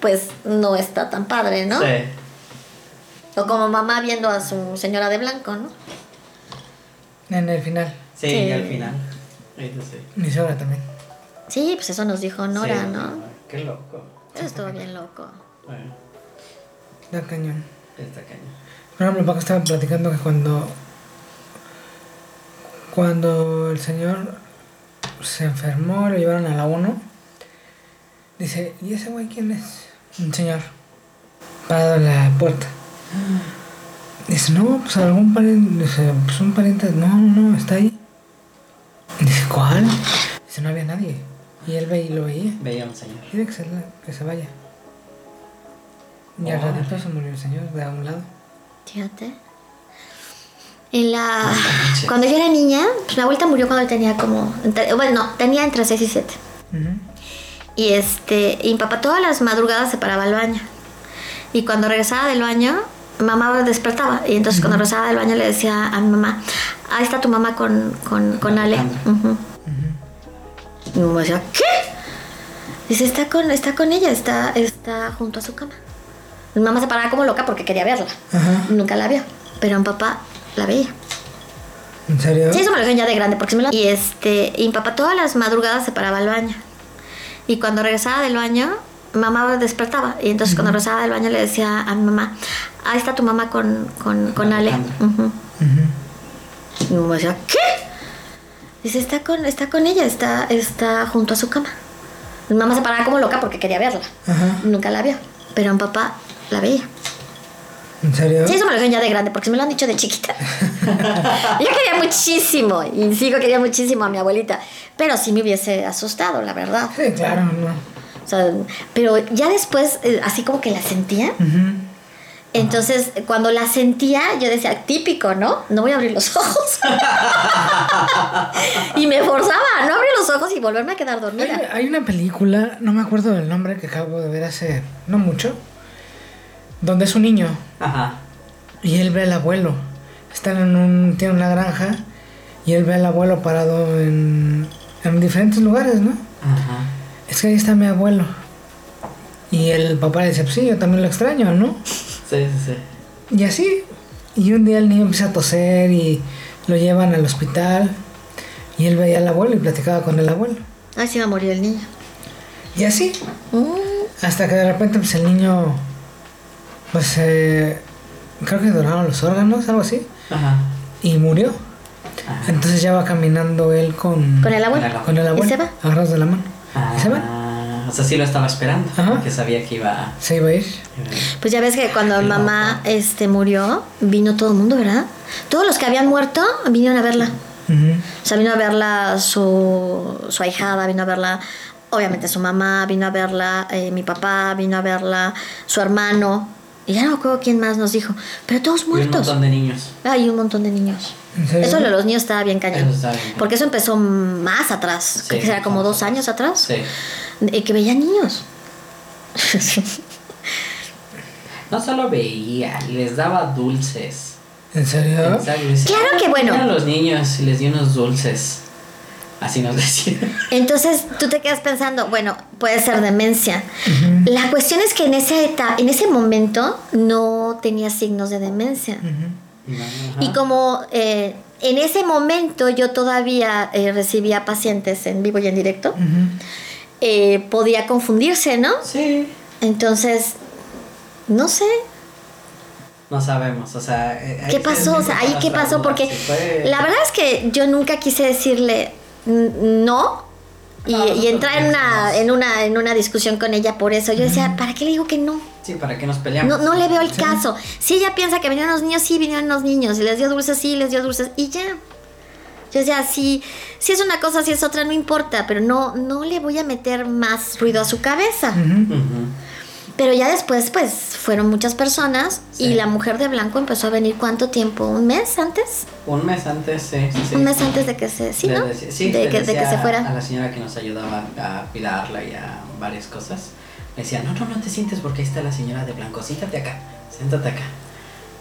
[SPEAKER 2] pues no está tan padre, ¿no?
[SPEAKER 1] Sí.
[SPEAKER 2] O como mamá viendo a su señora de blanco, ¿no?
[SPEAKER 4] En el final.
[SPEAKER 1] Sí,
[SPEAKER 2] Sí.
[SPEAKER 1] y al final. Ahorita sí.
[SPEAKER 4] Mi sobra también.
[SPEAKER 2] Sí, pues eso nos dijo Nora,
[SPEAKER 1] Sí,
[SPEAKER 2] ¿no?
[SPEAKER 1] Qué loco.
[SPEAKER 2] Eso estuvo bien loco.
[SPEAKER 1] Bueno,
[SPEAKER 4] Da cañón.
[SPEAKER 1] esta caña.
[SPEAKER 4] Por ejemplo, Paco estaba platicando que cuando. Cuando el señor se enfermó, lo llevaron a la 1. Dice: ¿Y ese güey quién es? Un señor. Parado en la puerta. Dice: No, pues algún pariente. Dice: Pues un pariente. No, no, no, está ahí. Dice: ¿Cuál? Dice: No había nadie. Y él ve y lo veía.
[SPEAKER 1] Veía a un señor.
[SPEAKER 4] Quiere que se, la- que se vaya. Y al
[SPEAKER 1] Órale.
[SPEAKER 4] ratito se murió el señor de a un lado.
[SPEAKER 2] Fíjate. En la...
[SPEAKER 1] manches.
[SPEAKER 2] Cuando yo era niña, pues mi abuelita murió cuando tenía como... entre- Bueno, no, tenía entre 6 y 7.
[SPEAKER 4] Ujú.
[SPEAKER 2] Y este, y mi papá todas las madrugadas se paraba al baño. Y cuando regresaba del baño, mamá me despertaba. Y entonces cuando regresaba del baño le decía a mi mamá, ahí está tu mamá con, con, con Ale.
[SPEAKER 1] Alejandra.
[SPEAKER 2] Ujú. Y mi mamá decía, ¿qué? Dice, está con, está con ella, está, está junto a su cama. Mi mamá se paraba como loca porque quería verla.
[SPEAKER 4] Ajá.
[SPEAKER 2] Nunca la vio. Pero mi papá la veía.
[SPEAKER 4] ¿En serio?
[SPEAKER 2] Sí, eso me lo dijeron ya de grande, porque se me lo... Y este, y mi papá todas las madrugadas se paraba al baño. Y cuando regresaba del baño, mamá me despertaba. Y entonces cuando regresaba del baño le decía a mi mamá, ahí está tu mamá con, con, con Ale.
[SPEAKER 1] Alejandra.
[SPEAKER 2] Ujú.
[SPEAKER 4] Ujú.
[SPEAKER 2] Y mi mamá decía, ¿qué? Dice, está con, está con ella, está, está junto a su cama. Mi mamá se paraba como loca porque quería verla.
[SPEAKER 4] Ajá.
[SPEAKER 2] Nunca la vio, pero mi papá la veía.
[SPEAKER 4] ¿En serio?
[SPEAKER 2] Sí, eso me lo dijeron ya de grande, porque se me lo han dicho de chiquita. Yo quería muchísimo, y sigo quería muchísimo a mi abuelita, pero sí me hubiese asustado, la verdad.
[SPEAKER 4] Sí, claro, no.
[SPEAKER 2] O sea, pero ya después, eh, así como que la sentía,
[SPEAKER 4] Ujú.
[SPEAKER 2] entonces cuando la sentía, yo decía, típico, ¿no? No voy a abrir los ojos. y me forzaba a no abrir los ojos y volverme a quedar
[SPEAKER 4] Hay,
[SPEAKER 2] dormida.
[SPEAKER 4] hay una película, no me acuerdo del nombre, que acabo de ver hace no mucho, donde es un niño
[SPEAKER 1] Ajá.
[SPEAKER 4] y él ve al abuelo. Están en un, tiene una granja y él ve al abuelo parado en, en diferentes lugares, ¿no?
[SPEAKER 1] Ajá.
[SPEAKER 4] Es que ahí está mi abuelo. Y el papá le dice, "Pues sí, yo también lo extraño, ¿no?
[SPEAKER 1] Sí, sí, sí.
[SPEAKER 4] Y así. Y un día el niño empieza a toser y lo llevan al hospital. Y él veía al abuelo y platicaba con el abuelo.
[SPEAKER 2] Ay, sí, va a morir el niño.
[SPEAKER 4] Y así.
[SPEAKER 2] Mm,
[SPEAKER 4] Hasta que de repente pues, el niño pues se creo que donaron los órganos, algo así,
[SPEAKER 1] Ajá.
[SPEAKER 4] y murió. Entonces ya va caminando él con,
[SPEAKER 2] Con el abuelo.
[SPEAKER 1] Con el
[SPEAKER 4] con el abuelo,
[SPEAKER 2] ¿Y se va?
[SPEAKER 4] agarrados de la mano. ¿Y se va?
[SPEAKER 1] Ah, o sea, sí lo estaba esperando.
[SPEAKER 4] Ajá.
[SPEAKER 1] Que sabía que iba a.
[SPEAKER 4] Se iba a ir.
[SPEAKER 2] Pues ya ves que cuando
[SPEAKER 1] Qué
[SPEAKER 2] mamá este, murió, vino todo el mundo, ¿verdad? Todos los que habían muerto vinieron a verla.
[SPEAKER 4] Ujú.
[SPEAKER 2] O sea, vino a verla su, su ahijada, vino a verla, obviamente, su mamá, vino a verla eh, mi papá, vino a verla su hermano. Y ya no me acuerdo quién más nos dijo. Pero todos
[SPEAKER 1] Y un
[SPEAKER 2] muertos.
[SPEAKER 1] montón de niños.
[SPEAKER 2] Hay un montón de niños.
[SPEAKER 4] ¿En serio?
[SPEAKER 2] Eso de los niños estaba bien cañón.
[SPEAKER 1] Eso está bien.
[SPEAKER 2] Porque eso empezó más atrás. creo que será como dos años atrás.
[SPEAKER 1] Sí.
[SPEAKER 2] Eh, que veían niños.
[SPEAKER 1] No solo veía, les daba dulces.
[SPEAKER 4] ¿En serio?
[SPEAKER 1] En serio, decía,
[SPEAKER 2] ¿Ah? Claro que bueno.
[SPEAKER 1] "Mira A los niños y les di unos dulces. Así nos decía.
[SPEAKER 2] Entonces tú te quedas pensando, bueno, puede ser demencia. La cuestión es que en esa etapa, en ese momento no tenía signos de demencia.
[SPEAKER 4] Ujú.
[SPEAKER 1] Ajá.
[SPEAKER 2] Y como eh, en ese momento yo todavía eh, recibía pacientes en vivo y en directo,
[SPEAKER 4] Ujú.
[SPEAKER 2] eh, podía confundirse, ¿no?
[SPEAKER 1] Sí.
[SPEAKER 2] Entonces, no sé,
[SPEAKER 1] No sabemos, o sea. eh, ahí
[SPEAKER 2] ¿Qué
[SPEAKER 1] se
[SPEAKER 2] pasó? O sea,
[SPEAKER 1] despierta
[SPEAKER 2] ahí
[SPEAKER 1] la
[SPEAKER 2] qué pasó,
[SPEAKER 1] duda,
[SPEAKER 2] porque
[SPEAKER 1] si fue-
[SPEAKER 2] la verdad es que yo nunca quise decirle "N- no y,
[SPEAKER 1] No,
[SPEAKER 2] y entrar en una, en una en una discusión con ella por eso. Yo decía, ¿para qué le digo que no?
[SPEAKER 1] Sí, ¿para qué nos
[SPEAKER 2] No,
[SPEAKER 1] peleamos?
[SPEAKER 2] no le veo el caso. Si ella piensa que vinieron los niños, sí, vinieron los niños. Y les dio dulces, sí, les dio dulces. Y ya. Yo decía, si, si es una cosa, si es otra, no importa. Pero no, no le voy a meter más ruido a su cabeza.
[SPEAKER 1] Mm.
[SPEAKER 4] Ujú.
[SPEAKER 1] Ujú.
[SPEAKER 2] Pero ya después, pues, fueron muchas personas.
[SPEAKER 1] Sí.
[SPEAKER 2] Y la mujer de blanco empezó a venir, ¿cuánto tiempo? ¿Un mes antes?
[SPEAKER 1] Un mes antes, sí. sí, sí.
[SPEAKER 2] Un mes antes de que se, sí,
[SPEAKER 1] Le
[SPEAKER 2] ¿no?
[SPEAKER 1] decía- sí,
[SPEAKER 2] de,
[SPEAKER 1] le
[SPEAKER 2] que, de que
[SPEAKER 1] decía
[SPEAKER 2] se
[SPEAKER 1] A
[SPEAKER 2] fuera.
[SPEAKER 1] la señora que nos ayudaba a cuidarla y a varias cosas. Me decía, no, no, no te sientes porque ahí está la señora de blanco. Siéntate acá, siéntate acá.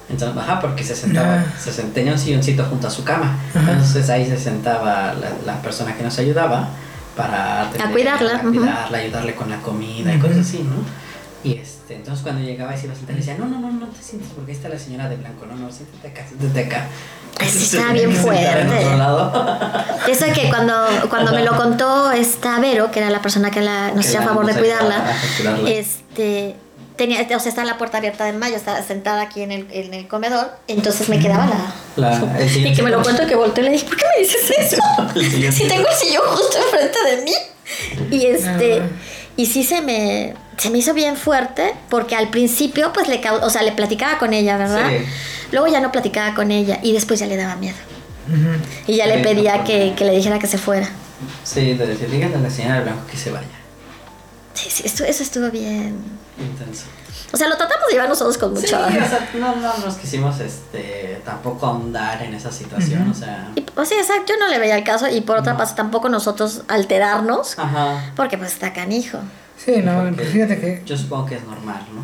[SPEAKER 1] Entonces, ajá, porque se sentaba,
[SPEAKER 4] Ah.
[SPEAKER 1] se sent- tenía un silloncito junto a su cama.
[SPEAKER 4] Ajá.
[SPEAKER 1] Entonces ahí se sentaba la, la persona que nos ayudaba para atender-
[SPEAKER 2] cuidarla,
[SPEAKER 1] a
[SPEAKER 2] ujú.
[SPEAKER 1] cuidarla, ayudarle con la comida y
[SPEAKER 4] Ujú.
[SPEAKER 1] cosas así, ¿no? Y este, entonces cuando llegaba y se iba a sentar, le decía, no, no, no, no te sientes porque ahí está la señora de blanco. No, no, siéntate acá, siéntate acá.
[SPEAKER 2] Ay, sí,
[SPEAKER 1] Entonces,
[SPEAKER 2] estaba bien
[SPEAKER 1] se sentaba en
[SPEAKER 2] fuerte.
[SPEAKER 1] otro lado.
[SPEAKER 2] Eso es que cuando, cuando me lo contó esta Vero, que era la persona que la, nos
[SPEAKER 1] Que
[SPEAKER 2] hacía
[SPEAKER 1] la-
[SPEAKER 2] favor de
[SPEAKER 1] nos
[SPEAKER 2] cuidarla,
[SPEAKER 1] ayudaba a cuidarla.
[SPEAKER 2] este tenía, o sea, está la puerta abierta del mayo, estaba sentada aquí en el, en el comedor, entonces me quedaba la.
[SPEAKER 1] La- el
[SPEAKER 2] Y que me lo
[SPEAKER 1] sillón.
[SPEAKER 2] cuento que volteó y le dije, ¿por qué me dices eso?
[SPEAKER 1] El sillón.
[SPEAKER 2] si tengo el sillón justo enfrente de mí. Y este,
[SPEAKER 4] Ah.
[SPEAKER 2] y sí se me, se me hizo bien fuerte, porque al principio, pues le cau- o sea, le platicaba con ella, ¿verdad?
[SPEAKER 1] Sí.
[SPEAKER 2] Luego ya no platicaba con ella y después ya le daba miedo.
[SPEAKER 4] Ujú.
[SPEAKER 2] Y ya le
[SPEAKER 1] Sí,
[SPEAKER 2] pedía
[SPEAKER 1] no, pues.
[SPEAKER 2] que,
[SPEAKER 1] porque-
[SPEAKER 2] que le dijera que se fuera.
[SPEAKER 1] Sí, de decir, díganle a la señora de blanco que se vaya.
[SPEAKER 2] Sí, sí, estu- eso estuvo bien.
[SPEAKER 1] Intenso.
[SPEAKER 2] O sea, lo tratamos de llevar nosotros con
[SPEAKER 1] Sí, o
[SPEAKER 2] mucho.
[SPEAKER 1] sea, no, no nos quisimos este, tampoco ahondar en esa situación, o sea.
[SPEAKER 2] Y, o sea, exacto, yo no le veía el caso y por otra parte tampoco nosotros alterarnos,
[SPEAKER 1] Ah. Ajá.
[SPEAKER 2] porque pues está canijo.
[SPEAKER 4] Sí, no,
[SPEAKER 1] Porque
[SPEAKER 4] pues fíjate que
[SPEAKER 1] Yo supongo que es normal, ¿no?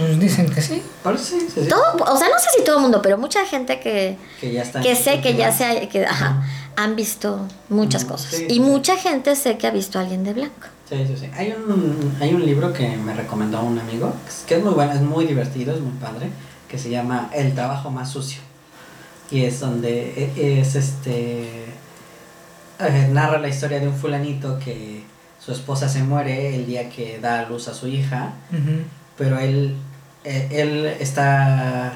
[SPEAKER 4] nos dicen que sí.
[SPEAKER 1] Pero sí, sí, sí.
[SPEAKER 2] Todo, o sea, no sé si todo el mundo, pero mucha gente que,
[SPEAKER 1] Que ya está.
[SPEAKER 2] que sé que ya se
[SPEAKER 1] sea
[SPEAKER 2] ha- que, ajá, han visto muchas
[SPEAKER 1] Mm,
[SPEAKER 2] cosas.
[SPEAKER 1] sí, sí.
[SPEAKER 2] Y mucha gente sé que ha visto a alguien de blanco.
[SPEAKER 1] Sí, sí, sí. Hay un, hay un libro que me recomendó un amigo, que es- que es muy bueno, es muy divertido, es muy padre, que se llama El trabajo más sucio. Y es donde e- es este. eh, narra la historia de un fulanito que su esposa se muere el día que da a luz a su hija,
[SPEAKER 4] Ujú.
[SPEAKER 1] pero él, eh, él está.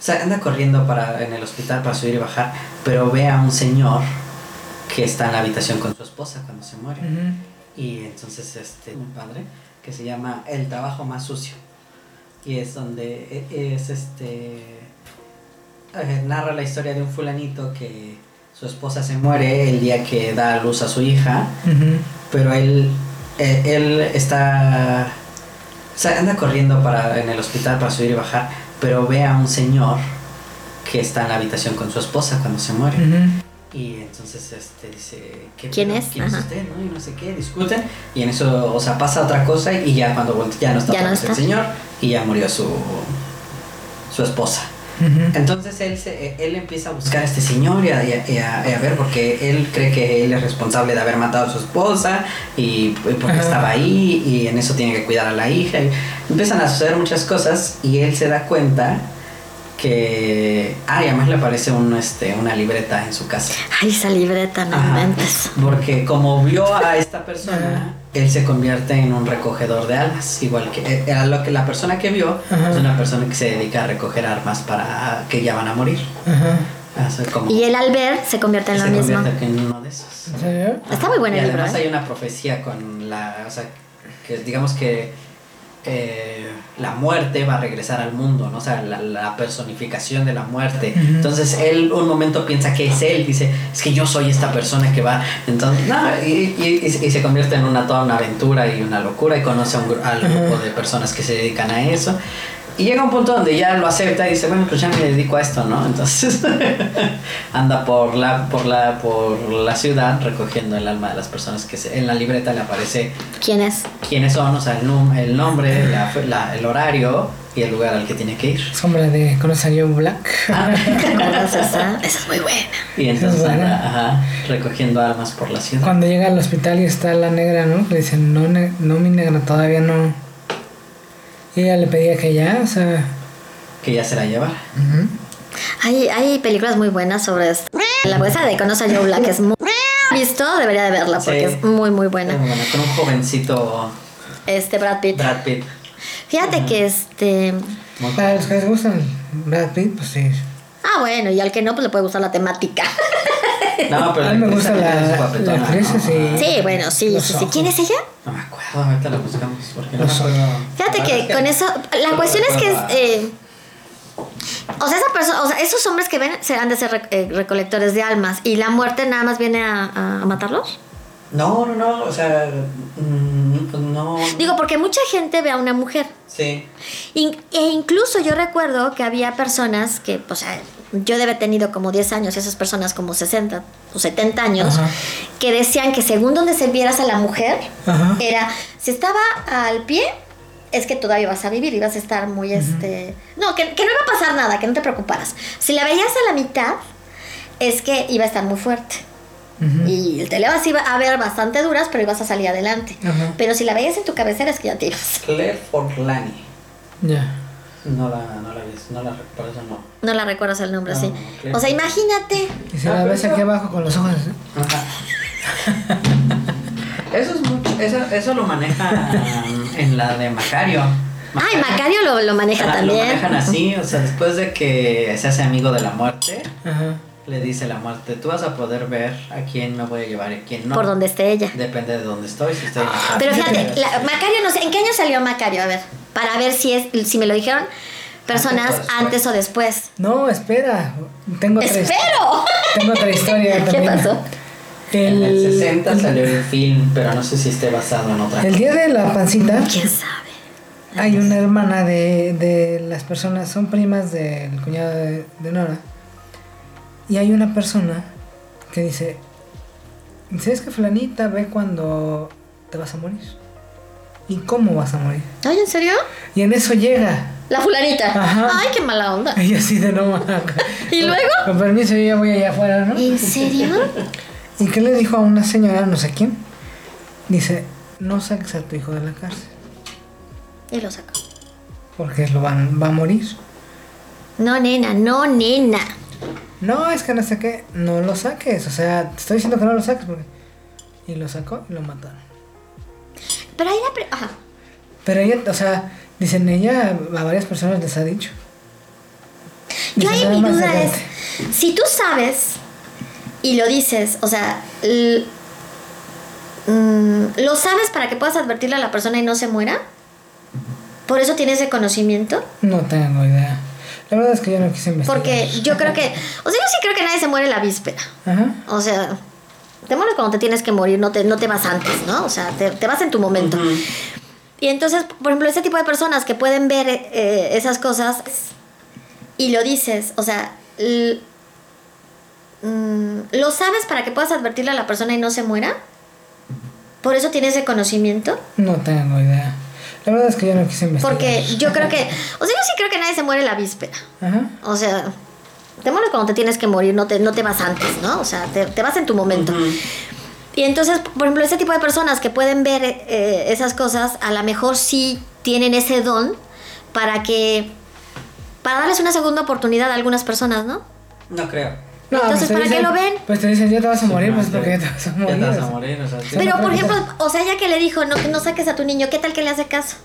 [SPEAKER 1] O sea, anda corriendo para, en el hospital para subir y bajar, pero ve a un señor que está en la habitación con su esposa cuando se muere.
[SPEAKER 4] Ujú.
[SPEAKER 1] Y entonces, este, un padre que se llama El trabajo más sucio. Y es donde e- es este. eh, narra la historia de un fulanito que su esposa se muere el día que da a luz a su hija,
[SPEAKER 4] Ujú.
[SPEAKER 1] pero él, eh, él está. O sea, anda corriendo para, en el hospital para subir y bajar, pero ve a un señor que está en la habitación con su esposa cuando se muere.
[SPEAKER 4] Ujú.
[SPEAKER 1] Y entonces este dice, ¿qué
[SPEAKER 2] ¿Quién
[SPEAKER 1] pedo?
[SPEAKER 2] es?
[SPEAKER 1] ¿Quién es
[SPEAKER 2] Ajá.
[SPEAKER 1] usted? ¿no? Y no sé qué, discuten. Y en eso, o sea, pasa otra cosa y ya cuando voltea ya no está,
[SPEAKER 2] Ya no
[SPEAKER 1] otra vez
[SPEAKER 2] está.
[SPEAKER 1] el señor y ya murió su, su esposa.
[SPEAKER 4] Ujú.
[SPEAKER 1] Entonces él, se- él empieza a buscar a este señor y a, y a- y a- y a ver porque él cree que él es responsable de haber matado a su esposa y, y porque
[SPEAKER 4] Ajá.
[SPEAKER 1] estaba ahí y en eso tiene que cuidar a la hija. y empiezan a suceder muchas cosas y él se da cuenta que... Ah, y además le aparece un, este, una libreta en su casa.
[SPEAKER 2] Ay, esa libreta, no
[SPEAKER 1] Ajá.
[SPEAKER 2] inventes.
[SPEAKER 1] Porque como vio a esta persona, él se convierte en un recogedor de almas, igual que eh, a lo que la persona que vio
[SPEAKER 4] Ajá.
[SPEAKER 1] es una persona que se dedica a recoger armas para que ya van a morir.
[SPEAKER 4] Ajá.
[SPEAKER 1] Así como
[SPEAKER 2] Y él al ver se convierte en lo
[SPEAKER 1] se
[SPEAKER 2] mismo.
[SPEAKER 1] convierte en uno de esos.
[SPEAKER 4] ¿En serio?
[SPEAKER 2] Está muy bueno
[SPEAKER 1] Y
[SPEAKER 2] el libro,
[SPEAKER 1] además
[SPEAKER 2] ¿eh?
[SPEAKER 1] hay una profecía con la, o sea, que digamos que eh, la muerte va a regresar al mundo, ¿no? O sea, la, la personificación de la muerte.
[SPEAKER 4] Ujú.
[SPEAKER 1] Entonces él un momento piensa que es él, dice, es que yo soy esta persona que va. Entonces, no, y, y- y- y se convierte en una toda una aventura y una locura y conoce a un gru- al grupo de personas que se dedican a eso. Y llega un punto donde ya lo acepta y dice, bueno, pues ya me dedico a esto, ¿no? Entonces anda por la, por la, por la ciudad recogiendo el alma de las personas que se, en la libreta le aparece
[SPEAKER 2] ¿Quién es?
[SPEAKER 1] quiénes son, o sea, el, num- el nombre, la fe- la- el horario y el lugar al que tiene que ir.
[SPEAKER 4] Es como la de ¿Conoces a Joe Black?
[SPEAKER 2] ¿Te acuerdas esa? Esa es muy buena.
[SPEAKER 1] Y entonces
[SPEAKER 4] buena.
[SPEAKER 1] anda ajá, recogiendo almas por la ciudad.
[SPEAKER 4] Cuando llega al hospital y está la negra, ¿no? Le dicen, no, ne- no, mi negra, todavía no. Y ella le pedía que ya, o sea...
[SPEAKER 1] Que ya se la lleva.
[SPEAKER 2] Hay, hay películas muy buenas sobre esto. La bolsa de Conoce a Joe Black es muy visto, debería de verla porque
[SPEAKER 1] Sí.
[SPEAKER 2] es muy muy buena.
[SPEAKER 1] Bueno, con un jovencito
[SPEAKER 2] Este Brad Pitt.
[SPEAKER 1] Brad Pitt.
[SPEAKER 2] Fíjate que este
[SPEAKER 1] Muy-
[SPEAKER 4] Para los que les gustan Brad Pitt, pues sí.
[SPEAKER 2] Ah, bueno, y al que no pues le puede gustar la temática.
[SPEAKER 1] No, pero
[SPEAKER 4] A mí me
[SPEAKER 1] actriz
[SPEAKER 4] gusta
[SPEAKER 1] también
[SPEAKER 4] la-
[SPEAKER 1] es guapetona,
[SPEAKER 4] la actriz,
[SPEAKER 1] ¿no?
[SPEAKER 4] sí.
[SPEAKER 2] Sí, bueno, sí,
[SPEAKER 4] Los
[SPEAKER 2] sí, sí.
[SPEAKER 4] ojos.
[SPEAKER 2] ¿Quién es ella?
[SPEAKER 1] No me acuerdo, ahorita la buscamos porque no me
[SPEAKER 4] Los
[SPEAKER 1] acuerdo.
[SPEAKER 2] Fíjate que con eso la
[SPEAKER 1] Solo
[SPEAKER 2] cuestión es que es,
[SPEAKER 1] recuerdo a-
[SPEAKER 2] eh, o sea, esa persona, o sea, esos hombres que ven serán de ser re- eh, recolectores de almas y la muerte nada más viene a, a- a matarlos.
[SPEAKER 1] No, no, no, o sea, mm, pues no.
[SPEAKER 2] Digo, porque mucha gente ve a una mujer
[SPEAKER 1] Sí.
[SPEAKER 2] In- e incluso yo recuerdo que había personas que, o sea, yo debe haber tenido como 10 años, esas personas como 60 o 70 años,
[SPEAKER 4] Ajá.
[SPEAKER 2] que decían que según donde se vieras a la mujer,
[SPEAKER 4] Ajá.
[SPEAKER 2] era, si estaba al pie, es que todavía vas a vivir, ibas a estar muy, este, no, que, que no iba a pasar nada, que no te preocuparas. Si la veías a la mitad, es que iba a estar muy fuerte.
[SPEAKER 4] Ujú.
[SPEAKER 2] Y te le vas iba a ver bastante duras, pero ibas a salir adelante.
[SPEAKER 4] Ajá.
[SPEAKER 2] Pero si la veías en tu cabecera, es que ya te ibas.
[SPEAKER 1] Claire Forlani.
[SPEAKER 4] Ya.
[SPEAKER 1] No la, no la ves, no la re- por eso no.
[SPEAKER 2] No la recuerdas el nombre,
[SPEAKER 1] No,
[SPEAKER 2] sí.
[SPEAKER 1] Ah, ok.
[SPEAKER 2] O sea, imagínate.
[SPEAKER 4] Y se
[SPEAKER 1] Ah,
[SPEAKER 4] la
[SPEAKER 1] pero
[SPEAKER 4] ves
[SPEAKER 1] eso-
[SPEAKER 4] aquí abajo con los ojos.
[SPEAKER 1] Ajá. Eso es mucho, eso, eso lo maneja um, en la de Macario.
[SPEAKER 2] Ay, Macario lo, lo maneja
[SPEAKER 1] Ah, Lo
[SPEAKER 2] también.
[SPEAKER 1] manejan así, o sea, después de que se hace amigo de la muerte,
[SPEAKER 4] Ajá.
[SPEAKER 1] le dice la muerte, tú vas a poder ver a quién me voy a llevar y a quién no.
[SPEAKER 2] Por donde esté ella.
[SPEAKER 1] Depende de Ah, dónde estoy, si estoy en la
[SPEAKER 2] Pero
[SPEAKER 1] cárcel,
[SPEAKER 2] fíjate, la- Macario no sé, ¿en qué año salió Macario? A ver, para ver si es, si me lo dijeron personas
[SPEAKER 1] Antes o
[SPEAKER 2] antes o después.
[SPEAKER 4] No, espera. Tengo otra, his-
[SPEAKER 2] ¡Espero!
[SPEAKER 4] tengo otra historia
[SPEAKER 2] ¿Qué
[SPEAKER 4] también.
[SPEAKER 2] pasó?
[SPEAKER 1] En
[SPEAKER 2] Mm.
[SPEAKER 1] el 60
[SPEAKER 4] el-
[SPEAKER 1] salió el film, pero no sé si esté basado en otra.
[SPEAKER 4] El día de la pancita
[SPEAKER 2] ¿Quién sabe?
[SPEAKER 4] hay una hermana de, de las personas, son primas del cuñado de, de Nora. Y hay una persona que dice, ¿sabes que fulanita ve cuando te vas a morir? ¿Y cómo vas a morir?
[SPEAKER 2] Ay, ¿en serio?
[SPEAKER 4] Y en eso llega.
[SPEAKER 2] La fulanita.
[SPEAKER 4] Ajá.
[SPEAKER 2] Ay, qué mala onda.
[SPEAKER 4] Y así de no ma-
[SPEAKER 2] ¿Y luego?
[SPEAKER 4] Con permiso, yo ya voy allá afuera, ¿no?
[SPEAKER 2] ¿En serio?
[SPEAKER 4] ¿Y qué le dijo a una señora, no sé quién? Dice, no saques a tu hijo de la cárcel,
[SPEAKER 2] Y lo sacó.
[SPEAKER 4] porque lo van, va a morir.
[SPEAKER 2] No, nena, no, nena.
[SPEAKER 4] No, es que no sé qué, no lo saques, o sea, te estoy diciendo que no lo saques. Porque... Y lo sacó y lo mataron.
[SPEAKER 2] Pero ahí la... pre- Ajá.
[SPEAKER 4] Pero ella, o sea, dicen, ella a varias personas les ha dicho.
[SPEAKER 2] Yo ahí
[SPEAKER 4] Dice, "Nada
[SPEAKER 2] mi
[SPEAKER 4] más
[SPEAKER 2] duda es,
[SPEAKER 4] adelante".
[SPEAKER 2] si tú sabes y lo dices, o sea, l- mm, lo sabes para que puedas advertirle a la persona y no se muera, por eso tienes ese conocimiento,
[SPEAKER 4] No tengo idea. La verdad es que yo no quise investigar.
[SPEAKER 2] porque yo creo que, o sea, yo sí creo que nadie se muere la víspera,
[SPEAKER 4] Ajá.
[SPEAKER 2] o sea, te mueres cuando te tienes que morir, no te, no te vas antes, ¿no? O sea, te, te vas en tu momento.
[SPEAKER 1] Ujú.
[SPEAKER 2] Y entonces, por ejemplo, ese tipo de personas que pueden ver eh, esas cosas y lo dices, o sea, l- mm, lo sabes para que puedas advertirle a la persona y no se muera. Por eso tienes ese conocimiento.
[SPEAKER 4] No tengo idea. La verdad es que yo no quise investigar.
[SPEAKER 2] Porque yo creo que, o sea, yo sí creo que nadie se muere la víspera.
[SPEAKER 4] Ajá.
[SPEAKER 2] O sea, te mueres cuando te tienes que morir, no te, no te vas antes, ¿no? O sea, te, te vas en tu momento.
[SPEAKER 1] Ujú.
[SPEAKER 2] Y entonces, por ejemplo, ese tipo de personas que pueden ver eh, esas cosas, a lo mejor sí tienen ese don para que para darles una segunda oportunidad a algunas personas, ¿no?
[SPEAKER 1] No creo.
[SPEAKER 4] No,
[SPEAKER 2] Entonces,
[SPEAKER 4] te
[SPEAKER 2] ¿para qué lo ven?
[SPEAKER 4] Pues te dicen, ya te vas a morir, pues
[SPEAKER 1] no, ya-
[SPEAKER 4] porque ya te vas a
[SPEAKER 1] Ya
[SPEAKER 4] morir.
[SPEAKER 1] te vas a
[SPEAKER 4] o sea.
[SPEAKER 1] morir, o sea, sí.
[SPEAKER 2] Pero, por
[SPEAKER 4] pregunta.
[SPEAKER 2] ejemplo, o sea, ya que le dijo, no, que no saques a tu niño, ¿qué tal que le hace caso?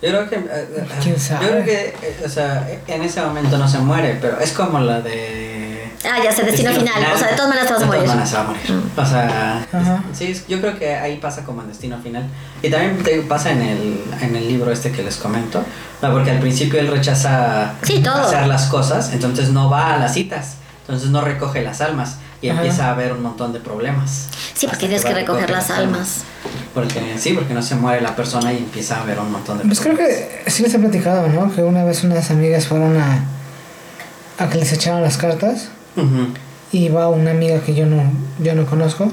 [SPEAKER 1] Yo creo que. eh, eh,
[SPEAKER 4] ¿Quién
[SPEAKER 1] Yo
[SPEAKER 4] sabe?
[SPEAKER 1] creo que, eh, o sea, en ese momento no se muere, pero es como la de.
[SPEAKER 2] Ah, ya sé, destino final. O sea, de todas maneras te vas a morir. Mm.
[SPEAKER 1] De todas maneras te vas a morir. O sea,
[SPEAKER 4] Ajá.
[SPEAKER 1] es- sí, es- yo creo que ahí pasa como en destino final. Y también te pasa en el, en el libro este que les comento. No, porque al principio él rechaza
[SPEAKER 2] Sí, todo.
[SPEAKER 1] hacer las cosas, entonces no va a las citas, entonces no recoge las almas y
[SPEAKER 4] Ajá.
[SPEAKER 1] empieza a haber un montón de problemas.
[SPEAKER 2] Sí,
[SPEAKER 1] Hasta
[SPEAKER 2] porque tienes
[SPEAKER 1] va
[SPEAKER 2] que
[SPEAKER 1] a
[SPEAKER 2] recoger las almas.
[SPEAKER 1] Porque sí, porque no se muere la persona y empieza a haber un montón de
[SPEAKER 4] Pues creo que sí les he platicado, ¿no? Que una vez unas amigas fueron a, a que les echaran las cartas
[SPEAKER 1] Ujú.
[SPEAKER 4] y va una amiga que yo no, yo no conozco.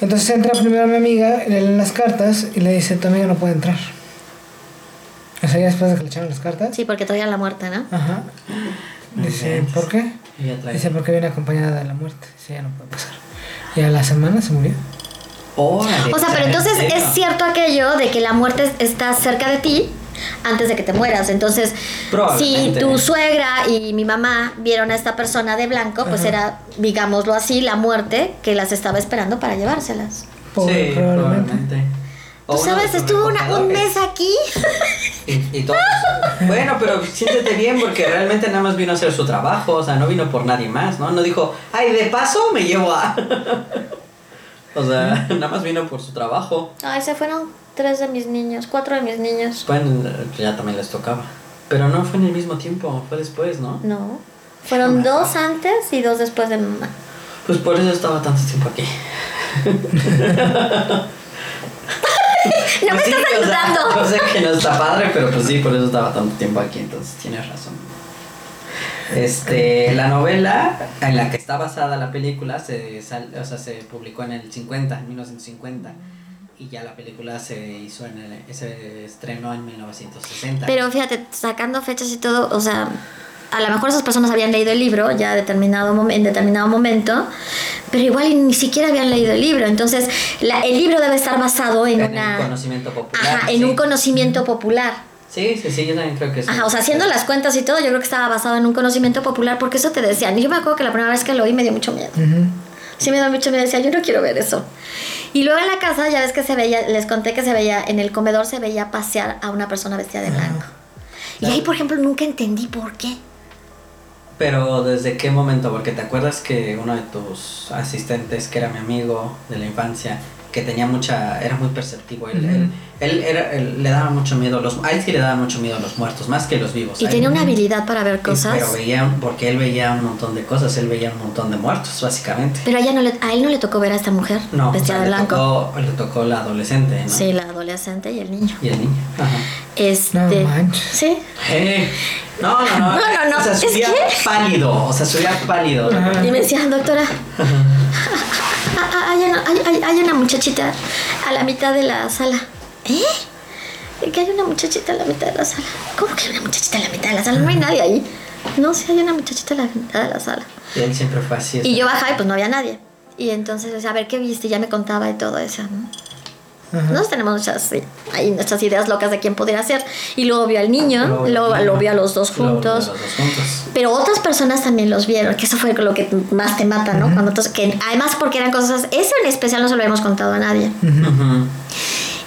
[SPEAKER 4] Entonces entra primero mi amiga, le leen las cartas y le dice, tu amiga no puede entrar. O sea, ya después de que le echaron las cartas.
[SPEAKER 2] Sí, porque todavía la muerte, ¿no?
[SPEAKER 4] Ajá. Dice,
[SPEAKER 1] inventes.
[SPEAKER 4] ¿por qué?
[SPEAKER 1] Y ya trae-
[SPEAKER 4] Dice, porque viene acompañada de la muerte. Dice, ya no puede pasar. Y a la semana se murió.
[SPEAKER 1] Órale, pues
[SPEAKER 2] O sea, pero
[SPEAKER 1] ¿en
[SPEAKER 2] entonces
[SPEAKER 1] serio?
[SPEAKER 2] es cierto aquello de que la muerte está cerca de ti antes de que te mueras. Entonces, si
[SPEAKER 1] Probablemente.
[SPEAKER 2] tu suegra y mi mamá vieron a esta persona de blanco, pues
[SPEAKER 4] Ajá.
[SPEAKER 2] era, digámoslo así, la muerte que las estaba esperando para llevárselas.
[SPEAKER 4] Pobre,
[SPEAKER 1] sí,
[SPEAKER 4] probablemente.
[SPEAKER 1] probablemente. O
[SPEAKER 2] Tú
[SPEAKER 1] uno de
[SPEAKER 2] sabes,
[SPEAKER 1] sus
[SPEAKER 2] estuvo una- un
[SPEAKER 1] recogedores.
[SPEAKER 2] mes aquí.
[SPEAKER 1] Y, y todos. bueno, pero siéntete bien porque realmente nada más vino a hacer su trabajo, o sea, no vino por nadie más, ¿no? No dijo, ay, de paso me llevo a. o sea, nada más vino por su trabajo.
[SPEAKER 2] Ay, se fueron tres de mis niños, cuatro de mis niños.
[SPEAKER 1] Bueno, ya también les tocaba. Pero no fue en el mismo tiempo, fue después, ¿no?
[SPEAKER 2] No. Fueron dos antes y dos después de mi mamá.
[SPEAKER 1] Pues por eso estaba tanto tiempo aquí.
[SPEAKER 2] No me
[SPEAKER 1] Pues sí, o
[SPEAKER 2] estás
[SPEAKER 1] sea,
[SPEAKER 2] ayudando.
[SPEAKER 1] yo sé que no está padre, pero pues sí, por eso estaba tanto tiempo aquí, entonces tienes razón. Este, la novela en la que está basada la película se, sal- o sea, se publicó en el 50, en 1950, y ya la película se hizo en el- se estrenó en 1960.
[SPEAKER 2] Pero fíjate, sacando fechas y todo, o sea, a lo mejor esas personas habían leído el libro ya a determinado mom- en determinado momento, pero igual y ni siquiera habían leído el libro. Entonces, la- el libro debe estar basado en,
[SPEAKER 1] en
[SPEAKER 2] una.
[SPEAKER 1] un conocimiento popular.
[SPEAKER 2] Ajá, en
[SPEAKER 1] sí.
[SPEAKER 2] un conocimiento popular.
[SPEAKER 1] Sí, sí, sí, yo también creo que sí.
[SPEAKER 2] Ajá, o sea, haciendo las cuentas y todo, yo creo que estaba basado en un conocimiento popular, porque eso te decían. Y yo me acuerdo que la primera vez que lo oí me dio mucho miedo.
[SPEAKER 4] Ujú.
[SPEAKER 2] Sí me dio mucho miedo, decía, yo no quiero ver eso. Y luego en la casa, ya ves que se veía, les conté que se veía, en el comedor se veía pasear a una persona vestida de blanco. Y ahí, por ejemplo, nunca entendí por qué.
[SPEAKER 1] Pero desde qué momento, porque te acuerdas que uno de tus asistentes, que era mi amigo de la infancia, que tenía mucha, era muy perceptivo, él, él, él era, él- le daba mucho miedo a los, a él sí le daba mucho miedo a los muertos, más que a los vivos.
[SPEAKER 2] Y
[SPEAKER 1] A él-
[SPEAKER 2] tenía una habilidad para ver
[SPEAKER 1] y-
[SPEAKER 2] cosas.
[SPEAKER 1] Pero veía, porque él veía un montón de cosas, él veía un montón de muertos, básicamente.
[SPEAKER 2] Pero a, ella no le- a él no le tocó ver a esta mujer
[SPEAKER 1] No, o
[SPEAKER 2] vestida
[SPEAKER 1] sea,
[SPEAKER 2] de
[SPEAKER 1] le
[SPEAKER 2] blanco.
[SPEAKER 1] tocó, le tocó la adolescente, ¿no?
[SPEAKER 2] Sí, la adolescente y el niño.
[SPEAKER 1] Y el niño. Ajá.
[SPEAKER 2] Este.
[SPEAKER 4] No manches.
[SPEAKER 2] Sí.
[SPEAKER 1] Eh, no, no, no,
[SPEAKER 2] No, no, no,
[SPEAKER 1] O sea,
[SPEAKER 2] es
[SPEAKER 1] subía
[SPEAKER 2] que-
[SPEAKER 1] pálido, o sea, subía pálido.
[SPEAKER 4] Ajá.
[SPEAKER 2] Y me decían, doctora, ah, ah, hay, una, hay- hay- hay una muchachita a la mitad de la sala. ¿Eh? Que hay una muchachita a la mitad de la sala. ¿Cómo que hay una muchachita a la mitad de la sala? No hay nadie ahí. No, sí hay una muchachita a la mitad de la sala.
[SPEAKER 1] Y él siempre fue así.
[SPEAKER 2] Y yo bajaba y pues no había nadie. Y entonces, o sea, a ver qué viste, y ya me contaba y todo eso. ¿no?
[SPEAKER 4] Ajá.
[SPEAKER 2] Nosotros tenemos muchas, sí, hay muchas ideas locas de quién podría ser. Y luego vio al niño,
[SPEAKER 1] Lo-
[SPEAKER 2] luego lo vio a los dos
[SPEAKER 1] Lo-
[SPEAKER 2] juntos.
[SPEAKER 1] Los dos juntos.
[SPEAKER 2] Pero otras personas también los vieron, que eso fue lo que más te mata, ¿no? Cuando otros- que además porque eran cosas, eso en especial no se lo habíamos contado a nadie.
[SPEAKER 1] Ujú.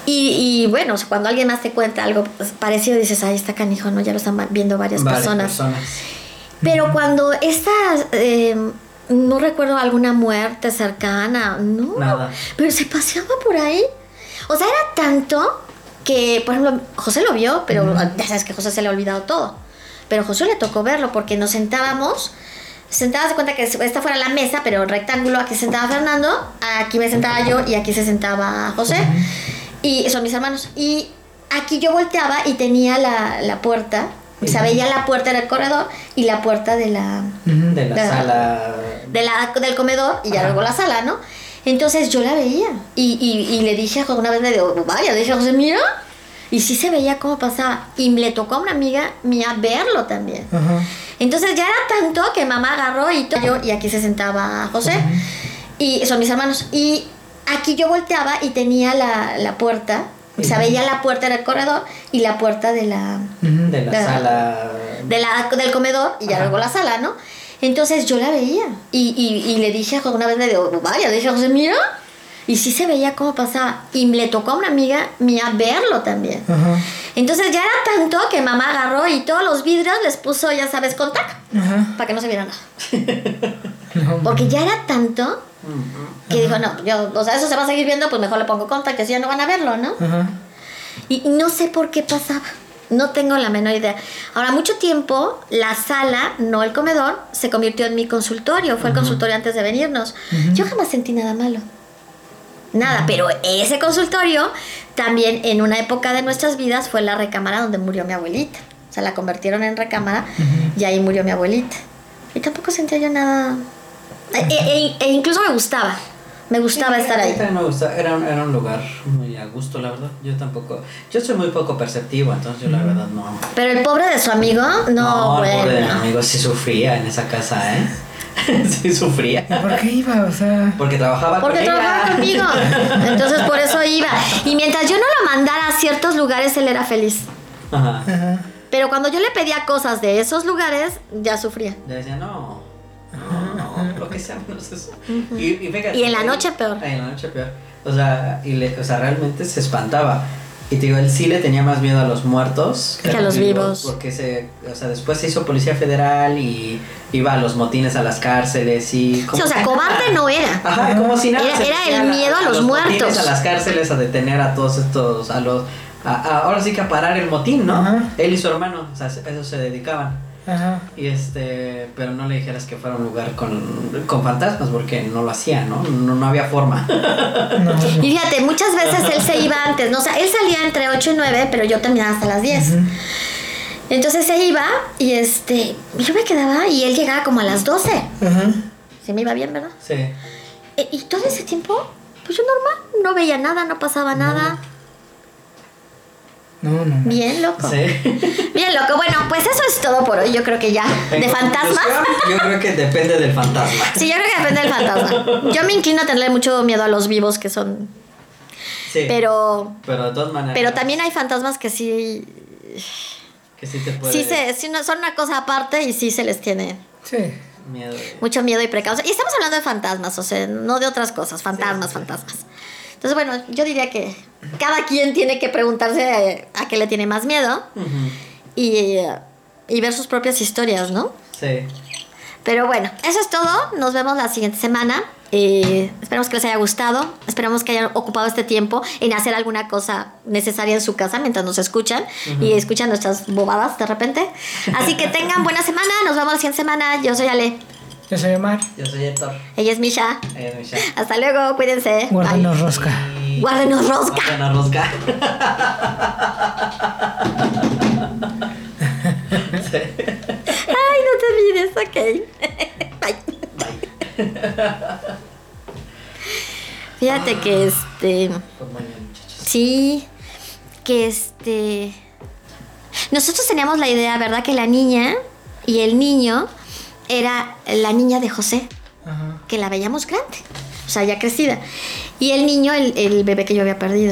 [SPEAKER 2] Y, y bueno, o sea, cuando alguien más te cuenta algo pues, parecido, dices, ay, está canijo, ¿no? Ya lo están va- viendo varias
[SPEAKER 1] Varias
[SPEAKER 2] personas. Pero cuando estas, eh, no recuerdo alguna muerte cercana, no.
[SPEAKER 1] Nada.
[SPEAKER 2] Pero se paseaba por ahí. O sea, era tanto que, por ejemplo, José lo vio, pero ya sabes que a José se le ha olvidado todo. Pero a José le tocó verlo porque nos sentábamos. Sentabas de cuenta que esta fuera la mesa, pero rectángulo, aquí se sentaba Fernando, aquí me sentaba yo y aquí se sentaba José. Y son mis hermanos. Y aquí yo volteaba y tenía la, la puerta. O sea, veía la puerta del corredor y la puerta de la,
[SPEAKER 4] Ujú.
[SPEAKER 1] De la
[SPEAKER 2] Ajá.
[SPEAKER 1] sala.
[SPEAKER 2] de la, del comedor y ya
[SPEAKER 1] Ajá.
[SPEAKER 2] luego la sala, ¿no? Entonces yo la veía y, y- y le dije a José, una vez le digo, vaya, le dije a José, mira. Y sí se veía cómo pasaba. Y le tocó a una amiga mía verlo también.
[SPEAKER 4] Ajá.
[SPEAKER 2] Entonces ya era tanto que mamá agarró y to- yo y aquí se sentaba José y son mis hermanos y aquí yo volteaba y tenía la, la puerta O sea, veía la puerta del corredor y la puerta de la,
[SPEAKER 4] Ujú.
[SPEAKER 1] De la
[SPEAKER 2] Claro.
[SPEAKER 1] sala.
[SPEAKER 2] de la, del comedor y ya
[SPEAKER 1] Ajá.
[SPEAKER 2] luego la sala, ¿no? Entonces yo la veía y, y, y le dije a José, una vez le digo, vaya, le dije a José, mira. Y sí se veía cómo pasaba. Y le tocó a una amiga mía verlo también.
[SPEAKER 4] Ajá.
[SPEAKER 2] Entonces ya era tanto que mamá agarró y todos los vidrios les puso, ya sabes, con tac,
[SPEAKER 4] Ajá.
[SPEAKER 2] para que no se viera nada.
[SPEAKER 4] No,
[SPEAKER 2] Porque ya era tanto
[SPEAKER 1] Mm,
[SPEAKER 2] que dijo, no, yo, o sea, eso se va a seguir viendo, pues mejor le pongo contact, que así ya no van a verlo, ¿no?
[SPEAKER 4] Ajá.
[SPEAKER 2] Y no sé por qué pasaba. No tengo la menor idea. Ahora, mucho tiempo, la sala, no el comedor, se convirtió en mi consultorio. Fue el consultorio antes de venirnos. Yo jamás sentí nada malo. Nada, pero ese consultorio también en una época de nuestras vidas fue la recámara donde murió mi abuelita. O sea, la convirtieron en recámara y ahí murió mi abuelita. Y tampoco sentía yo nada. E, e- e- e incluso me gustaba. Me gustaba
[SPEAKER 1] sí,
[SPEAKER 2] estar
[SPEAKER 1] a mí
[SPEAKER 2] ahí.
[SPEAKER 1] también me gustaba. Era, un, era un lugar muy a gusto, la verdad. Yo tampoco. Yo soy muy poco perceptivo, entonces yo la verdad no.
[SPEAKER 2] Pero el pobre de su amigo, no,
[SPEAKER 1] el
[SPEAKER 2] bueno.
[SPEAKER 1] pobre de mi amigo sí sufría en esa casa, ¿eh? sí sufría.
[SPEAKER 4] ¿Y por qué iba? O sea.
[SPEAKER 1] Porque trabajaba
[SPEAKER 2] Porque
[SPEAKER 1] con
[SPEAKER 2] trabajaba
[SPEAKER 1] ella.
[SPEAKER 2] conmigo. Entonces por eso iba. Y mientras yo no lo mandara a ciertos lugares, él era feliz.
[SPEAKER 1] Ajá.
[SPEAKER 4] Ajá.
[SPEAKER 2] Pero cuando yo le pedía cosas de esos lugares, ya sufría.
[SPEAKER 1] Le decía, no. No, no, lo que sea menos eso. y, y fíjate,
[SPEAKER 2] Y en la noche peor.
[SPEAKER 1] Y en la noche peor. O sea, y le, o sea, realmente se espantaba. Y te digo, él sí le tenía más miedo a los muertos
[SPEAKER 2] Que a los vivos.
[SPEAKER 1] Porque se, o sea, después se hizo policía federal y iba a los motines a las cárceles y.
[SPEAKER 2] Sí,
[SPEAKER 1] como
[SPEAKER 2] o sea,
[SPEAKER 1] si
[SPEAKER 2] cobarde
[SPEAKER 1] nada.
[SPEAKER 2] no era.
[SPEAKER 1] Ajá, como si nada.
[SPEAKER 2] Era-
[SPEAKER 1] se
[SPEAKER 2] era
[SPEAKER 1] metía
[SPEAKER 2] el
[SPEAKER 1] a la-
[SPEAKER 2] miedo a los
[SPEAKER 1] motines,
[SPEAKER 2] muertos.
[SPEAKER 1] A las cárceles, a detener a todos estos, a los. a- a- ahora sí que a parar el motín, ¿no?
[SPEAKER 4] Ajá.
[SPEAKER 1] Él y su hermano, o sea, se- a eso se dedicaban.
[SPEAKER 4] Ajá.
[SPEAKER 1] Y este, pero no le dijeras que fuera un lugar con, con fantasmas porque no lo hacía, ¿no? No, no había forma.
[SPEAKER 4] No, no.
[SPEAKER 2] Y fíjate, muchas veces él se iba antes. No, o sea, él salía entre 8 y 9, pero yo terminaba hasta las 10.
[SPEAKER 4] Ujú.
[SPEAKER 2] Entonces se iba y este, yo me quedaba y él llegaba como a las 12.
[SPEAKER 4] Ajá.
[SPEAKER 2] Se me iba bien, ¿verdad?
[SPEAKER 1] Sí.
[SPEAKER 2] E- Y todo ese tiempo, pues yo normal, no veía nada, no pasaba nada.
[SPEAKER 4] No, no. no.
[SPEAKER 2] Bien loco.
[SPEAKER 1] Sí.
[SPEAKER 2] Bien, loco. Bueno, pues eso es todo por hoy. Yo creo que ya. ¿De
[SPEAKER 1] En
[SPEAKER 2] fantasmas?
[SPEAKER 1] conclusión, Yo creo que depende del fantasma.
[SPEAKER 2] Sí, yo creo que depende del fantasma. Yo me inclino a tenerle mucho miedo a los vivos que son.
[SPEAKER 1] Sí.
[SPEAKER 2] Pero.
[SPEAKER 1] Pero de todas maneras.
[SPEAKER 2] Pero también hay fantasmas que sí.
[SPEAKER 1] Que sí te puede.
[SPEAKER 2] Sí, se, sí no- son una cosa aparte y sí se les tiene
[SPEAKER 4] Sí.
[SPEAKER 1] Miedo. de-
[SPEAKER 2] mucho miedo y precaución. Y estamos hablando de fantasmas, o sea, no de otras cosas. Fantasmas, fantasmas. Entonces, bueno, yo diría que cada quien tiene que preguntarse eh, a qué le tiene más miedo
[SPEAKER 1] Ujú.
[SPEAKER 2] y, eh, y ver sus propias historias, ¿no?
[SPEAKER 1] Sí.
[SPEAKER 2] Pero bueno, eso es todo. Nos vemos la siguiente semana. Eh, esperemos que les haya gustado. Esperemos que hayan ocupado este tiempo en hacer alguna cosa necesaria en su casa mientras nos escuchan y escuchan nuestras bobadas de repente. Así que tengan buena semana. Nos vemos la siguiente semana. Yo soy Ale.
[SPEAKER 4] Yo soy Omar.
[SPEAKER 1] Yo soy Héctor.
[SPEAKER 2] Ella es Misha.
[SPEAKER 1] Ella es Michelle.
[SPEAKER 2] Hasta luego. Cuídense. Bye.
[SPEAKER 4] Guárdanos rosca.
[SPEAKER 1] Y-
[SPEAKER 2] Guárdenos rosca.
[SPEAKER 1] Guárdenos rosca. Sí.
[SPEAKER 2] Ay, no te olvides. Ok. Bye.
[SPEAKER 1] Bye.
[SPEAKER 2] Fíjate que este...
[SPEAKER 1] Pues muy bien, muchachos.
[SPEAKER 2] Sí, que este... Nosotros teníamos la idea, ¿verdad? Que la niña y el niño era la niña de José,
[SPEAKER 4] Ajá.
[SPEAKER 2] que la veíamos grande, o sea, ya crecida. Y el niño, el, el bebé que yo había perdido.